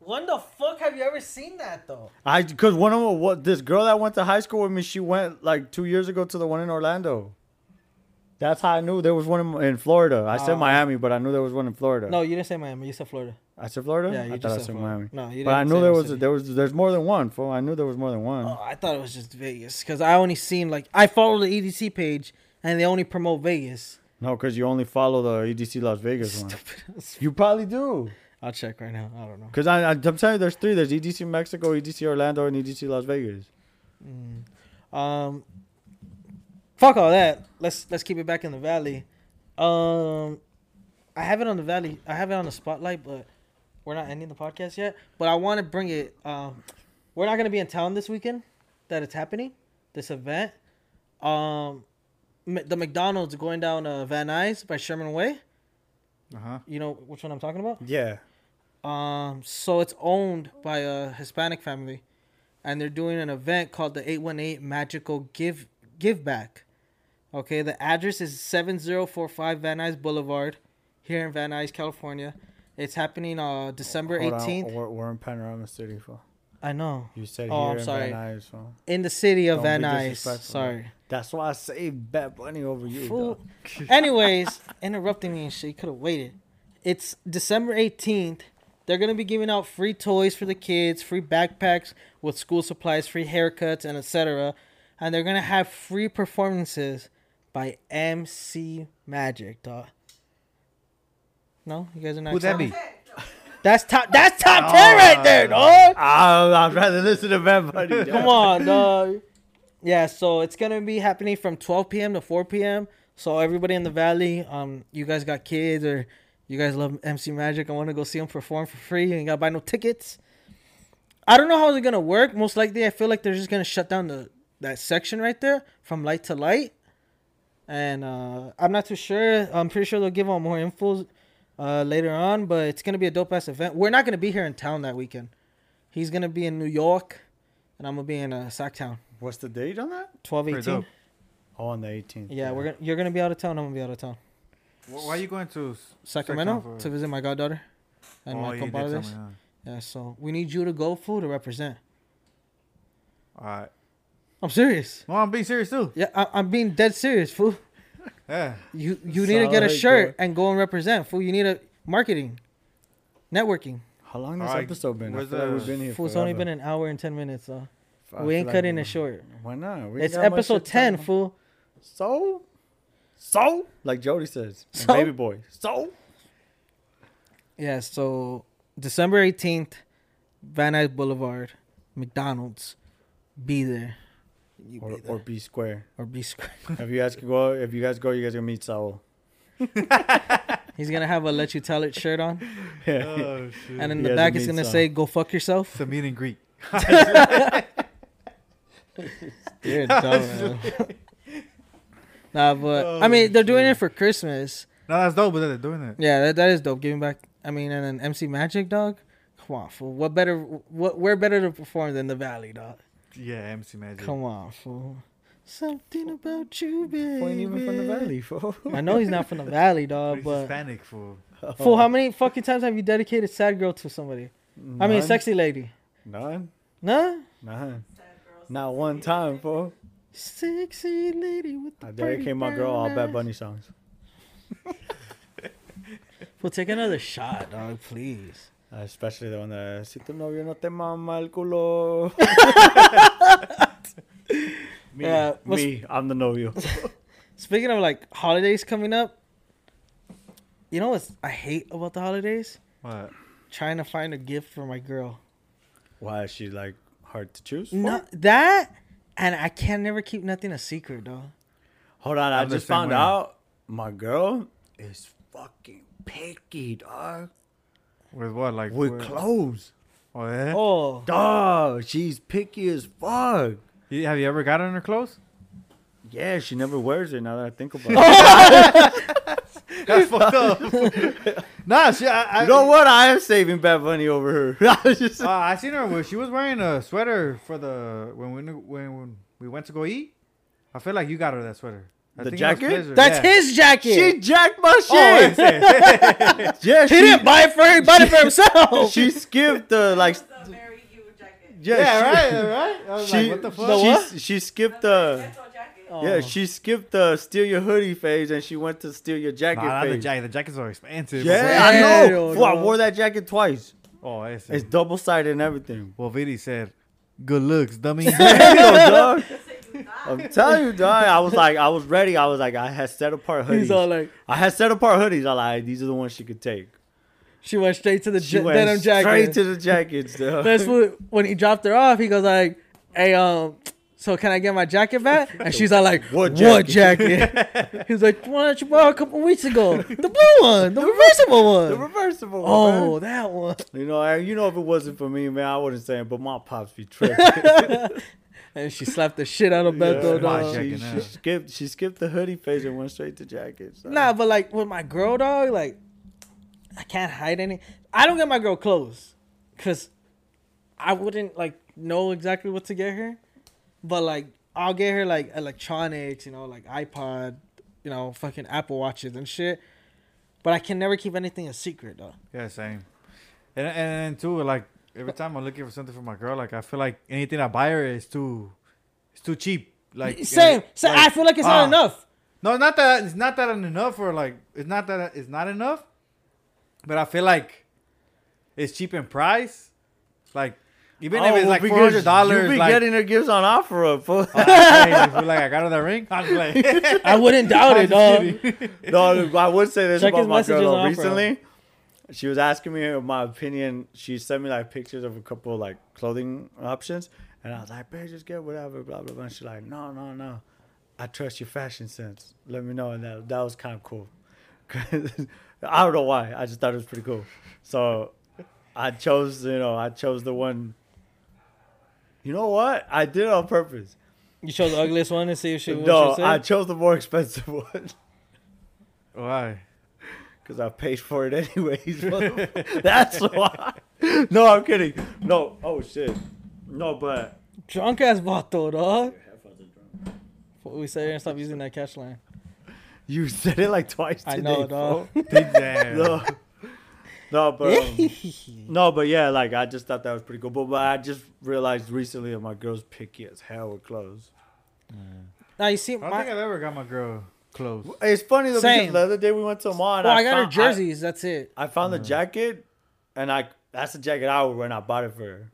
C: When the fuck have you ever seen that though?
B: I because one of them, what this girl that went to high school with me, she went like two years ago to the one in Orlando. That's how I knew there was one in, in Florida. I said
C: Oh.
B: Miami, but I knew there was one in Florida.
C: No, you didn't say Miami. You said Florida.
B: I said Florida.
C: Yeah, you
B: I
C: just
B: thought I
C: said
B: said Miami.
C: Florida. No, you
B: but I
C: didn't
B: knew
C: say
B: there
C: no
B: was
C: city.
B: there was there's more than one. Fool. I knew there was more than one.
C: Oh, I thought it was just Vegas because I only seen like I follow the EDC page and they only promote Vegas.
B: No, because you only follow the EDC Las Vegas one.
C: [LAUGHS] Stupid. as-
B: You probably do.
C: I'll check right now. I don't know.
B: Because I, I, I'm telling you, there's three. There's EDC Mexico, EDC Orlando, and EDC Las Vegas.
C: Um, fuck all that. Let's let's keep it back in the valley. Um, I have it on the valley. I have it on the spotlight, but we're not ending the podcast yet. But I want to bring it. Um, we're not gonna be in town this weekend. That it's happening. This event. Um, M- the McDonald's going down uh, Van Nuys by Sherman Way.
A: Uh-huh.
C: You know which one I'm talking about.
B: Yeah.
C: Um, so it's owned by a Hispanic family, and they're doing an event called the Eight One Eight Magical Give Give Back. Okay, the address is seven zero four five Van Nuys Boulevard, here in Van Nuys, California. It's happening uh December
B: Hold on,
C: eighteenth.
B: We're, we're in Panorama City, fool.
C: I know
B: You said
C: Oh,
B: here
C: I'm
B: in
C: sorry.
B: Van Nuys, fool.
C: in the city of
B: Don't
C: Van
B: be
C: Nuys.
B: disrespectful.
C: Sorry.
B: That's why I saved Bad Bunny over you.
C: Fool.
B: dog.
A: [LAUGHS]
C: Anyways, interrupting me and shit. You could have waited. It's December 18th. They're going to be giving out free toys for the kids, free backpacks with school supplies, free haircuts, and etc. And they're going to have free performances by MC Magic, dog. No, you guys are not.
A: Who'd that
C: excited?
A: be? Ah.
D: Okay, no.
C: That's top. That's top ten right there, dog.
B: I, Ah, I'd rather listen to
A: [LAUGHS]
B: Bad Bunny. dog.
C: Come on, dog. Yeah, so it's gonna be happening from 12 p.m. to 4 p.m. So everybody in the valley, um, you guys got kids or you guys love MC Magic and want to go see him perform for free. You ain't gotta buy no tickets. I don't know how it's gonna work. Most likely, I feel like they're just gonna shut down the that section right there from light to light. And uh, I'm not too sure. I'm pretty sure they'll give out more info uh, later on, but it's gonna be a dope ass event. We're not gonna be here in town that weekend. He's gonna be in New York, and I'm gonna be in uh, Sacktown.
B: What's the date on that?
C: Twelve
A: Pretty
C: eighteen.
A: dope.
B: Oh, on the 18th.
C: Yeah, we're gonna, you're gonna be out of town. I'm gonna be out of town.
A: Wh- Why are you going to s-
C: Sacramento
A: for-
C: to visit my goddaughter and
A: oh,
C: my
A: you did tell me,
C: compadres.
A: huh?
C: Yeah, so we need you to go fool to represent.
A: All right.
C: I'm serious.
A: No, I'm being serious
C: [LAUGHS]
A: too.
C: Yeah, I, I'm being dead serious, fool.
A: Yeah.
C: You you need to get a
B: Sorry,
C: shirt and go and represent, fool. You need a marketing, networking.
B: How long this
A: Alright,
B: episode been? I
A: where's
B: feel like
A: the-
B: we've been here
C: Fool, it's only
B: forever.
C: been an hour and ten minutes, though.
B: I
C: we
B: feel
C: ain't
B: like
C: cutting
B: we-
C: it short.
B: Why not? We ain't
C: It's
B: got much
C: episode
B: shit to talk
C: ten,
B: about.
C: fool.
B: So? So? Like Jody says. and
C: So?
B: Baby boy. So?
C: Yeah, so December 18th, Van Nuys Boulevard, McDonald's. Be there. You
B: Or,
C: be there.
B: or
C: Or,
B: B square.
C: be square.
B: If you guys could go, if you guys go, you guys gonna meet Saul.
C: [LAUGHS] He's going to have a Let You Tell It shirt on.
B: Yeah.
A: Oh, shit.
C: And in
B: He
C: the
B: has
C: back,
B: a
C: it's
B: mean
C: going to
B: song.
C: say, go fuck yourself.
B: [LAUGHS]
A: It's a meet and greet.
C: You're a dumbass.
B: [LAUGHS]
C: nah, but
B: Oh,
C: I mean, they're doing it for Christmas.
A: No, that's dope, but they're doing it.
C: Yeah, that, that is dope. Giving back. I mean, and then MC Magic, dog. Come on, fool. What better? What where better to perform than the Valley, dog?
A: Yeah, MC Magic.
C: Come on, fool. Something about you, baby.
B: Ain't even from the valley, [LAUGHS] fool.
C: I know he's not from the valley, dog,
A: He's
C: but
A: Hispanic fool.
B: Oh,
C: fool, how many fucking times have you dedicated sad girl to somebody? I mean,
B: None.
C: sexy lady.
B: None,
C: Nah,
B: none,
D: Sad girls.
B: not one time, fool.
C: sexy lady with the.
B: I dedicate my girl all Bad Bunny songs.
C: We'll take another shot, dog, please.
B: Uh, Especially the one that si tu novio no te mama el
C: [LAUGHS]
B: culo. [LAUGHS] me,
C: Yeah, Uh, what's-
B: me, I'm the novio.
C: Speaking of like holidays coming up, You know what I hate about the holidays?
A: What?
C: Trying to find a gift for my girl.
B: Why is she like hard to choose? for?
C: No, that and I can never keep nothing a secret, though.
B: Hold on, i
A: I'm the
B: just
A: same
B: found
A: way.
B: out my girl is fucking picky, dog.
A: With what? Like
B: With
A: where-
B: clothes,
A: Oh, yeah?
C: Oh,
B: dog. She's picky as fuck.
A: You- have you ever gotten her clothes?
B: Yeah, she never wears it. Now that I think about
A: [LAUGHS]
B: it,
A: That's fucked up.
B: [LAUGHS]
A: nah, she. I, I,
B: you know what? I am saving Bad Bunny over her. [LAUGHS] I was just-
A: Uh, I seen her. when She was wearing a sweater for the when we knew- when, when we went to go eat. I feel like you got her that sweater. I
B: The
A: think it was
B: jacket?
A: Blizzard,
C: that's
A: yeah.
C: his jacket.
B: she jacked my
A: Oh, I
B: shit.
A: see.
C: [LAUGHS]
B: yeah,
C: he didn't
B: she,
C: buy it for her. He bought it
B: [LAUGHS]
C: for himself.
B: she skipped the like.
D: The Mary you
B: [LAUGHS]
D: jacket.
B: Yeah,
A: yeah,
B: she-
A: right, right. I
B: [LAUGHS]
A: was
B: She,
A: like, what the fuck?
B: she,
C: what?
B: she
D: That's
B: skipped
D: the
B: the.
D: ghetto jacket.
C: Oh.
B: Yeah, she skipped the steal your hoodie phase and she went to steal your jacket
A: Nah, not the
B: phase.
A: jacket. The jackets are expensive.
B: Yeah,
A: bro.
B: I know.
C: Hell
B: Fool, I
C: no.
B: wore that jacket twice.
A: Oh, I see.
B: It's
C: Mm.
B: double sided and everything. [LAUGHS]
A: Well, Vidi said, "Good looks, dummy."
B: There you go, dog. [LAUGHS]
D: You thought.
B: I'm telling you, dog. I was like, I was ready. I was like, I had set apart hoodies.
C: He's all like,
B: I had set apart hoodies. I like these are the ones she could take.
C: she went straight to the
B: She
C: j-
B: went
C: denim
B: straight
C: jacket.
B: to the
C: [LAUGHS]
B: jackets, dog.
C: That's what when he dropped her off. He goes like, "Hey, um, so can I get my jacket back?" And she's all like,
B: What
C: "What
B: jacket?"
C: jacket?"
B: [LAUGHS]
C: He was like, "One that you bought a couple weeks ago, the blue one, the reversible
B: the
C: one."
B: reversible. Oh,
C: Oh, that one.
B: you know, Aaron, you know, if it wasn't for me, man, I wouldn't say it. But my pops
C: [LAUGHS]
B: be tripping.
C: And she slapped the shit out of Beto.
A: Yeah.
C: dog.
A: My jacket.
B: she, she
A: now.
B: skipped. She skipped the hoodie phase and went straight to jackets. dog.
C: Nah, but like with my girl, dog, like I can't hide any. I don't get my girl clothes because I wouldn't like know exactly what to get her. But like I'll get her like electronics, you know, like iPod, you know, fucking Apple watches and shit. But I can never keep anything a secret though.
A: yeah, same. And and, and too, like every time I'm looking for something for my girl, like I feel like anything I buy her is too, it's too cheap. Like
C: same, same.
A: like-
C: I feel like it's
A: ah.
C: not enough.
A: No, not that it's not that enough, or like it's not that it's not enough. But I feel like it's cheap in price. Like even
C: Oh,
A: if it's
B: Oh, well,
A: like
B: because
A: four hundred dollars,
B: You be
A: like, [LAUGHS] Oh,
B: getting her gifts on offer up. fool.
A: I feel like I got her that ring. I'm like,
C: I wouldn't doubt
A: [LAUGHS]
C: it, dog.
B: no, look, I would say this
C: Check
B: about
C: his
B: my girl
C: messages
B: though.
C: on offer.
B: recently. She was asking me my opinion. She sent me like pictures of a couple of, like clothing options, and I was like, "Babe, just get whatever." Blah blah blah. And she's like, "No, no, no. I trust your fashion sense. Let me know." And that that was kind of cool. [LAUGHS] 'Cause I don't know why. I just thought it was pretty cool. So I chose, you know, I chose the one. You know what? I did it on purpose.
C: You chose the ugliest one and see if she. what
B: No,
C: she
B: I
C: said?
B: chose the more expensive [LAUGHS] one.
A: why?
B: Because I paid for it anyways.
C: [LAUGHS]
B: motherfucker. That's why. No, I'm kidding. No. Oh, shit. No, but.
C: drunk ass Bato, dog. What we say and stop using that catch line.
B: You said it like twice
C: I
B: today.
C: know, dog.
B: fool.
A: Damn.
B: No. [LAUGHS] No, but. um, no, but yeah, like, I just thought that was pretty cool. But, but I just realized recently that my girl's picky as hell with clothes.
C: [LAUGHS] Now you see
A: I don't
C: my
A: think I've ever got my girl clothes.
B: It's funny though,
C: Same.
B: because the other day we went to a mall and
C: Well,
B: I,
C: I got her
B: found-
C: jerseys. that's it.
B: I, I found the jacket, and I that's the jacket I would wear, and I bought it for her.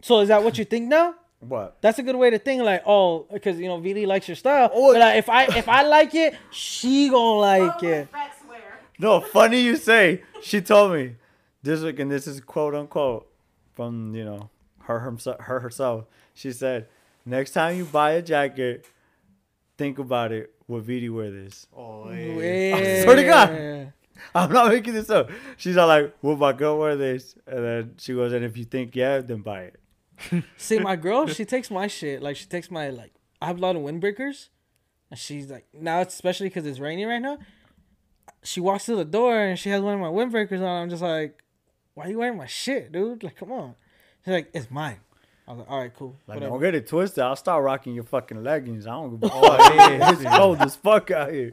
C: So is that what you think now?
B: What?
C: That's a good way to think. Like, oh, because you know Vili likes your style.
B: Oh,
C: but, like, if I if I like it, she gonna like
D: What would
C: it.
D: Rex wear?
B: No, funny you say. She told me this week, and this is quote unquote from you know her herself. Her herself. She said, "Next time you buy a jacket, think about it. Will Vidi wear this?
A: Oh,
C: Yeah.
B: swear to God. I'm not making this up." She's all like, "Will my girl wear this?" And then she goes, "And if you think yeah, then buy it."
C: See, my girl, she takes my shit. Like, she takes my like. I have a lot of windbreakers, and she's like now, it's especially because it's raining right now. She walks through the door and she has one of my windbreakers on. I'm just like, why you wearing my shit, dude? Like, come on. She's like, it's mine. I was like, all right, cool.
B: Like,
C: whatever."
B: don't get it twisted. I'll start rocking your fucking leggings. I don't give a
A: Oh,
B: fuck.
A: yeah,
B: [LAUGHS] It's cold as fuck out here.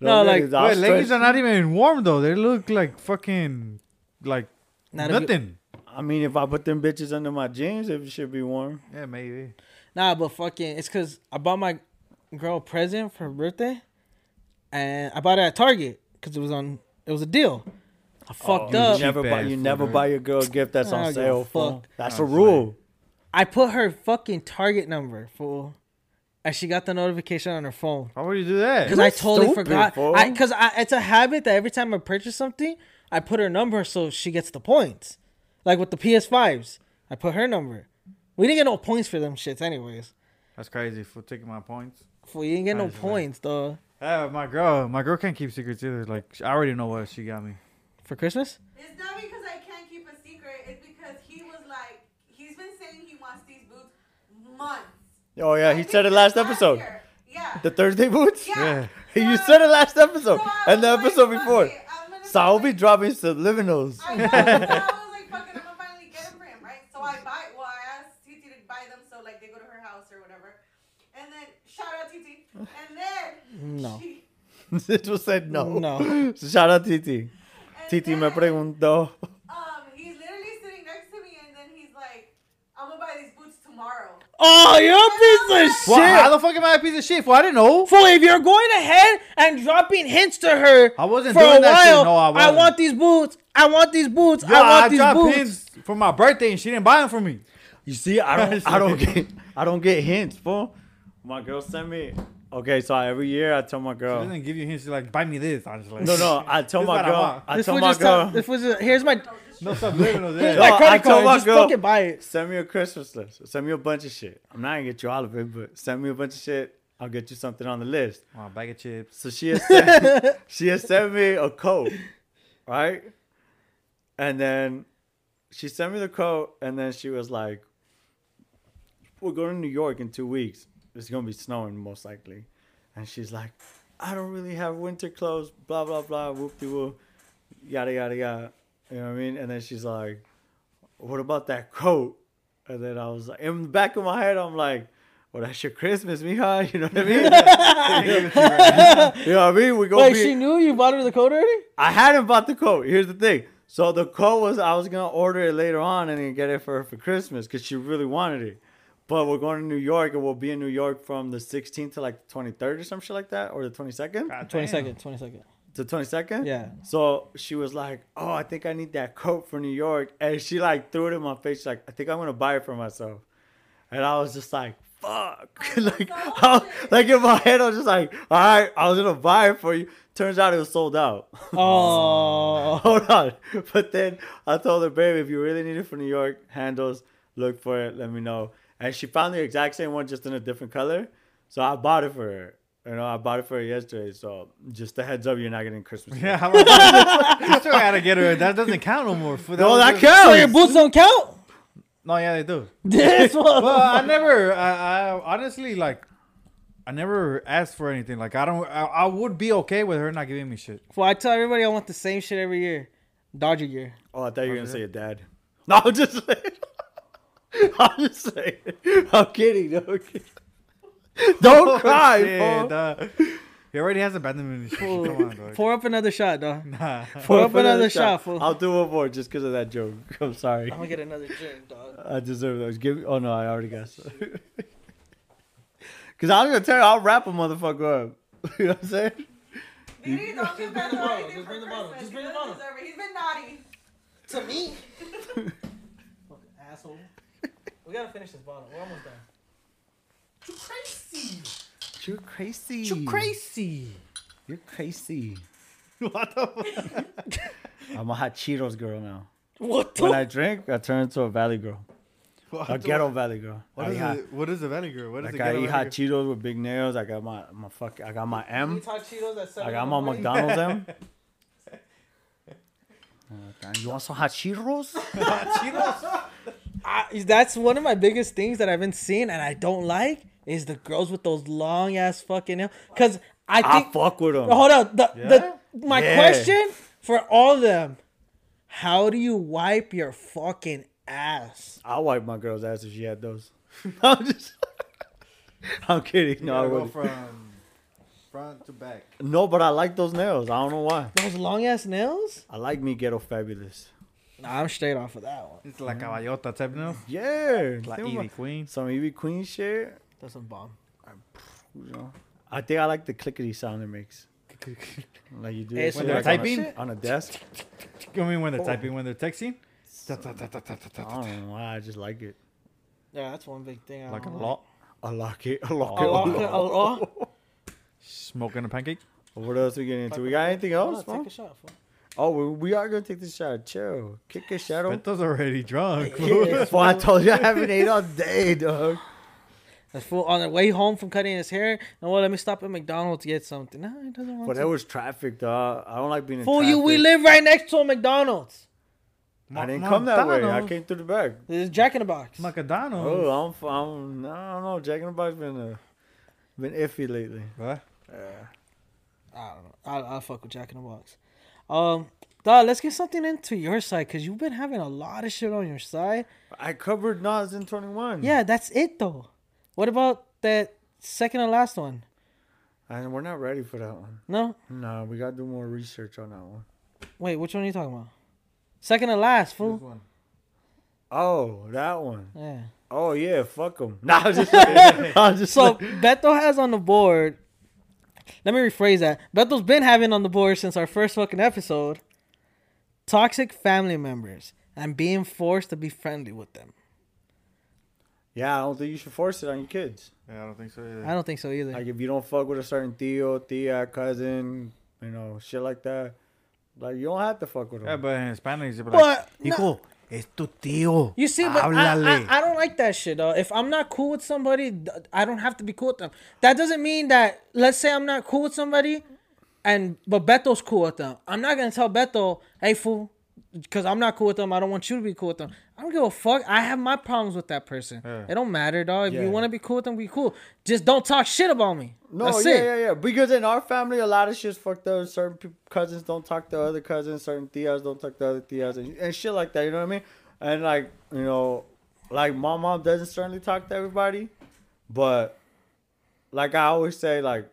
C: No, like-
B: I'll
A: Wait, leggings are
B: stretch-
A: not even warm though. They look like fucking like
C: Not a good-
A: nothing.
B: I mean, if I put them bitches under my jeans, it should be warm.
A: Yeah, maybe.
C: Nah, but fucking, it's cause I bought my girl a present for her birthday, and I bought it at Target because it was on. It was a deal. I fucked
B: Oh, You
C: up.
B: never
A: Cheap
B: buy
A: ass
B: you
A: food,
B: never
A: right?
B: buy your girl a gift that's
C: I
B: on
C: don't give a
B: sale. fool.
C: fuck.
B: That's
A: No,
B: a
A: it's
B: rule.
C: I put her fucking Target number for and she got the notification on her phone.
A: Why would you do that?
C: Because I
B: You're
C: totally
B: stupid,
C: forgot.
B: fool.
C: Because I, it's a habit that every time I purchase something, I put her number so she gets the points. Like with the PS5s, I put her number. We didn't get no points for them shits, anyways.
A: That's crazy for taking my points.
C: Fool, you didn't get no
A: Nice, man.
C: points, though.
A: Uh, my girl, my girl can't keep secrets either. Like I already know what she got me.
C: For Christmas?
D: It's not because I can't keep a secret. It's because he was like, he's been saying he wants these boots months.
B: Oh yeah, he said it last episode.
D: year. Yeah.
B: The Thursday boots. [LAUGHS]
D: yeah.
B: you said it last
D: So
B: episode
D: I
B: and the
D: was like,
B: episode
D: fuck
B: before.
D: it, I'm gonna
B: So I'll be
D: fucking-
B: dropping subliminals. [LAUGHS]
D: I know. so I was like, fuck it, I'm gonna finally get them for him, right? So I buy. Well, I asked Titi to buy them, so like they go to her house or whatever. And then shout out Titi. And then
C: No.
D: She,
B: Sitchel said no.
C: No.
B: Shout out Titi.
D: and
B: Titi me
D: then,
B: preguntó.
D: Um, he's literally sitting next to me, and then he's like, I'm gonna buy these boots tomorrow.
C: Oh, you're a piece of
A: Well,
C: shit.
A: how the fuck am I a piece of shit? Well, I didn't know.
C: Fool, if you're going ahead and dropping hints to her
A: I wasn't doing that shit. No, I wasn't.
C: want these boots. I want these boots.
A: Yo,
C: I want these
A: dropped
C: boots.
A: hints for my birthday and she didn't buy them for me.
B: You see, I don't, I [LAUGHS] don't get, I don't get hints, fool. My girl sent me. Okay, so every year I tell my
A: She
B: girl.
A: doesn't give you hints. She's like, buy me this. I was like,
B: Oh. No, no,
C: [LAUGHS]
B: I tell
A: This
B: my
A: what I
B: girl.
A: want.
B: I
C: This
B: tell
C: was
B: my
C: just tell-
B: girl.
C: this was just- here's my
D: No, just
A: [LAUGHS] no subliminals.
B: [LAUGHS]
C: here's
A: yeah.
C: my
B: No, I
C: credit
B: told
C: card.
B: my
C: Just
B: girl-
C: fucking buy
B: [LAUGHS]
C: it.
B: Send me a Christmas list. Send me a bunch of shit. I'm not gonna get you all of it, but send me a bunch of shit. I'll get you something on the list.
A: My bag of chips.
B: So she has [LAUGHS] sent, she has sent me a coat, right? And then she sent me the coat, and then she was like, "We're going to New York in two weeks. It's gonna be snowing most likely." And she's like, "I don't really have winter clothes. Blah blah blah. Whoop de whoop. Yada yada yada. You know what I mean?" And then she's like, "What about that coat?" And then I was like, in the back of my head, I'm like, "Well, that's your Christmas, mija. [LAUGHS] You know what I
C: [LAUGHS]
B: mean?" You know what I mean? We gonna
C: Wait,
B: be.
C: she knew you bought her the coat already?
B: I hadn't bought the coat. Here's the thing. So the coat was I was gonna order it later on and then get it for her for Christmas because she really wanted it. But we're going to New York and we'll be in New York from the 16th to like the 23rd or some shit like that or the 22nd
A: God
C: Twenty
A: damn.
C: second, twenty second.
B: to 22nd.
C: Yeah.
B: So she was like, "Oh, I think I need that coat for New York," and she like threw it in my face. Like, I think I'm gonna buy it for myself, and I was just like, "Fuck!" [LAUGHS] like, I was- like in my head, I was just like, "All right, I was gonna buy it for you." Turns out it was sold out.
C: Oh.
B: [LAUGHS] Hold on, but then I told her, "Babe, if you really need it for New York, handles, look for it. Let me know." And she found the exact same one, just in a different color. So I bought it for her. You know, I bought it for her yesterday. So just a heads up, you're not getting Christmas.
A: [LAUGHS] Yeah, how about that? [LAUGHS] you still gotta get her. That doesn't count no more. Fool,
B: No,
A: was
B: that
A: just-
C: So your
B: counts.
C: boots don't count? [LAUGHS]
A: No, yeah, they do.
C: This one.
A: Well, I never. I, I honestly like. I never asked for anything. Like I don't. I, I would be okay with her not giving me [LAUGHS] shit.
C: Well, I tell everybody I want the same shit every year. Dodger year.
B: Oh, I thought you were gonna
A: is
B: say
A: it?
B: your dad. [LAUGHS] No, I'm just saying. [LAUGHS] I'm just saying. I'm kidding. No, I'm kidding. [LAUGHS] Don't cry,
A: Shit,
B: fool.
A: dog. He already has abandonment issues.
C: Fool.
A: Come on, [LAUGHS] dog.
C: Pour up another shot, dog. I'm
A: Nah.
B: Pour
C: up another shot, fool.
B: I'll do one more just because of that joke. I'm sorry.
C: gonna get another drink, dog.
B: I deserve those. Give. Oh no, I already got some. [LAUGHS] Cause I was gonna tell you, I'll wrap a motherfucker up. [LAUGHS] you know what I'm saying?
D: Didi, don't give
C: bring
D: that
C: the
D: dog
C: bottle,
D: anything
C: just
D: for
C: bring the bottle,
D: Christmas.
C: just
D: He
C: bring the
D: doesn't
C: bottle.
D: deserve it. He's been naughty.
C: To me. [LAUGHS] Fucking asshole. We gotta finish this bottle. We're almost done. You crazy.
B: You're crazy.
C: You crazy.
B: You're crazy.
A: what the fuck?
B: I'm a hot Cheetos girl now.
C: What the?
B: When I drink, I turn into a Valley girl, a ghetto Valley girl.
A: What
B: I
A: is,
B: eat hot-
A: it, what is a vinegar? What is
B: Like
A: a
B: I
A: ghetto
B: eat hot
A: vinegar?
B: Cheetos with big nails. I got my my fuck. I got my
C: You
B: M.
C: talk Cheetos at seven.
B: Like
C: in
B: I'm
C: the
B: on
C: morning?
B: McDonald's
A: [LAUGHS]
B: M. Okay, You want some hot Cheetos?
C: I, that's one of my biggest things that I've been seeing and I don't like is the girls with those long ass fucking nails. Cause I
B: I
C: think
B: fuck with them.
C: But hold on. The, the my
B: Yeah.
C: question for all of them: How do you wipe your fucking ass?
B: I wipe my girl's ass if she had those. [LAUGHS] I'm just. [LAUGHS] I'm kidding. No, I
A: Gotta go
B: wouldn't.
A: from front to back.
B: no, but I like those nails. I don't know why.
C: Those long ass nails?
B: I like me ghetto fabulous.
C: Nah, I'm straight off of that one.
A: It's like caballota type now.
B: Yeah,
A: Mm-hmm. Like
B: think about-
A: Evie [LAUGHS] Queen.
B: some Evie Queen shit.
C: That's a bomb.
B: You know, I think I like the clickety sound it makes. Like you do
C: Hey,
B: that
C: so
B: shit,
A: they're
B: like, on a-
A: typing?
B: on a desk.
A: I mean, when they're typing, when they're texting.
B: I don't know why. I just like it.
C: Yeah, that's one big thing. I
A: Like a
C: don't
A: lot.
B: Alake, alake,
C: Alake,
B: alake.
C: alake.
A: Smoking a pancake.
B: What else we getting into? We got anything else?
C: Take
B: man?
C: a shot. fool.
B: Oh, we, we are gonna take this shot. Chill, kick a shadow.
A: Beto's already drunk. [LAUGHS]
B: Yeah, fool, I told you I haven't ate all day, dog.
C: That fool on the way home from cutting his hair. No, well, let me stop at McDonald's to get something. No, he doesn't want
B: But
C: to.
B: there was traffic, dog. I don't like being in
C: Fool
B: traffic.
C: you, we live right next to a McDonald's.
B: I didn't come that way. I came through the back.
C: There's Jack in the Box.
A: McDonald's.
B: Oh, I'm, I'm, I don't know. Jack in the Box been uh, been iffy lately.
A: What?
C: I don't know. I, I fuck with Jack in the Box. Um, dog, let's get something into your side because you've been having a lot of shit on your side.
B: I covered Nas in 21.
C: Yeah, that's it though. What about that second and last one?
B: And we're not ready for that one.
C: No,
B: No, we gotta do more research on that one.
C: wait, which one are you talking about? Second and last,
A: This
C: fool.
A: one.
B: Oh, that one.
C: Yeah.
B: Oh yeah, fuck him. [LAUGHS] Nah, I'm
C: [LAUGHS]
B: just, I'm just so
C: So Beto has on the board. Let me rephrase that. Beto's been having on the board since our first fucking episode. Toxic family members and being forced to be friendly with them.
B: yeah. I don't think you should force it on your kids.
A: Yeah, I don't think so either.
C: I don't think so either.
B: Like if you don't fuck with a certain tío, tía, cousin, you know, shit like that. Like you don't have to fuck with them.
A: yeah, but in Spanish, you'd be like,
C: But no-
A: hijo, es tu tío.
C: You see, but I,
A: Háblale."
C: I, I don't like that shit. Though. If I'm not cool with somebody, th- I don't have to be cool with them. That doesn't mean that. Let's say I'm not cool with somebody, and but Beto's cool with them. I'm not gonna tell Beto, "Hey fool," because I'm not cool with them. I don't want you to be cool with them. I don't give a fuck. I have my problems with that person. It don't matter, dog. If
B: Yeah.
C: you want to be cool with them, be cool. Just don't talk shit about me.
B: No,
C: That's
B: yeah,
C: it.
B: yeah, yeah. Because in our family, a lot of shit's fucked up. Certain peop cousins don't talk to other cousins. Certain tias don't talk to other tias, and, and shit like that. You know what I mean? And like, you know, like my mom doesn't certainly talk to everybody, but like I always say, like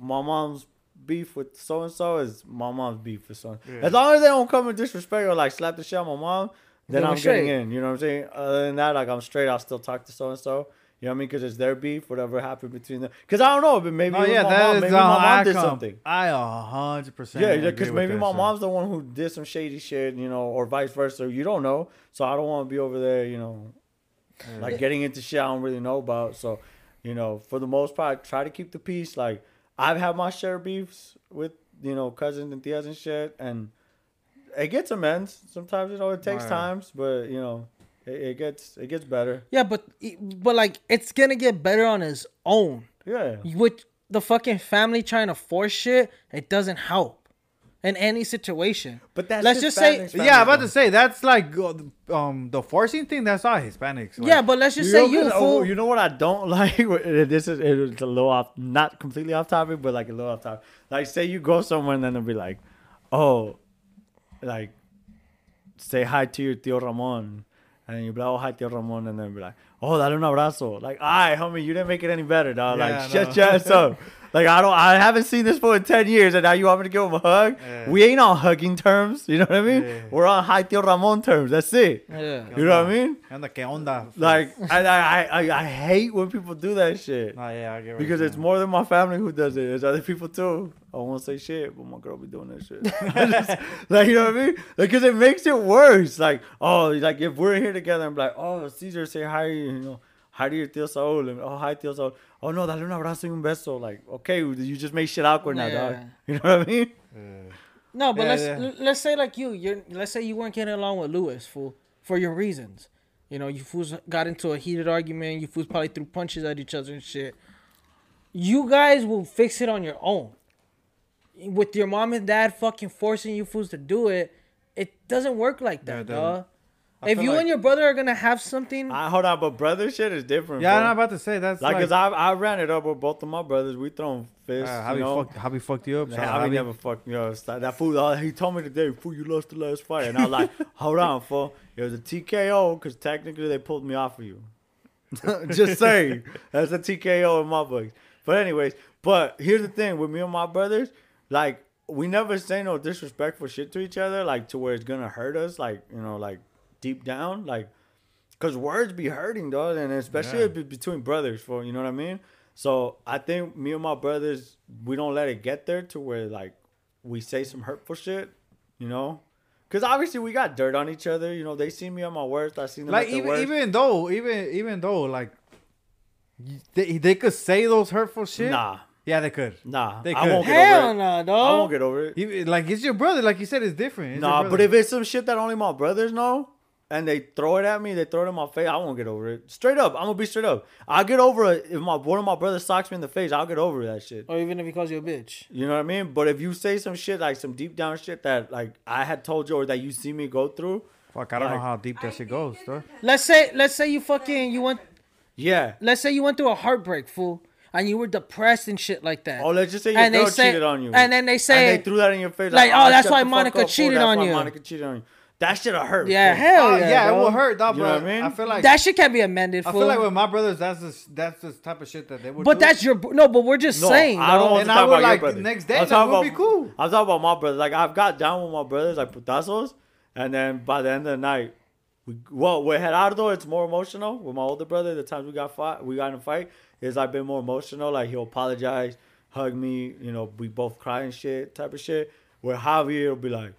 B: my mom's beef with so and so is my mom's beef with so. and As long as they don't come and disrespect or like slap the shit on my mom, then
C: Then we're
B: I'm getting
C: straight.
B: in. You know what I'm saying? Other than that, like I'm straight. I'll still talk to so and so. You know what I mean? Because it's their beef, whatever happened between them. Because I don't know, but maybe
A: No,
B: it was
A: Oh, yeah,
B: my
A: that
B: mom,
A: is
B: maybe
A: how
B: my
A: I
B: mom did
A: come.
B: something.
A: I a hundred percent.
B: Yeah,
A: agree
B: because
A: with
B: maybe
A: that
B: my
A: shit.
B: mom's the one who did some shady shit, you know, or vice versa. You don't know, so I don't want to be over there, you know, like getting into shit I don't really know about. So, you know, for the most part, I try to keep the peace. Like I've had my share of beefs with you know cousins and tias and shit, and it gets amends. Sometimes you know it takes
A: Right.
B: times, but you know, it, it gets it gets better.
C: Yeah, but but like it's gonna get better on its own.
B: Yeah,
C: with the fucking family trying to force shit, it doesn't help in any situation.
B: but that's
C: Let's just say-
B: Hispanics,
A: Yeah, I'm about
B: man.
A: to say that's like uh, um the forcing thing. That's all Hispanics. Like,
C: yeah, but let's just
B: know,
C: say you
B: 'cause, oh,
C: fool.
B: you know what I don't [LAUGHS] like? this is it's a little off, not completely off topic, but like a little off topic. Like, say you go somewhere and then they'll be like, "Oh, like, say hi to your tío Ramon," and you be like, "Oh, hi, tío Ramon," and then be like, "Oh, dale un abrazo." Like, "All right, homie, you didn't make it any better, dog.
A: Yeah,
B: like,
A: no.
B: shut your
A: [LAUGHS]
B: ass up." Like, I don't, I haven't seen this for in ten years, and now you want me to give him a hug?
A: Yeah.
B: We ain't on hugging terms. You know what I mean?
A: Yeah.
B: We're on hi, tío Ramon terms. That's it.
C: yeah.
B: You know what I mean?
A: And the que onda?
B: Like I, I, I, I hate when people do that shit
A: Nah, Oh, yeah, I get what
B: because
A: you're
B: it's
A: saying.
B: more than my family who does it. It's other people too. I won't say shit, but my girl be doing that shit. [LAUGHS] I
A: [LAUGHS]
B: just- like you know what I mean? Like, cause it makes it worse. Like oh, like if we're here together, I'm like oh, Caesar say hi, you know, hi to your tío Saul, and oh hi tío Saul. Oh no, dale un abrazo y un beso. Like okay, you just make shit awkward now,
C: Yeah.
B: dog. [LAUGHS] You know what I mean?
C: No, but
A: Yeah,
C: let's
A: yeah.
C: l- let's say like you, you're let's say you weren't getting along with Lewis, fool, for your reasons. You know, you fools got into a heated argument. You fools probably threw punches at each other and shit. You guys will fix it on your own. With your mom and dad fucking forcing you fools to do it, it doesn't work like
A: No,
C: that,
A: it doesn't.
C: dog. If
A: feel
C: you
A: like-
C: and your brother are gonna have something,
B: I hold on, but brother shit is different.
A: Yeah,
B: bro.
A: I'm about to say that's
B: Like,
A: like.
B: cause I, I ran it up with both of my brothers. We thrown fists.
A: uh, how
B: you
A: we
B: know?
A: fucked, how we fucked you up?
B: Man,
A: so
B: I
A: how
B: would
A: we-
B: never fuck me up. It's like, That fool, uh, he told me today, fool, you lost the last fight. And I was like, [LAUGHS] hold on, fool. It was a TKO because technically they pulled me off of you. Just saying. That's a TKO in my books. But, anyways, but here's the thing with me and my brothers, like, we never say no disrespectful shit to each other, like, to where it's going to hurt us, like, you know, like, deep down. Like, Cause words be hurting, dog, and especially
A: Yeah.
B: be between brothers, for you know what I mean. So I think me and my brothers, we don't let it get there to where like we say some hurtful shit, you know. Cause obviously we got dirt on each other. You know, they see me at my worst. I seen them
A: like
B: at their
A: even
B: worst.
A: even though even even though like You- They, they could say those hurtful shit.
B: Nah,
A: Yeah, they could.
B: nah.
A: They
B: I
A: could.
B: won't get
C: Hell
B: over it.
C: no, dog.
B: I won't get over it.
A: He- like it's your brother. Like you said, it's different. It's your
B: Nah, but
A: brother.
B: if it's some shit that only my brothers know and they throw it at me, they throw it in my face, I won't get over it. Straight up, I'm gonna be straight up. I'll get over it if my one of my brothers socks me in the face. I'll get over that shit.
C: Or even if he calls you a bitch.
B: You know what I mean? But if you say some shit like some deep down shit that like I had told you or that you see me go through,
A: fuck, I don't know
B: like-
A: how deep
D: I
A: that shit
D: think
A: goes,
D: it
A: though.
D: depends.
C: Let's say let's say you fucking you went
B: yeah.
C: let's say you went through a heartbreak, fool, and you were depressed and shit like that.
B: Oh, let's just say your
C: And they
B: girl
C: say-
B: cheated on you,
C: and then they say-
B: and they threw that in your face,
C: like, oh, that's
B: shut
C: why
B: the fuck
C: Monica
B: up, fool,
C: cheated
B: that's
C: on
B: why
C: you.
B: Monica cheated on you. That shit hurt.
C: yeah,
B: fool.
C: hell
A: Oh,
C: yeah.
A: yeah, it
C: dog.
A: will hurt, dog.
B: You
A: but
B: know
A: I,
B: what I mean?
A: feel like
C: That shit can be amended,
A: I
C: fool.
A: feel like with my brothers, that's the that's the type of shit that they would.
C: but
A: do.
C: that's your br- no. But we're just
B: No,
C: saying.
B: I don't
C: dog.
B: want
A: And
B: to
A: I
B: talk
A: would
B: about
A: like
B: your brother.
A: next day,
B: I'm
A: that
B: talking
A: would be
B: about-
A: cool.
B: I'm talking about my brother. Like I've got down with my brothers, like putazos, and then by the end of the night, we well with Gerardo, it's more emotional. With my older brother, the times we got fight, we got in a fight, is I've been more emotional. Like he'll apologize, hug me, you know, we both cry and shit, type of shit. With Javier, it'll be like,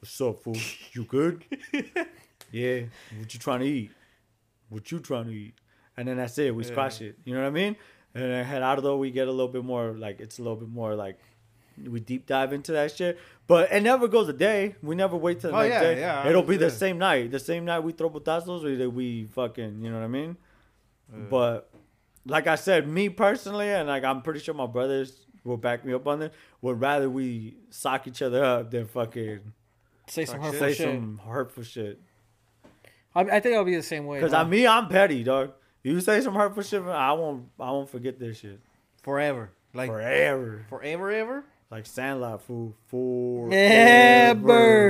B: "What's up, fool?
A: [LAUGHS]
B: You good? yeah. What you trying to eat? What you trying to eat?" And then that's it. We squash it. You know what I mean? And then Gerardo, we get a little bit more like it's a little bit more like we deep dive into that shit. But it never goes a day. We never wait till the
A: Oh,
B: next
A: yeah,
B: day.
A: yeah, I
B: It'll be the
A: understand.
B: same night. The same night we throw putazos, we, we fucking, you know what I mean? But like I said, me personally, and like I'm pretty sure my brothers will back me up on this, would rather we sock each other up than fucking
C: say some
A: Fuck
C: hurtful
B: say
C: shit.
B: some hurtful shit.
C: I, I think I'll be the same way.
B: Because
C: dog.
B: I mean, I'm petty, dog. You say some hurtful shit, I won't. I won't forget this shit
A: forever, like
B: forever.
A: forever, ever.
B: Like Sandlot, fool, forever.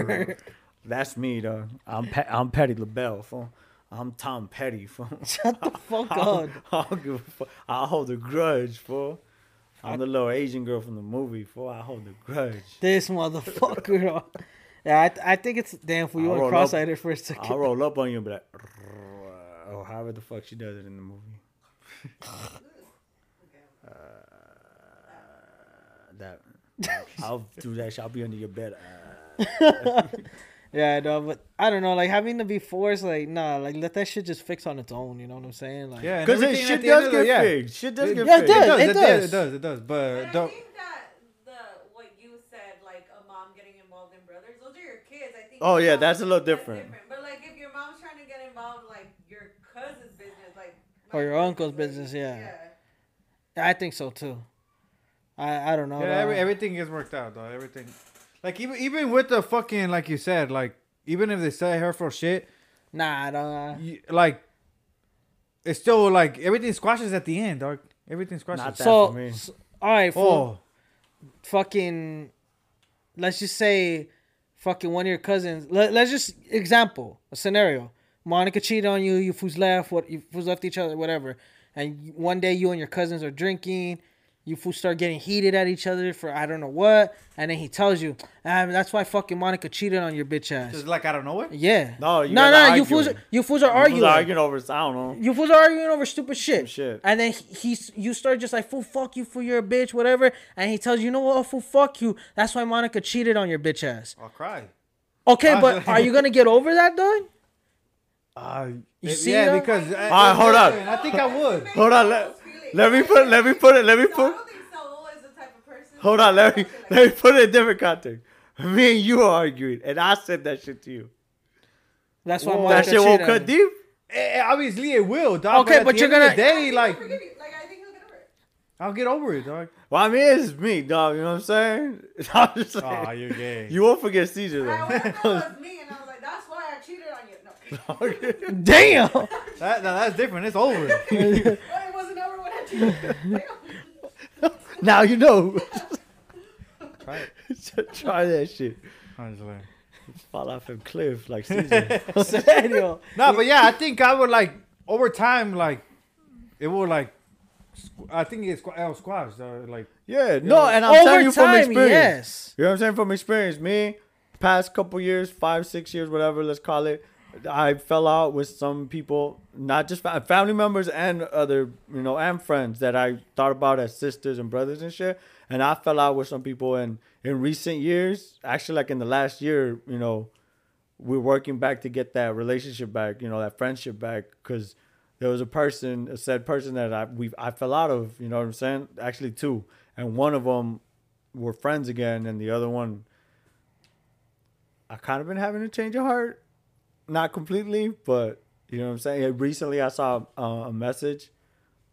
C: Ever.
B: That's me, dog. I'm pe- I'm Petty LaBelle, fool. I'm Tom Petty, fool.
C: [LAUGHS]
B: [LAUGHS]
C: Shut the fuck
B: I
C: up.
B: don't- I don't give a fuck. I hold a grudge, fool. I'm the little Asian girl from the movie, fool. I hold a grudge.
C: This motherfucker.
B: [LAUGHS]
C: dog. Yeah, I, th- I think it's damn fool. You
B: I'll
C: went
B: roll up.
C: cross-eyed there for a second.
A: [LAUGHS]
B: I'll roll up on you and be like, "Rrrr," or however the fuck she does it in the
D: [LAUGHS]
B: movie. Uh, that I'll do that. shit. I'll be under your bed. Uh,
C: Yeah, no, but I don't know. Like having to be forced, like nah, like let that shit just fix on its own. You know what I'm saying? Like,
A: Yeah, and
B: Because
A: everything at
B: shit
A: the end
B: does
A: of
B: get
A: the- yeah.
B: fixed. Shit does get
C: Yeah, it
B: fixed.
C: does.
A: It does.
C: does.
A: It does. It does. But
D: But I
A: don't.
D: think that the what you said, like a mom getting involved in brothers, those are your kids. I think.
B: Oh, yeah,
D: mom-
B: that's a little different.
D: But like, if your mom's trying to get involved, like your cousin's business, like
C: Or Oh, your
D: my
C: uncle's
D: cousin's,
C: business, I think so too. I I don't know.
A: Yeah, every,
C: dog.
A: everything is worked out though. Everything, like even even with the fucking like you said, like even if they say hurtful shit,
C: nah, I don't. know.
A: you, like it's still like everything squashes at the end, dog. Everything squashes.
B: Not that
C: So,
B: for me.
C: s- all right, fool.
A: oh,
C: fucking let's just say fucking one of your cousins let, let's just example a scenario monica cheated on you you fools left what you fools left each other whatever and you- one day you and your cousins are drinking you fools start getting heated at each other for i don't know what and then he tells you ah, that's why fucking monica cheated on your bitch ass
A: just like out of nowhere.
C: yeah
B: No, you
C: no
B: guys are
C: no you fools
B: arguing.
C: you fools are
B: People's
C: arguing
B: arguing over. I don't know.
C: you fools are arguing over stupid shit.
B: shit.
C: And then he- he's you start just like fool fuck you for your bitch whatever, and he tells you, you know what fool fuck you. That's why Monica cheated on your bitch ass.
A: I'll cry.
C: Okay,
A: I
C: but
A: feel-
C: are you gonna get over that dog?
A: Uh,
C: You
A: it-
C: see
A: yeah,
C: that?
A: because I,
B: Alright, hold on.
A: I think I would. Eh,
B: Hold on, let- let me put- let me put it- let me
D: So I
B: put-
D: don't think Saul is the type of person.
B: Hold on, let me let me put it in a different context. Me and you are arguing, and I said that shit to you.
C: That's why
A: Whoa.
C: Monica
B: That shit
C: cheated.
B: won't
C: on
B: cut
C: you.
B: deep.
A: Eh, eh, obviously, it will, dog.
C: Okay,
A: at
C: but
A: the
C: you're
A: end of the
C: gonna-
A: day, like
D: Forgive you. Like I think he'll get over it.
A: I'll get over it,
C: [LAUGHS]
A: dog.
B: Well, I mean, it's me, dog. You know what I'm saying? [LAUGHS] I'm just saying.
A: Aw, you're gay.
B: You won't forget Caesar
D: I
B: though.
D: wonder if that was me, and I was like, that's why I cheated on you. No, [LAUGHS] well,
A: [LAUGHS]
C: Damn. [LAUGHS]
A: That, that- that's different. It's over. [LAUGHS]
D: it wasn't over when I cheated. Damn.
B: [LAUGHS] [LAUGHS] now you know.
A: Try it.
B: [LAUGHS] Try that shit.
A: I'm just like-
B: Fall off a cliff like Caesar.
C: Serio.
A: No, but yeah, I think I would like over time, like it will like. squ- I think it's squ- it'll squash. Uh, like
B: [LAUGHS] yeah, no, and I'm
C: over
B: telling you from
C: time,
B: experience.
C: yes.
B: You know what I'm saying? From experience, me, past couple years, five, six years, whatever, let's call it, I fell out with some people, not just fa- family members and other, you know, and friends that I thought about as sisters and brothers and shit. And I fell out with some people. And in recent years, actually, like in the last year, you know, we're working back to get that relationship back, you know, that friendship back. Cause there was a person, a said person that I we I fell out of. You know what I'm saying? Actually, two, and one of them were friends again, and the other one, I kind of been having a change of heart, not completely, but you know what I'm saying. Recently, I saw a, a message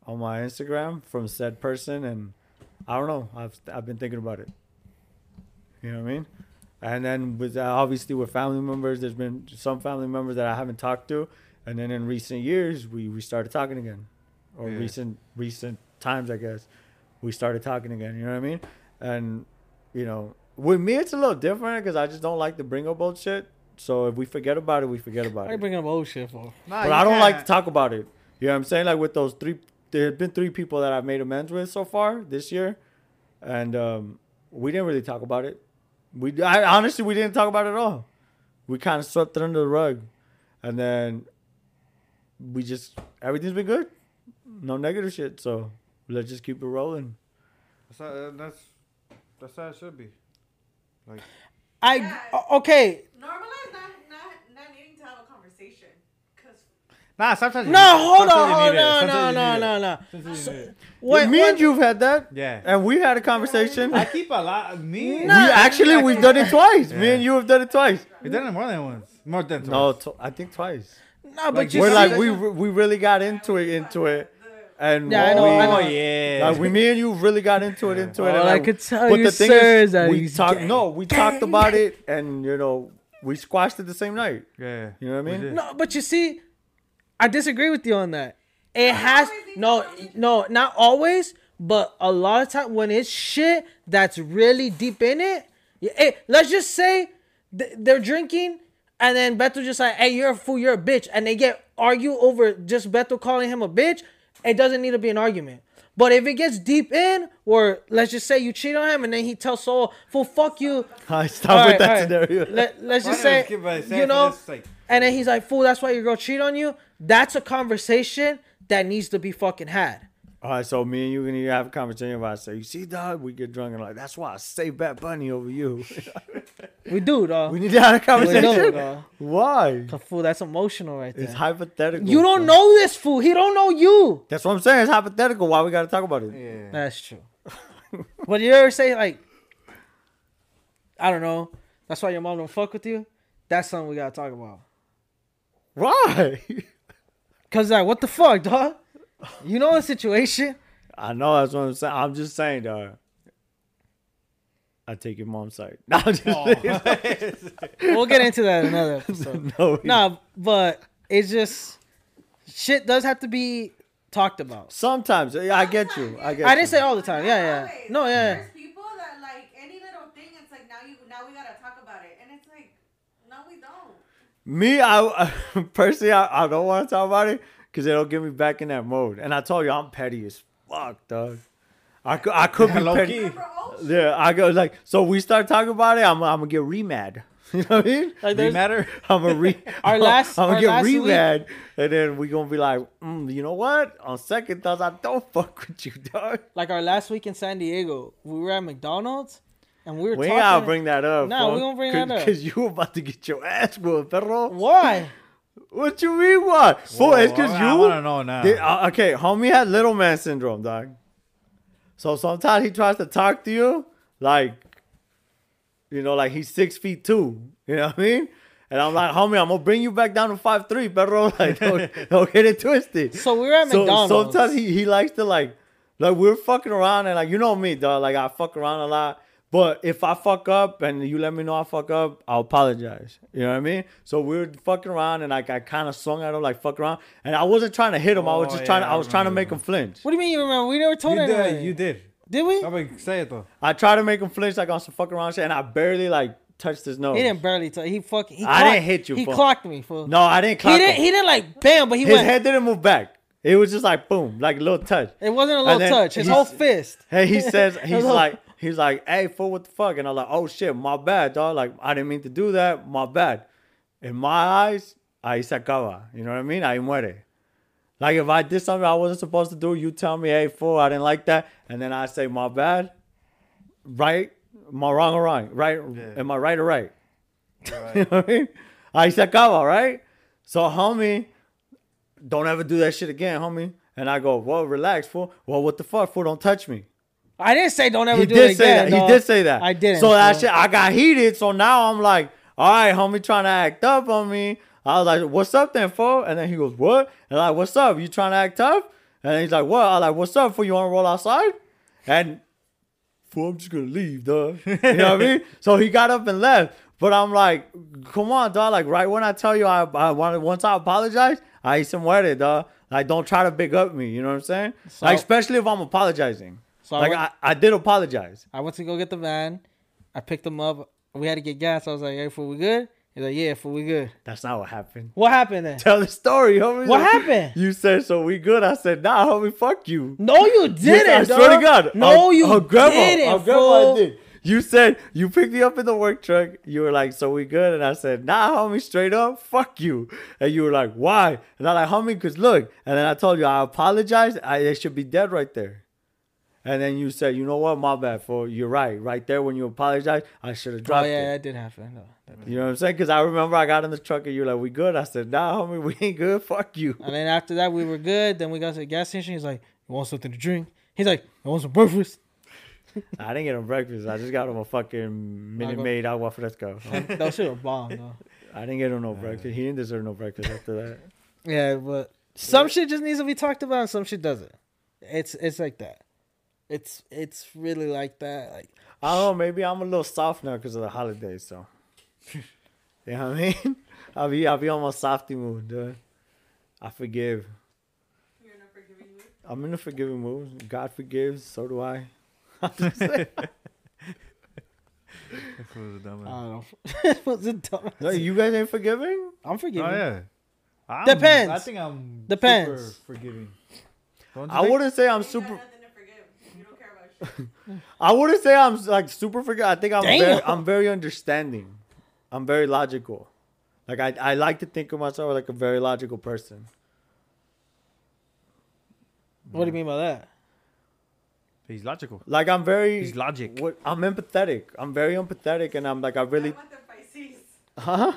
B: on my Instagram from said person, and I don't know. I've I've been thinking about it. You know what I mean? And then with uh, obviously with family members, there's been some family members that I haven't talked to, and then in recent years we, we started talking again, or
A: Yeah.
B: recent recent times I guess, we started talking again. You know what I mean? And you know, with me it's a little different because I just don't like to bring up old shit. So if we forget about it, we forget about
C: I
B: it.
C: bring up old shit for.
A: Nah,
B: But
A: you
B: I don't like to
A: can't.
B: talk about it. You know what I'm saying? Like with those three, there have been three people that I've made amends with so far this year, and um, we didn't really talk about it. We I, honestly we didn't talk about it at all. We kind of swept it under the rug, and then we just everything's been good, no negative shit. So let's just keep it rolling.
A: That's, how- uh, that's that's how it should be. Like
C: I
D: Yeah.
C: okay.
D: Normalize not, not, not needing to have a conversation. Because
A: nah, sometimes you
C: No,
A: need-
C: hold on,
A: sometimes you
C: hold
A: need it.
C: on, no,
A: Sometimes you
C: no,
A: need
C: no,
A: it.
C: no.
A: Sometimes you need it.
C: What-
B: me and
C: what-
B: you've had that,
A: Yeah,
B: and we had a conversation.
A: I keep a lot. Me,
B: We actually we've done it twice. Me
A: Yeah.
B: and you have done it twice.
A: we done it more than once, more than
B: No,
A: twice.
B: tw- I think twice.
C: No, but you
B: we're
C: see,
B: like we re- we really got into it into it and
C: Yeah, I know,
B: we,
C: I know.
A: oh yeah,
B: like, we me and you really got into it into it
C: All
B: and
C: I
B: like,
C: could tell
B: but
C: you,
B: the thing
C: sir,
B: is,
C: is that
B: we
C: he's
B: talked
C: gang,
B: no we talked about it and you know we squashed it the same night
A: yeah,
B: you know what I
A: we
B: mean?
A: did.
C: no, but you see, I disagree with you on that. It has
D: always need to
C: no,
D: know each
C: no, not always, but a lot of time when it's shit that's really deep in it. yeah, eh, let's just say th- they're drinking, and then Beto just like, "Hey, you're a fool, you're a bitch," and they get argue over just Beto calling him a bitch. It doesn't need to be an argument. But if it gets deep in, or let's just say you cheat on him, and then he tells Soul, "Fool, fuck you."
B: [LAUGHS] I stop
C: All
B: with
C: right,
B: that
C: all right.
B: scenario.
C: Let, let's
A: Why
C: just
A: don't I
C: say,
A: just keep it safe
C: you
A: and
C: know,
A: just, like-
C: and then he's like, "Fool, that's why your girl cheated on you." That's a conversation that needs to be fucking had.
B: [LAUGHS] All right, so me and you gonna have a conversation about say you see dog we get drunk and like that's why I say Bat Bunny over you. [LAUGHS]
C: We do,
B: we
C: dog.
B: need to have a
C: We do,
B: conversation.
C: dog.
B: Why?
C: Fool, that's emotional right
B: It's
C: there.
B: hypothetical.
C: You don't
B: bro.
C: know this fool. He don't know you.
B: That's what I'm saying. It's hypothetical. Why we gotta talk about it?
A: yeah.
C: That's
B: [LAUGHS]
C: true. but you ever say like, I don't know. That's why your mom don't fuck with you. That's something we gotta talk about.
B: Why? [LAUGHS]
C: Cause like, what the fuck, dog? You know the situation.
B: I know that's what I'm saying. I'm just saying, dog. I take your mom's side. [LAUGHS] No, I'm just
C: We'll get into that in another
B: [LAUGHS]
C: episode.
B: no,
C: Nah, but it's just shit does have to be talked about.
B: Sometimes I get you. I get.
C: I didn't
B: you.
C: say all the time. Yeah, yeah. No, yeah. yeah.
D: There's people that like any little thing. It's like now you now we gotta talk about it, and it's like no, we don't.
B: me. I [LAUGHS] personally, I, I don't want to talk about it because it'll get me back in that mode. And I told you, I'm petty as fuck, dog. I could, I could be
A: Low
B: petty.
A: key.
D: For old shit.
B: Yeah, I go like. So we start talking about it. I'm, I'm gonna get remad. [LAUGHS] You know what I mean?
C: Like
A: We
B: [LAUGHS]
C: there's,
A: matter.
B: I'm a re.
C: [LAUGHS] Our last-
B: I'm gonna
C: our
B: get
C: last
B: re
C: week-
B: mad, and then we gonna be like, mm, you know what? On second thoughts, I don't [LAUGHS] fuck with you, dog.
C: like our last week in San Diego, we were at McDonald's and we were
B: We ain't
C: talking.
B: gotta bring that up.
C: Nah, we gonna bring that up.
B: because you about to get your ass whooped, perro.
C: Why?
B: What you mean? What? Fool, it's because
A: oh, I want to
B: you.
A: know now.
B: Did- uh, okay, homie had little man syndrome, dog. So sometimes he tries to talk to you, like, you know, like he's six feet two. You know what I mean? And I'm like, homie, I'm gonna bring you back down to five three, perro. [LAUGHS] Like, don't, don't get it twisted.
C: [LAUGHS] So we
B: [LAUGHS]
C: were at McDonald's.
B: Sometimes he, he likes to like like we're fucking around and like you know me, dog. Like I fuck around a lot. But if I fuck up and you let me know I fuck up, I'll apologize. You know what I mean? So we were fucking around and like I kind of swung at him like fuck around, and I wasn't trying to hit him. I was
A: Oh,
B: just
A: yeah,
B: trying. To,
A: I
B: I was trying to
A: remember
B: make him flinch.
C: What do you mean you remember? We never told
A: you
C: anyone.
A: did. You did.
C: Did we?
A: I mean, say it though.
B: I tried to make him flinch like on some fuck around shit, and I barely like touched his nose.
C: He didn't barely tell. He fucking. He
B: I
C: clocked-
B: didn't hit you,
C: He
B: fool.
C: clocked me. Fool.
B: no, I didn't. Clock
C: he
B: him.
C: didn't. He didn't like bam, but he
B: his
C: went.
B: head didn't move back. It was just like boom, like a little touch.
C: it wasn't a little
B: then
C: touch. His
B: he-
C: whole fist.
B: [LAUGHS] Hey, he says
C: A
B: he's
C: little-
B: like he's like, hey, fool, what the fuck? And I'm like, oh shit, my bad, dog. Like I didn't mean to do that. My bad. In my eyes, ahí se acaba. You know what I mean? Ahí muere. Like if I did something I wasn't supposed to do, you tell me, hey, fool, I didn't like that, and then I say my bad. Right? Am I wrong or wrong? Right?
A: Yeah.
B: Am I right or right? [LAUGHS]
A: Right.
B: You know what I mean? Ahí se acaba, right? So homie, don't ever do that shit again, homie. And I go, well, relax, fool. Well, what the fuck, fool? Don't touch me.
C: I didn't say don't ever
B: He
C: do
B: did
C: it
B: say
C: again.
B: that.
C: dog.
B: He did say that.
C: I didn't.
B: So that
C: fool.
B: shit, I got heated. So now I'm like, all right, homie, trying to act up on me. I was like, what's up then, fool? And then he goes, what? And I'm like, what's up? You trying to act tough? And he's like, what? I'm like, what's up, fool? You want to roll outside? And fool, I'm just gonna leave, dog. [LAUGHS] You know what I mean? So he got up and left. But I'm like, come on, dog. Like right when I tell you I, I want once I apologize, I eat some wedded, dog. Like don't try to big up me. You know what I'm saying?
C: So-
B: like especially if I'm apologizing.
C: So I
B: like
C: went-
B: I, I did apologize.
C: I went to go get the van. I picked him up. We had to get gas. I was like, "Hey, fool, we good?" He's like, "Yeah, fool, we good."
B: That's not what happened. [LAUGHS]
C: What happened then?
B: Tell the story, homie.
C: What happened?
B: You said so we good. I said nah, homie. Fuck you.
C: No, you didn't.
B: I swear to
C: dog.
B: God.
C: No,
B: Our-
C: you
B: our grandma,
C: didn't.
B: our grandma
C: fool.
B: did. You said you picked me up in the work truck. You were like, "So we good?" And I said, "Nah, homie, straight up, fuck you." And you were like, "Why?" And I'm like, "Homie, cause look." And then I told you I apologized. I they should be dead right there. And then you said, "You know what? My bad. For you're right. Right there when you apologize, I should have
C: Oh
B: dropped
C: yeah,
B: it."
C: that did happen. No, that did.
B: You know what I'm saying? Because I remember I got in the truck and you were like, "We good?" I said, "Nah, homie, we ain't good. [LAUGHS] Fuck you."
C: And then after that, we were good. Then we got to the gas station. He's like, "You want something to drink?" He's like, "I want some breakfast."
B: I didn't get him breakfast. I just got him a fucking Minute Maid agua fresca.
C: [LAUGHS] [LAUGHS] That shit was bomb though.
B: I didn't get him no breakfast. He didn't deserve no breakfast after that.
C: Yeah, but some shit just needs to be talked about, and some shit doesn't. It's it's like that. It's it's really like that. Like
B: I don't know. Maybe I'm a little soft now because of the holidays. So, [LAUGHS] you know what I mean? [LAUGHS] I'll be I'll be on my softy mood, dude. I forgive.
D: You're not forgiving me.
B: I'm in a forgiving mood. God forgives, so do I.
A: That's what it's dumb.
C: I
A: Oh,
C: don't know. [LAUGHS] it was a dumb.
B: No, you guys ain't forgiving.
C: I'm forgiving.
B: Oh,
A: yeah. I'm, I
C: Depends.
A: think I'm
C: Depends.
A: super forgiving. Don't you
B: I
A: think?
B: wouldn't say I'm
D: You ain't got
B: super.
D: nothing to forgive. You don't care about shit.
B: I wouldn't say I'm like super forget. I think I'm
C: Damn.
B: very, I'm very understanding. I'm very logical. Like I, I like to think of myself like a very logical person.
C: What do you mean by that?
A: He's logical.
B: Like I'm very
A: He's logic.
B: What, I'm empathetic. I'm very empathetic, and I'm like I [LAUGHS]
D: [LAUGHS]
B: really. [LAUGHS]
D: I want the Pisces.
B: Huh?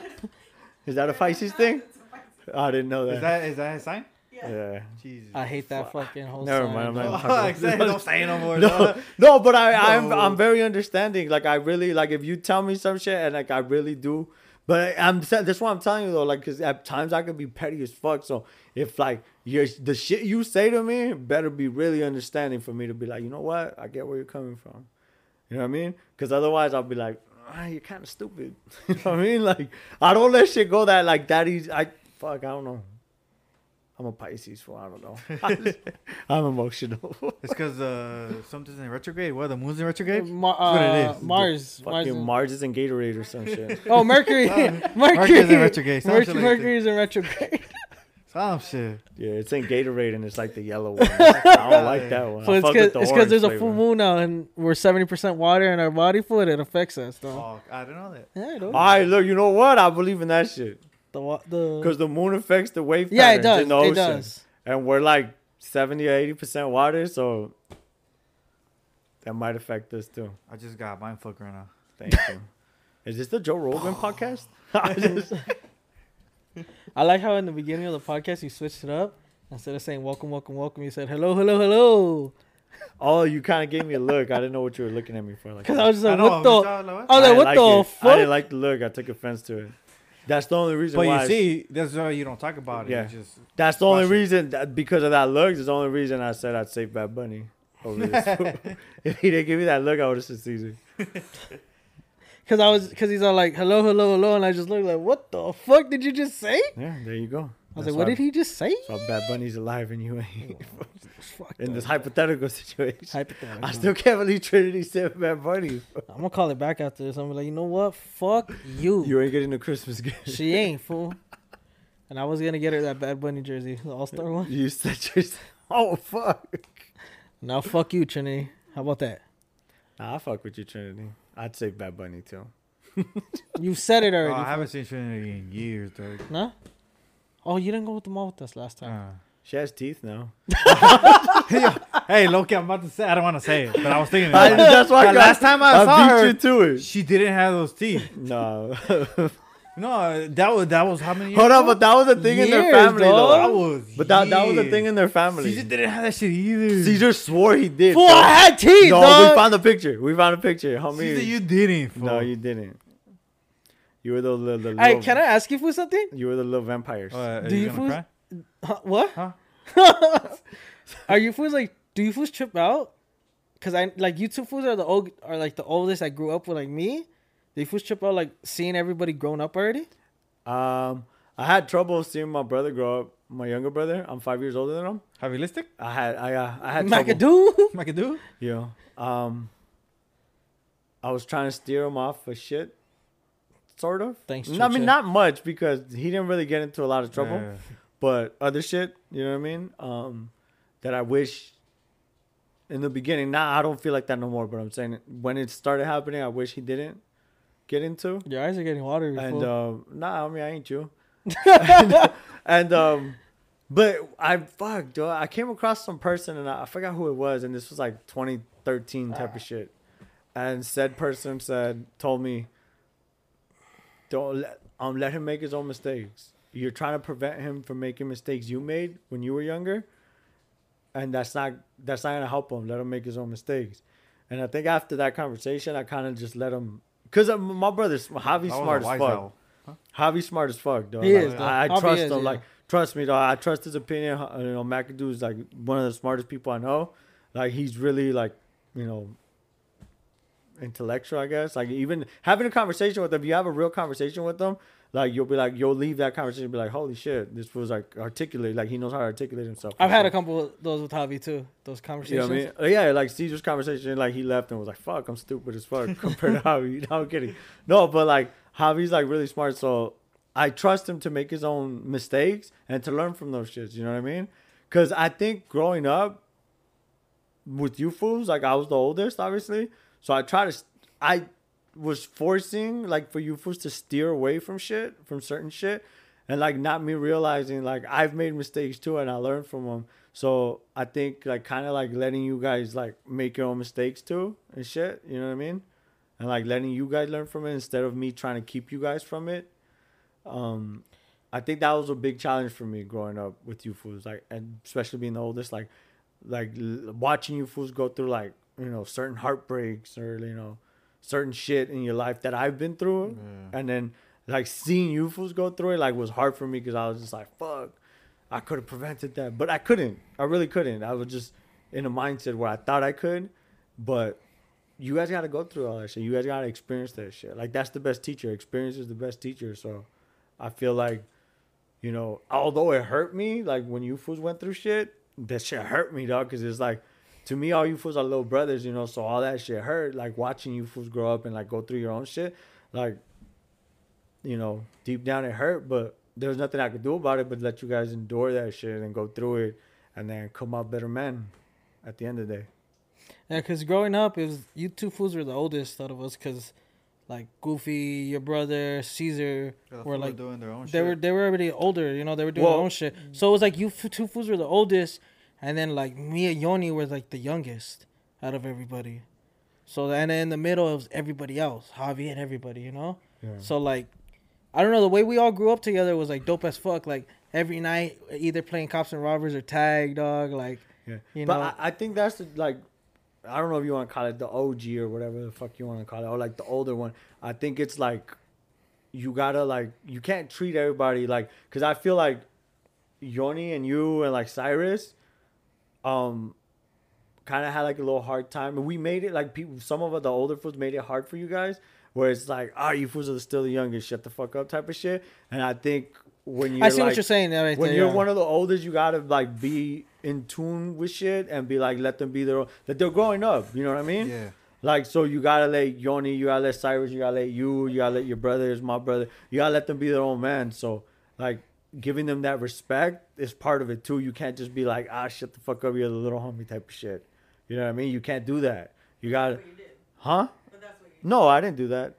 B: Is that a Pisces
D: [LAUGHS]
B: thing?
D: It's a Pisces.
B: I didn't know that.
A: Is that is that his sign?
D: Yeah.
B: yeah.
A: Jesus.
C: I hate that fucking whole.
B: Never
C: sign,
B: mind,
A: [LAUGHS]
B: I'm
C: dog.
B: not-
A: Oh, exactly. Don't say no more.
B: No,
A: dog.
B: [LAUGHS] no, but I, I'm
A: No.
B: I'm very understanding. Like I really like if you tell me some shit, and like I really do. But I'm sa- that's why I'm telling you though, like, cause at times I can be petty as fuck. So if like your the shit you say to me better be really understanding for me to be like, you know what, I get where you're coming from. You know what I mean? Because otherwise I'll be like, ah, you're kind of stupid. [LAUGHS] you know what I mean? Like I don't let shit go that like that easy. I fuck, I don't know. I'm a Pisces, fool. I don't know. [LAUGHS] I just- I'm emotional. [LAUGHS]
A: It's because uh, something's in retrograde. What the moon's in retrograde?
C: Mar-
A: That's what it
C: uh,
A: is.
C: Mars. Mars.
B: Fucking
C: in-
B: Mars is in Gatorade or some
C: [LAUGHS]
B: shit.
A: [LAUGHS]
C: Oh, Mercury. Mercury.
A: Mercury's in retrograde. Some
C: Merc-
A: shit like that.
C: Mercury's in retrograde.
A: Some shit.
B: Yeah, it's in Gatorade and it's like the
C: [LAUGHS]
B: yellow one. I don't like that one.
C: So
B: I
C: it's
B: fuck
C: because
B: with the orange
C: there's a
B: flavor.
C: full moon now, and we're seventy percent water in our body fluid. It affects us, though.
A: Oh, I don't know that.
C: Yeah, dude.
B: All right, look, you know what? I believe in that shit
C: The wa- the
B: because the moon affects the wave patterns
C: yeah, it does.
B: in the ocean,
C: It does.
B: and we're like seventy or eighty percent water, so that might affect us too.
A: I just got mind fucked right now.
B: Thank you. Is this the Joe
C: [LAUGHS]
B: Rogan podcast? [LAUGHS] I just-
C: I like how in the beginning of the podcast you switched it up. Instead of saying welcome, welcome, welcome, you said hello, hello, hello.
B: oh, you kind of gave me a look. I didn't know what you were looking at me for.
C: [LAUGHS]
B: Like,
C: Because I was just
A: I
C: like,
A: know, I
C: what
A: was
C: the?
A: like, what?
C: I was
B: I didn't
C: like, what the
B: like it. I didn't
C: fuck?
B: like the look. I took offense to it. That's the only reason.
A: But
B: why
A: you
B: I-
A: see, that's why you don't talk about it.
B: Yeah.
A: You just
B: That's the only
A: Watch it.
B: reason that because of that look. Is the only reason I said I'd save Bad Bunny over this.
C: [LAUGHS]
B: [LAUGHS] fool. if he didn't give me that look, I would have said Caesar.
C: Because I was, because he's all like, hello, hello, hello, and I just looked like, what the fuck did you just say?
B: Yeah, there you go.
C: I was like, what did he Oh, just say?
B: So Bad Bunny's alive and you ain't [LAUGHS]
C: Fuck
B: in
C: that.
B: this hypothetical situation.
C: hypothetical.
B: I still can't believe Trinity said Bad Bunny. fool.
C: I'm gonna call it back after this. I'm gonna be like, you know what? Fuck you.
B: [LAUGHS] You ain't getting a Christmas
C: [LAUGHS]
B: gift.
C: she ain't fool. And I was gonna get her that Bad Bunny jersey, the All Star one.
B: You said yourself. [LAUGHS] Oh fuck.
C: Now fuck you, Trini. How about that?
B: Nah, I fuck with you, Trinity. I'd save Bad Bunny too.
C: You said it
A: Oh,
C: already.
A: I haven't seen Trinity in years, dude.
C: no? Oh, you didn't go with the mall with us last time.
A: Uh.
B: She has teeth now.
C: [LAUGHS]
A: hey, Loki, I'm about to say I don't want to say it, but I was thinking.
B: I-
A: About it.
B: that's why I
A: The
B: got-
A: last time I,
B: I
A: saw
B: beat
A: her,
B: you to it.
C: [LAUGHS]
A: she didn't have those teeth.
B: No.
A: No, that was that was how many years?
B: Hold on,
A: ago?
B: but that was a thing in their
C: Years,
B: family,
A: that
B: though.
C: dog.
A: was.
B: But that, that was a
A: years.
B: thing in their family.
A: Caesar
B: Caesar,
A: didn't have that shit either.
B: swore he did.
C: Fool,
B: though.
C: I had teeth,
B: no, we
C: dog.
B: found a picture. We found a picture. How many?
A: Caesar, you didn't. Fool.
B: no, you didn't. You were the, the, the little.
C: Hey, can I ask you for something?
B: You were the little vampires.
A: Uh, are
C: Do
A: you,
C: you
A: gonna
C: fools-
A: cry?
C: Huh, what?
A: Huh?
C: [LAUGHS] are you fools like? Do you fools trip out? Cause I like you two fools are the old are like the oldest I grew up with like me. Do you fools trip out like seeing everybody grown up already?
B: Um, I had trouble seeing my brother grow up. My younger brother, I'm five years older than him.
A: Have you listed?
B: I had, I, uh, I had
C: Like
B: trouble.
C: a dude.
A: I could do.
B: Yeah. Um, I was trying to steer him off of shit, sort of.
C: Thanks,
B: No, I mean,
C: Chucha.
B: not much because he didn't really get into a lot of trouble,
A: Yeah.
B: but other shit, you know what I mean? Um, that I wish in the beginning. Now I don't feel like that no more. But I'm saying when it started happening, I wish he didn't get into.
C: Your eyes are getting watery.
B: And
C: fool.
B: um, nah, I mean I ain't you. and um, but I fuck, dude. I came across some person and I, I forgot who it was, and this was like 2013 type of shit. And said person said told me, don't let um let him make his own mistakes. You're trying to prevent him from making mistakes you made when you were younger, and that's not that's not gonna help him. Let him make his own mistakes. And I think after that conversation, I kind of just let him, cause uh, my brother's Javi's
A: That was a
B: smart as
A: wise
B: fuck.
A: hell.
B: Javi's smart as fuck, though.
C: He
B: Like,
C: is, dog.
B: I, I
C: Javi
B: trust
C: is,
B: him.
C: yeah.
B: Like, trust me, though. I trust his opinion. Uh, You know, McAdoo is like one of the smartest people I know. Like, he's really like, you know, intellectual. I guess. Like, even having a conversation with them, you have a real conversation with them. Like, you'll be like, you'll leave that conversation, and be like, holy shit, this was like articulate. Like, he knows how to articulate himself.
C: I've had a
B: conversation.
C: couple of those with Javi too. Those
B: You know
C: conversations.
B: what I mean? Uh, Yeah, like Caesar's conversation, like he left and was like, "Fuck, I'm stupid as fuck" [LAUGHS] compared to Javi. No, I'm kidding. No, but like Javi's like really smart, so I trust him to make his own mistakes and to learn from those shits. You know what I mean? Because I think growing up with you fools, like I was the oldest, obviously, so I try to, s- I was forcing like for you fools to steer away from shit, from certain shit, and like not me realizing like I've made mistakes too and I learned from them. So I think like kind of like letting you guys like make your own mistakes too and shit. You know what I mean? And like letting you guys learn from it instead of me trying to keep you guys from it. Um, I think that was a big challenge for me growing up with you fools, like and especially being the oldest, like like l- watching you fools go through like you know certain heartbreaks or you know certain shit in your life that I've been through, and then like seeing you fools go through it like was hard for me because I was just like fuck, I could have prevented that, but I couldn't. I really couldn't. I was just in a mindset where I thought I could, but you guys got to go through all that shit. You guys got to experience that shit. Like that's the best teacher. Experience is the best teacher. So I feel like you know, although it hurt me, like when you fools went through shit, that shit hurt me, dog. Cause it's like, to me, all you fools are little brothers, you know. So all that shit hurt. Like watching you fools grow up and like go through your own shit, like, you know, deep down it hurt, but there's nothing I could do about it but let you guys endure that shit and go through it, and then come out better men. At the end of the day,
C: Yeah, because growing up, it was you two fools were the oldest out of us. Because, like Goofy, your brother Caesar were like
A: doing their own
C: they were they were already older. You know, they were doing their
B: Well-
C: own shit. So it was like you f- two fools were the oldest, and then like me and Yoni were like the youngest out of everybody. So and then in the middle it was everybody else, Javi and everybody. You know.
B: Yeah.
C: So like, I don't know. The way we all grew up together was like dope as fuck. Like every night, either playing cops and robbers or tag dog. Like
B: yeah.
C: You
B: but
C: know-
B: I, I think that's the, like, I don't know if you want to call it the OG or whatever the fuck you want to call it, or like the older one. I think it's like you gotta like you can't treat everybody like because I feel like Yoni and you and like Cyrus, um, kind of had like a little hard time. We made it like people, some of the older fools made it hard for you guys, where it's like, ah, you fools are still the youngest, shut the fuck up type of shit. And I think when you're
C: I see
B: like,
C: what you're saying. there Right
B: when
C: there,
B: you're
C: yeah.
B: one of the oldest, you gotta like be in tune with shit and be like, let them be their own. That they're growing up. You know what I mean?
A: Yeah.
B: Like so, you gotta let Yoni, you gotta let Cyrus, you gotta let you, you gotta let your brothers, my brother, you gotta let them be their own man. So like giving them that respect is part of it too. You can't just be like, ah, shut the fuck up, you're the little homie type of shit. You know what I mean? You can't do that. You gotta,
D: But you did.
B: huh?
D: But that's what you did.
B: No, I didn't do that.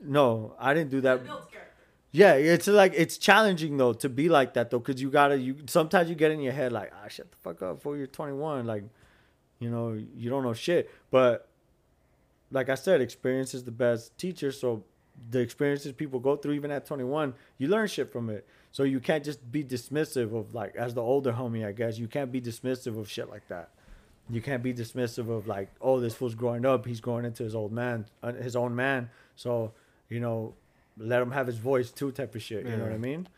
B: No, I didn't do that.
D: You built character.
B: Yeah, it's like it's challenging though to be like that though, because you gotta you sometimes you get in your head like ah shut the fuck up for you're 21 like, you know you don't know shit. But like I said, experience is the best teacher. So the experiences people go through, even at 21, you learn shit from it. So you can't just be dismissive of like, as the older homie, I guess, you can't be dismissive of shit like that. You can't be dismissive of like, oh, this fool's growing up. He's growing into his old man, uh, his own man. So you know, let him have his voice too, type of shit. You know what I mean?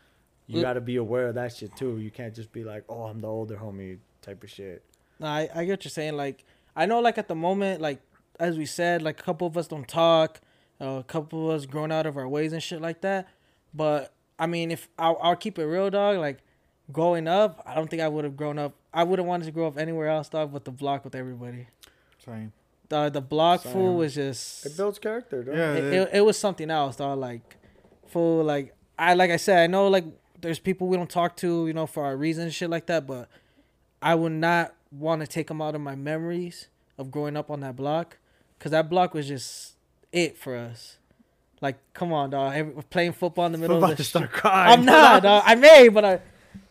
B: You
C: Yeah.
B: got to be aware of that shit too. You can't just be like, oh, I'm the older homie, type of shit.
C: No, I, I get what you're saying. Like, I know, like, at the moment, like, as we said, like, a couple of us don't talk. Uh, a couple of us grown out of our ways and shit like that. But, I mean, if I'll, I'll keep it real, dog, like, growing up, I don't think I would have grown up. I wouldn't wanted to grow up anywhere else, dog, but the block with everybody.
A: Same.
C: The, the block fool
B: Same.
C: was just.
B: It builds character, do
A: Yeah.
C: it, it, it was something else, dog. Like, full, like, I, like I said, I know, like, there's people we don't talk to, you know, for our reasons and shit like that, but I would not want to take them out of my memories of growing up on that block because that block was just it for us. Like, come on, dog. Every, playing football in
B: [LAUGHS]
C: the
B: I'm
C: middle
B: about
C: of the
B: to
C: street.
B: start crying.
C: I'm not, dog. I may, but I,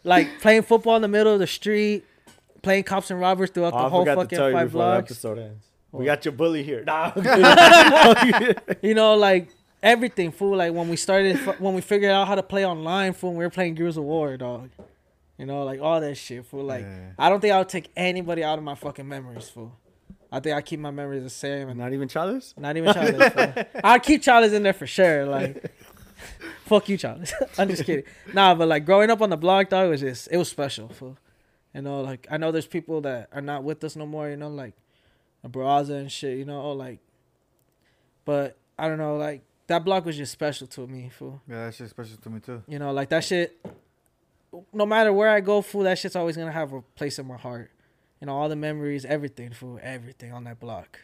C: like, playing football in the middle of the street, playing cops and robbers throughout
B: Oh,
C: the
B: I
C: whole
B: forgot to
C: fucking
B: tell you
C: five
B: before the
C: blocks.
B: episode ends.
C: What?
B: We got your bully here. Nah.
C: you know, like everything, fool. Like when we started, when we figured out how to play online, fool, when we were playing Gears of War, dog. You know, like all that shit, fool. Like
A: Yeah.
C: I don't think I would take anybody out of my fucking memories, fool. I think I keep my memories the same, and
B: not even Chavez?
C: not even Childish. fool. I'll keep Childish in there for sure. Like, fuck you, Childish. [LAUGHS] I'm just kidding. Nah, but like growing up on the block, dog, was just it was special, fool. You know, like I know there's people that are not with us no more. You know, like Braza and shit. You know, oh like, but I don't know, like that block was just special to me, fool.
A: Yeah, that shit's special to me too.
C: You know, like that shit. No matter where I go, fool, that shit's always gonna have a place in my heart. You know, all the memories, everything, fool, everything on that block.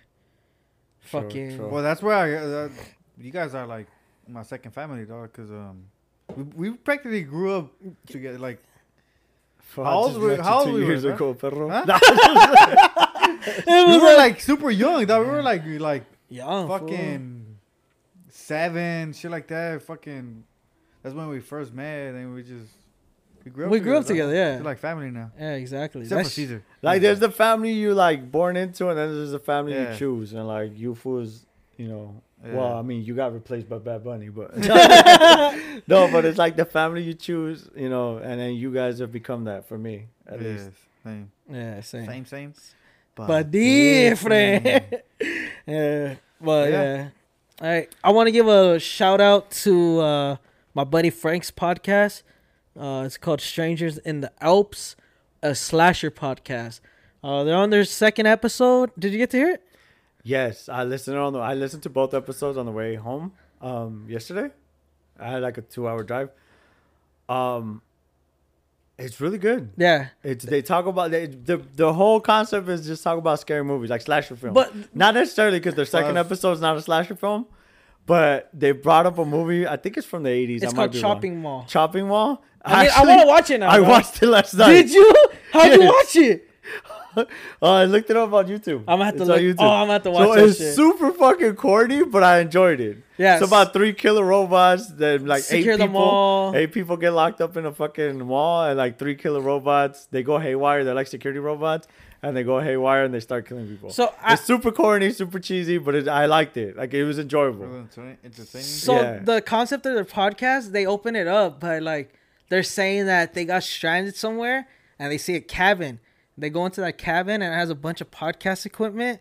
B: Sure,
C: Fucking.
B: sure.
A: Well, that's where I. Uh, you guys are like my second family, dog. Cause um, we, we practically grew up together. Like, How old were- how old were you,
B: years
A: bro?
B: ago, perro.
A: Huh?
B: Nah.
A: we were like super young, dog. We were like we like
C: Young, fool.
A: fucking seven, shit like that. Fucking. That's when we first met, and we just we grew up.
C: We grew up
A: dog.
C: together, yeah.
A: We're like family now.
C: Yeah, exactly.
A: Except for
C: That's-
A: Caesar.
B: Like, there's the family you like born into, and then there's the family
A: Yeah.
B: you choose, and like you fools, you know.
A: Yeah.
B: Well, I mean, you got replaced by Bad Bunny, but
C: [LAUGHS]
B: no, but it's like the family you choose, you know, and then you guys have become that for me, at
A: Yes,
B: least.
A: same,
C: [LAUGHS] Yeah, same.
A: same, same.
C: But different. [LAUGHS] yeah. But yeah.
A: Yeah.
C: All right. I want to give a shout out to uh, my buddy Frank's podcast. Uh, it's called Strangers in the Alps, a slasher podcast. Uh, they're on their second episode. Did you get to hear it?
B: Yes, I listened on the. I listened to both episodes on the way home. Um, yesterday, I had like a two-hour drive. Um, it's really good.
C: Yeah.
B: It's they talk about they, the the whole concept is just talk about scary movies like slasher films,
C: But-
B: not necessarily because their second
A: Well-
B: episode is not a slasher film, but they brought up a movie. I think it's from the eighties.
C: It's
B: I might
C: called
B: be wrong.
C: Chopping Mall.
B: Chopping Mall.
C: I mean, I want to watch it now.
B: I
C: bro.
B: watched it last night.
C: Did you? How'd you
B: Yes.
C: watch it?
B: Oh, I looked it up on YouTube.
C: I'ma have to
B: It's on YouTube.
C: look- oh, I'ma have to watch
B: So
C: that
B: it's
C: shit.
B: super fucking corny, but I enjoyed it.
C: Yeah,
B: It's about three killer robots that like
C: Secure
B: eight
C: the
B: people.
C: mall.
B: Eight people get locked up in a fucking wall, and like three killer robots. They go haywire. They're like security robots, and they go haywire and they start killing people.
C: So I-
B: it's super corny, super cheesy, but it, I liked it. Like it was enjoyable.
C: [LAUGHS]
A: Entertaining.
C: So
B: Yeah.
C: the concept of their podcast, they open it up, but like they're saying that they got stranded somewhere and they see a cabin. They go into that cabin and it has a bunch of podcast equipment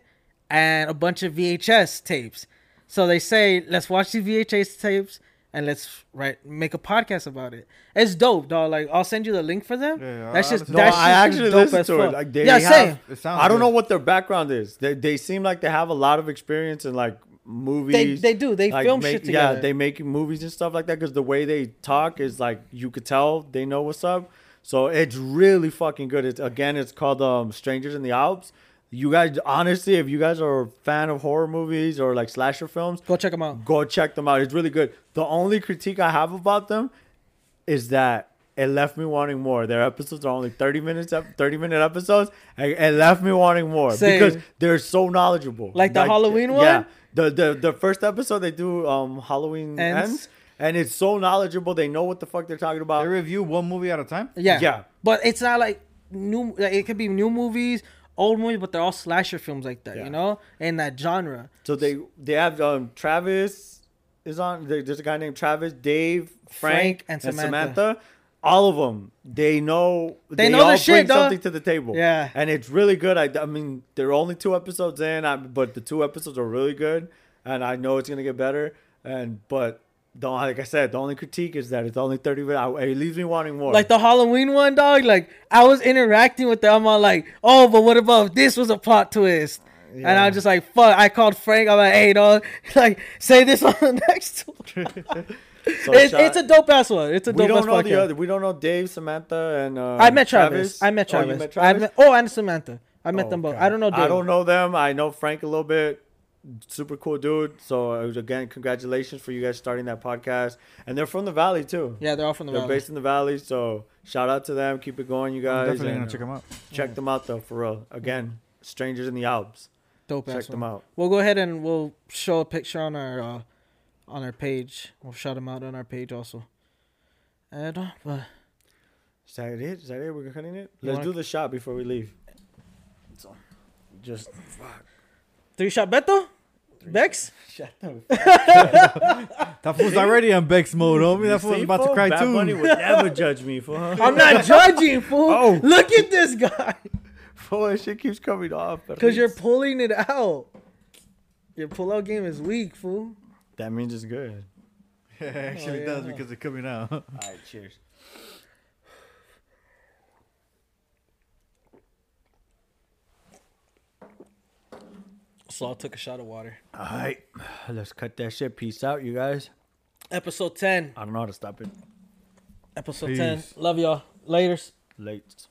C: and a bunch of VHS tapes. So they say, let's watch these VHS tapes and let's write make a podcast about it. It's dope, dog. Like I'll send you the link for them.
A: Yeah, yeah,
C: that's
A: I'll
C: just
A: listen
B: No,
C: that's
B: I actually listened to it. Like they
C: yeah,
B: have,
C: same.
A: It sounds
B: I don't
A: good.
B: know what their background is. They they seem like they have a lot of experience in like movies.
C: they do. They film
B: make-
C: shit together.
B: Yeah, they make movies and stuff like that because the way they talk is like you could tell they know what's up. So it's really fucking good. It's again, it's called um, Strangers in the Alps. You guys, honestly, if you guys are a fan of horror movies or like slasher films,
C: Go check them out.
B: go check them out. It's really good. The only critique I have about them is that it left me wanting more. Their episodes are only 30 minutes up, 30 minute episodes. and It left me wanting more
C: Same.
B: because they're so knowledgeable.
C: Like the Halloween
B: Yeah.
C: one?
B: The the the first episode they do um Halloween
C: Ends.
B: ends. and it's so knowledgeable. They know what the fuck they're talking
A: They
B: about.
A: review one movie at a time.
C: Yeah.
B: Yeah.
C: But it's not like new. Like it could be new movies, old movies, but they're all slasher films like that,
B: Yeah.
C: you know, in that genre.
B: So they they have um Travis is on. there- There's a guy named Travis, Dave, Frank,
C: Frank, and
B: and
C: Samantha.
B: Samantha. All of them, they know. They,
C: know
B: all
C: their
B: bring
C: shit, dog.
B: something to the table.
C: Yeah.
B: and it's really good. I, I mean, there are only two episodes in, I, but the two episodes are really good, and I know it's gonna get better. And but the, like I said, the only critique is that it's only thirty minutes. It leaves me wanting more.
C: Like the Halloween one, dog. Like I was interacting with them. I'm all like, oh, but what about if this was a plot twist? And I'm just like, fuck. I called Frank. I'm like, hey, dog. [LAUGHS] Like, say this on the next one.
B: So
C: It's,
B: shout-
C: it's a dope ass one. It's a dope
B: we
C: ass
B: don't know
C: podcast.
B: the other. We don't know Dave, Samantha, and uh,
C: I met Travis. I met
B: Oh, you
C: Travis.
B: met
C: I met, oh, and Samantha. I met
B: Oh,
C: them both.
B: okay.
C: I don't know. Dave.
B: I don't know them. I know Frank a little bit. Super cool dude. So uh, again, congratulations for you guys starting that podcast. And they're from the valley too.
C: Yeah, they're all from the
B: they're
C: valley.
B: based in the valley. So shout out to them. Keep it going, you
A: I'm
B: guys.
A: definitely
B: and,
A: gonna check them out.
B: Check them out though, for real. Again, strangers in the Alps.
C: dope
B: Check
C: ass
B: them
C: one.
B: out.
C: We'll go ahead and we'll show a picture on our uh, on our page. We'll shout them out on our page also. And uh, but
B: Is that it? Is that it? We're cutting it.
C: You
B: Let's
C: wanna-
B: do the shot before we leave.
C: [LAUGHS]
B: Just
C: three shot Beto, Bex.
A: That fool's already on Bex mode, homie. That
B: You
A: fool's
B: see,
A: about to
B: fool?
A: cry
B: Bad Bunny
A: too.
B: would
C: [LAUGHS]
B: never judge me, fool.
C: I'm [LAUGHS] not judging, fool.
B: Oh.
C: Look at this [LAUGHS] guy.
B: Fool, that shit keeps coming off.
C: Cause you're pulling it out. Your pull-out game is weak, fool.
B: That means it's good.
A: it [LAUGHS] actually
C: Oh, yeah.
A: does because it's coming out.
B: All right, cheers.
C: So I took a shot of water.
B: All right, let's cut that shit. Peace out, you guys.
C: Episode ten.
B: I don't know how to stop it.
C: Episode ten.
A: Peace.
C: Love y'all. Laters.
B: Late.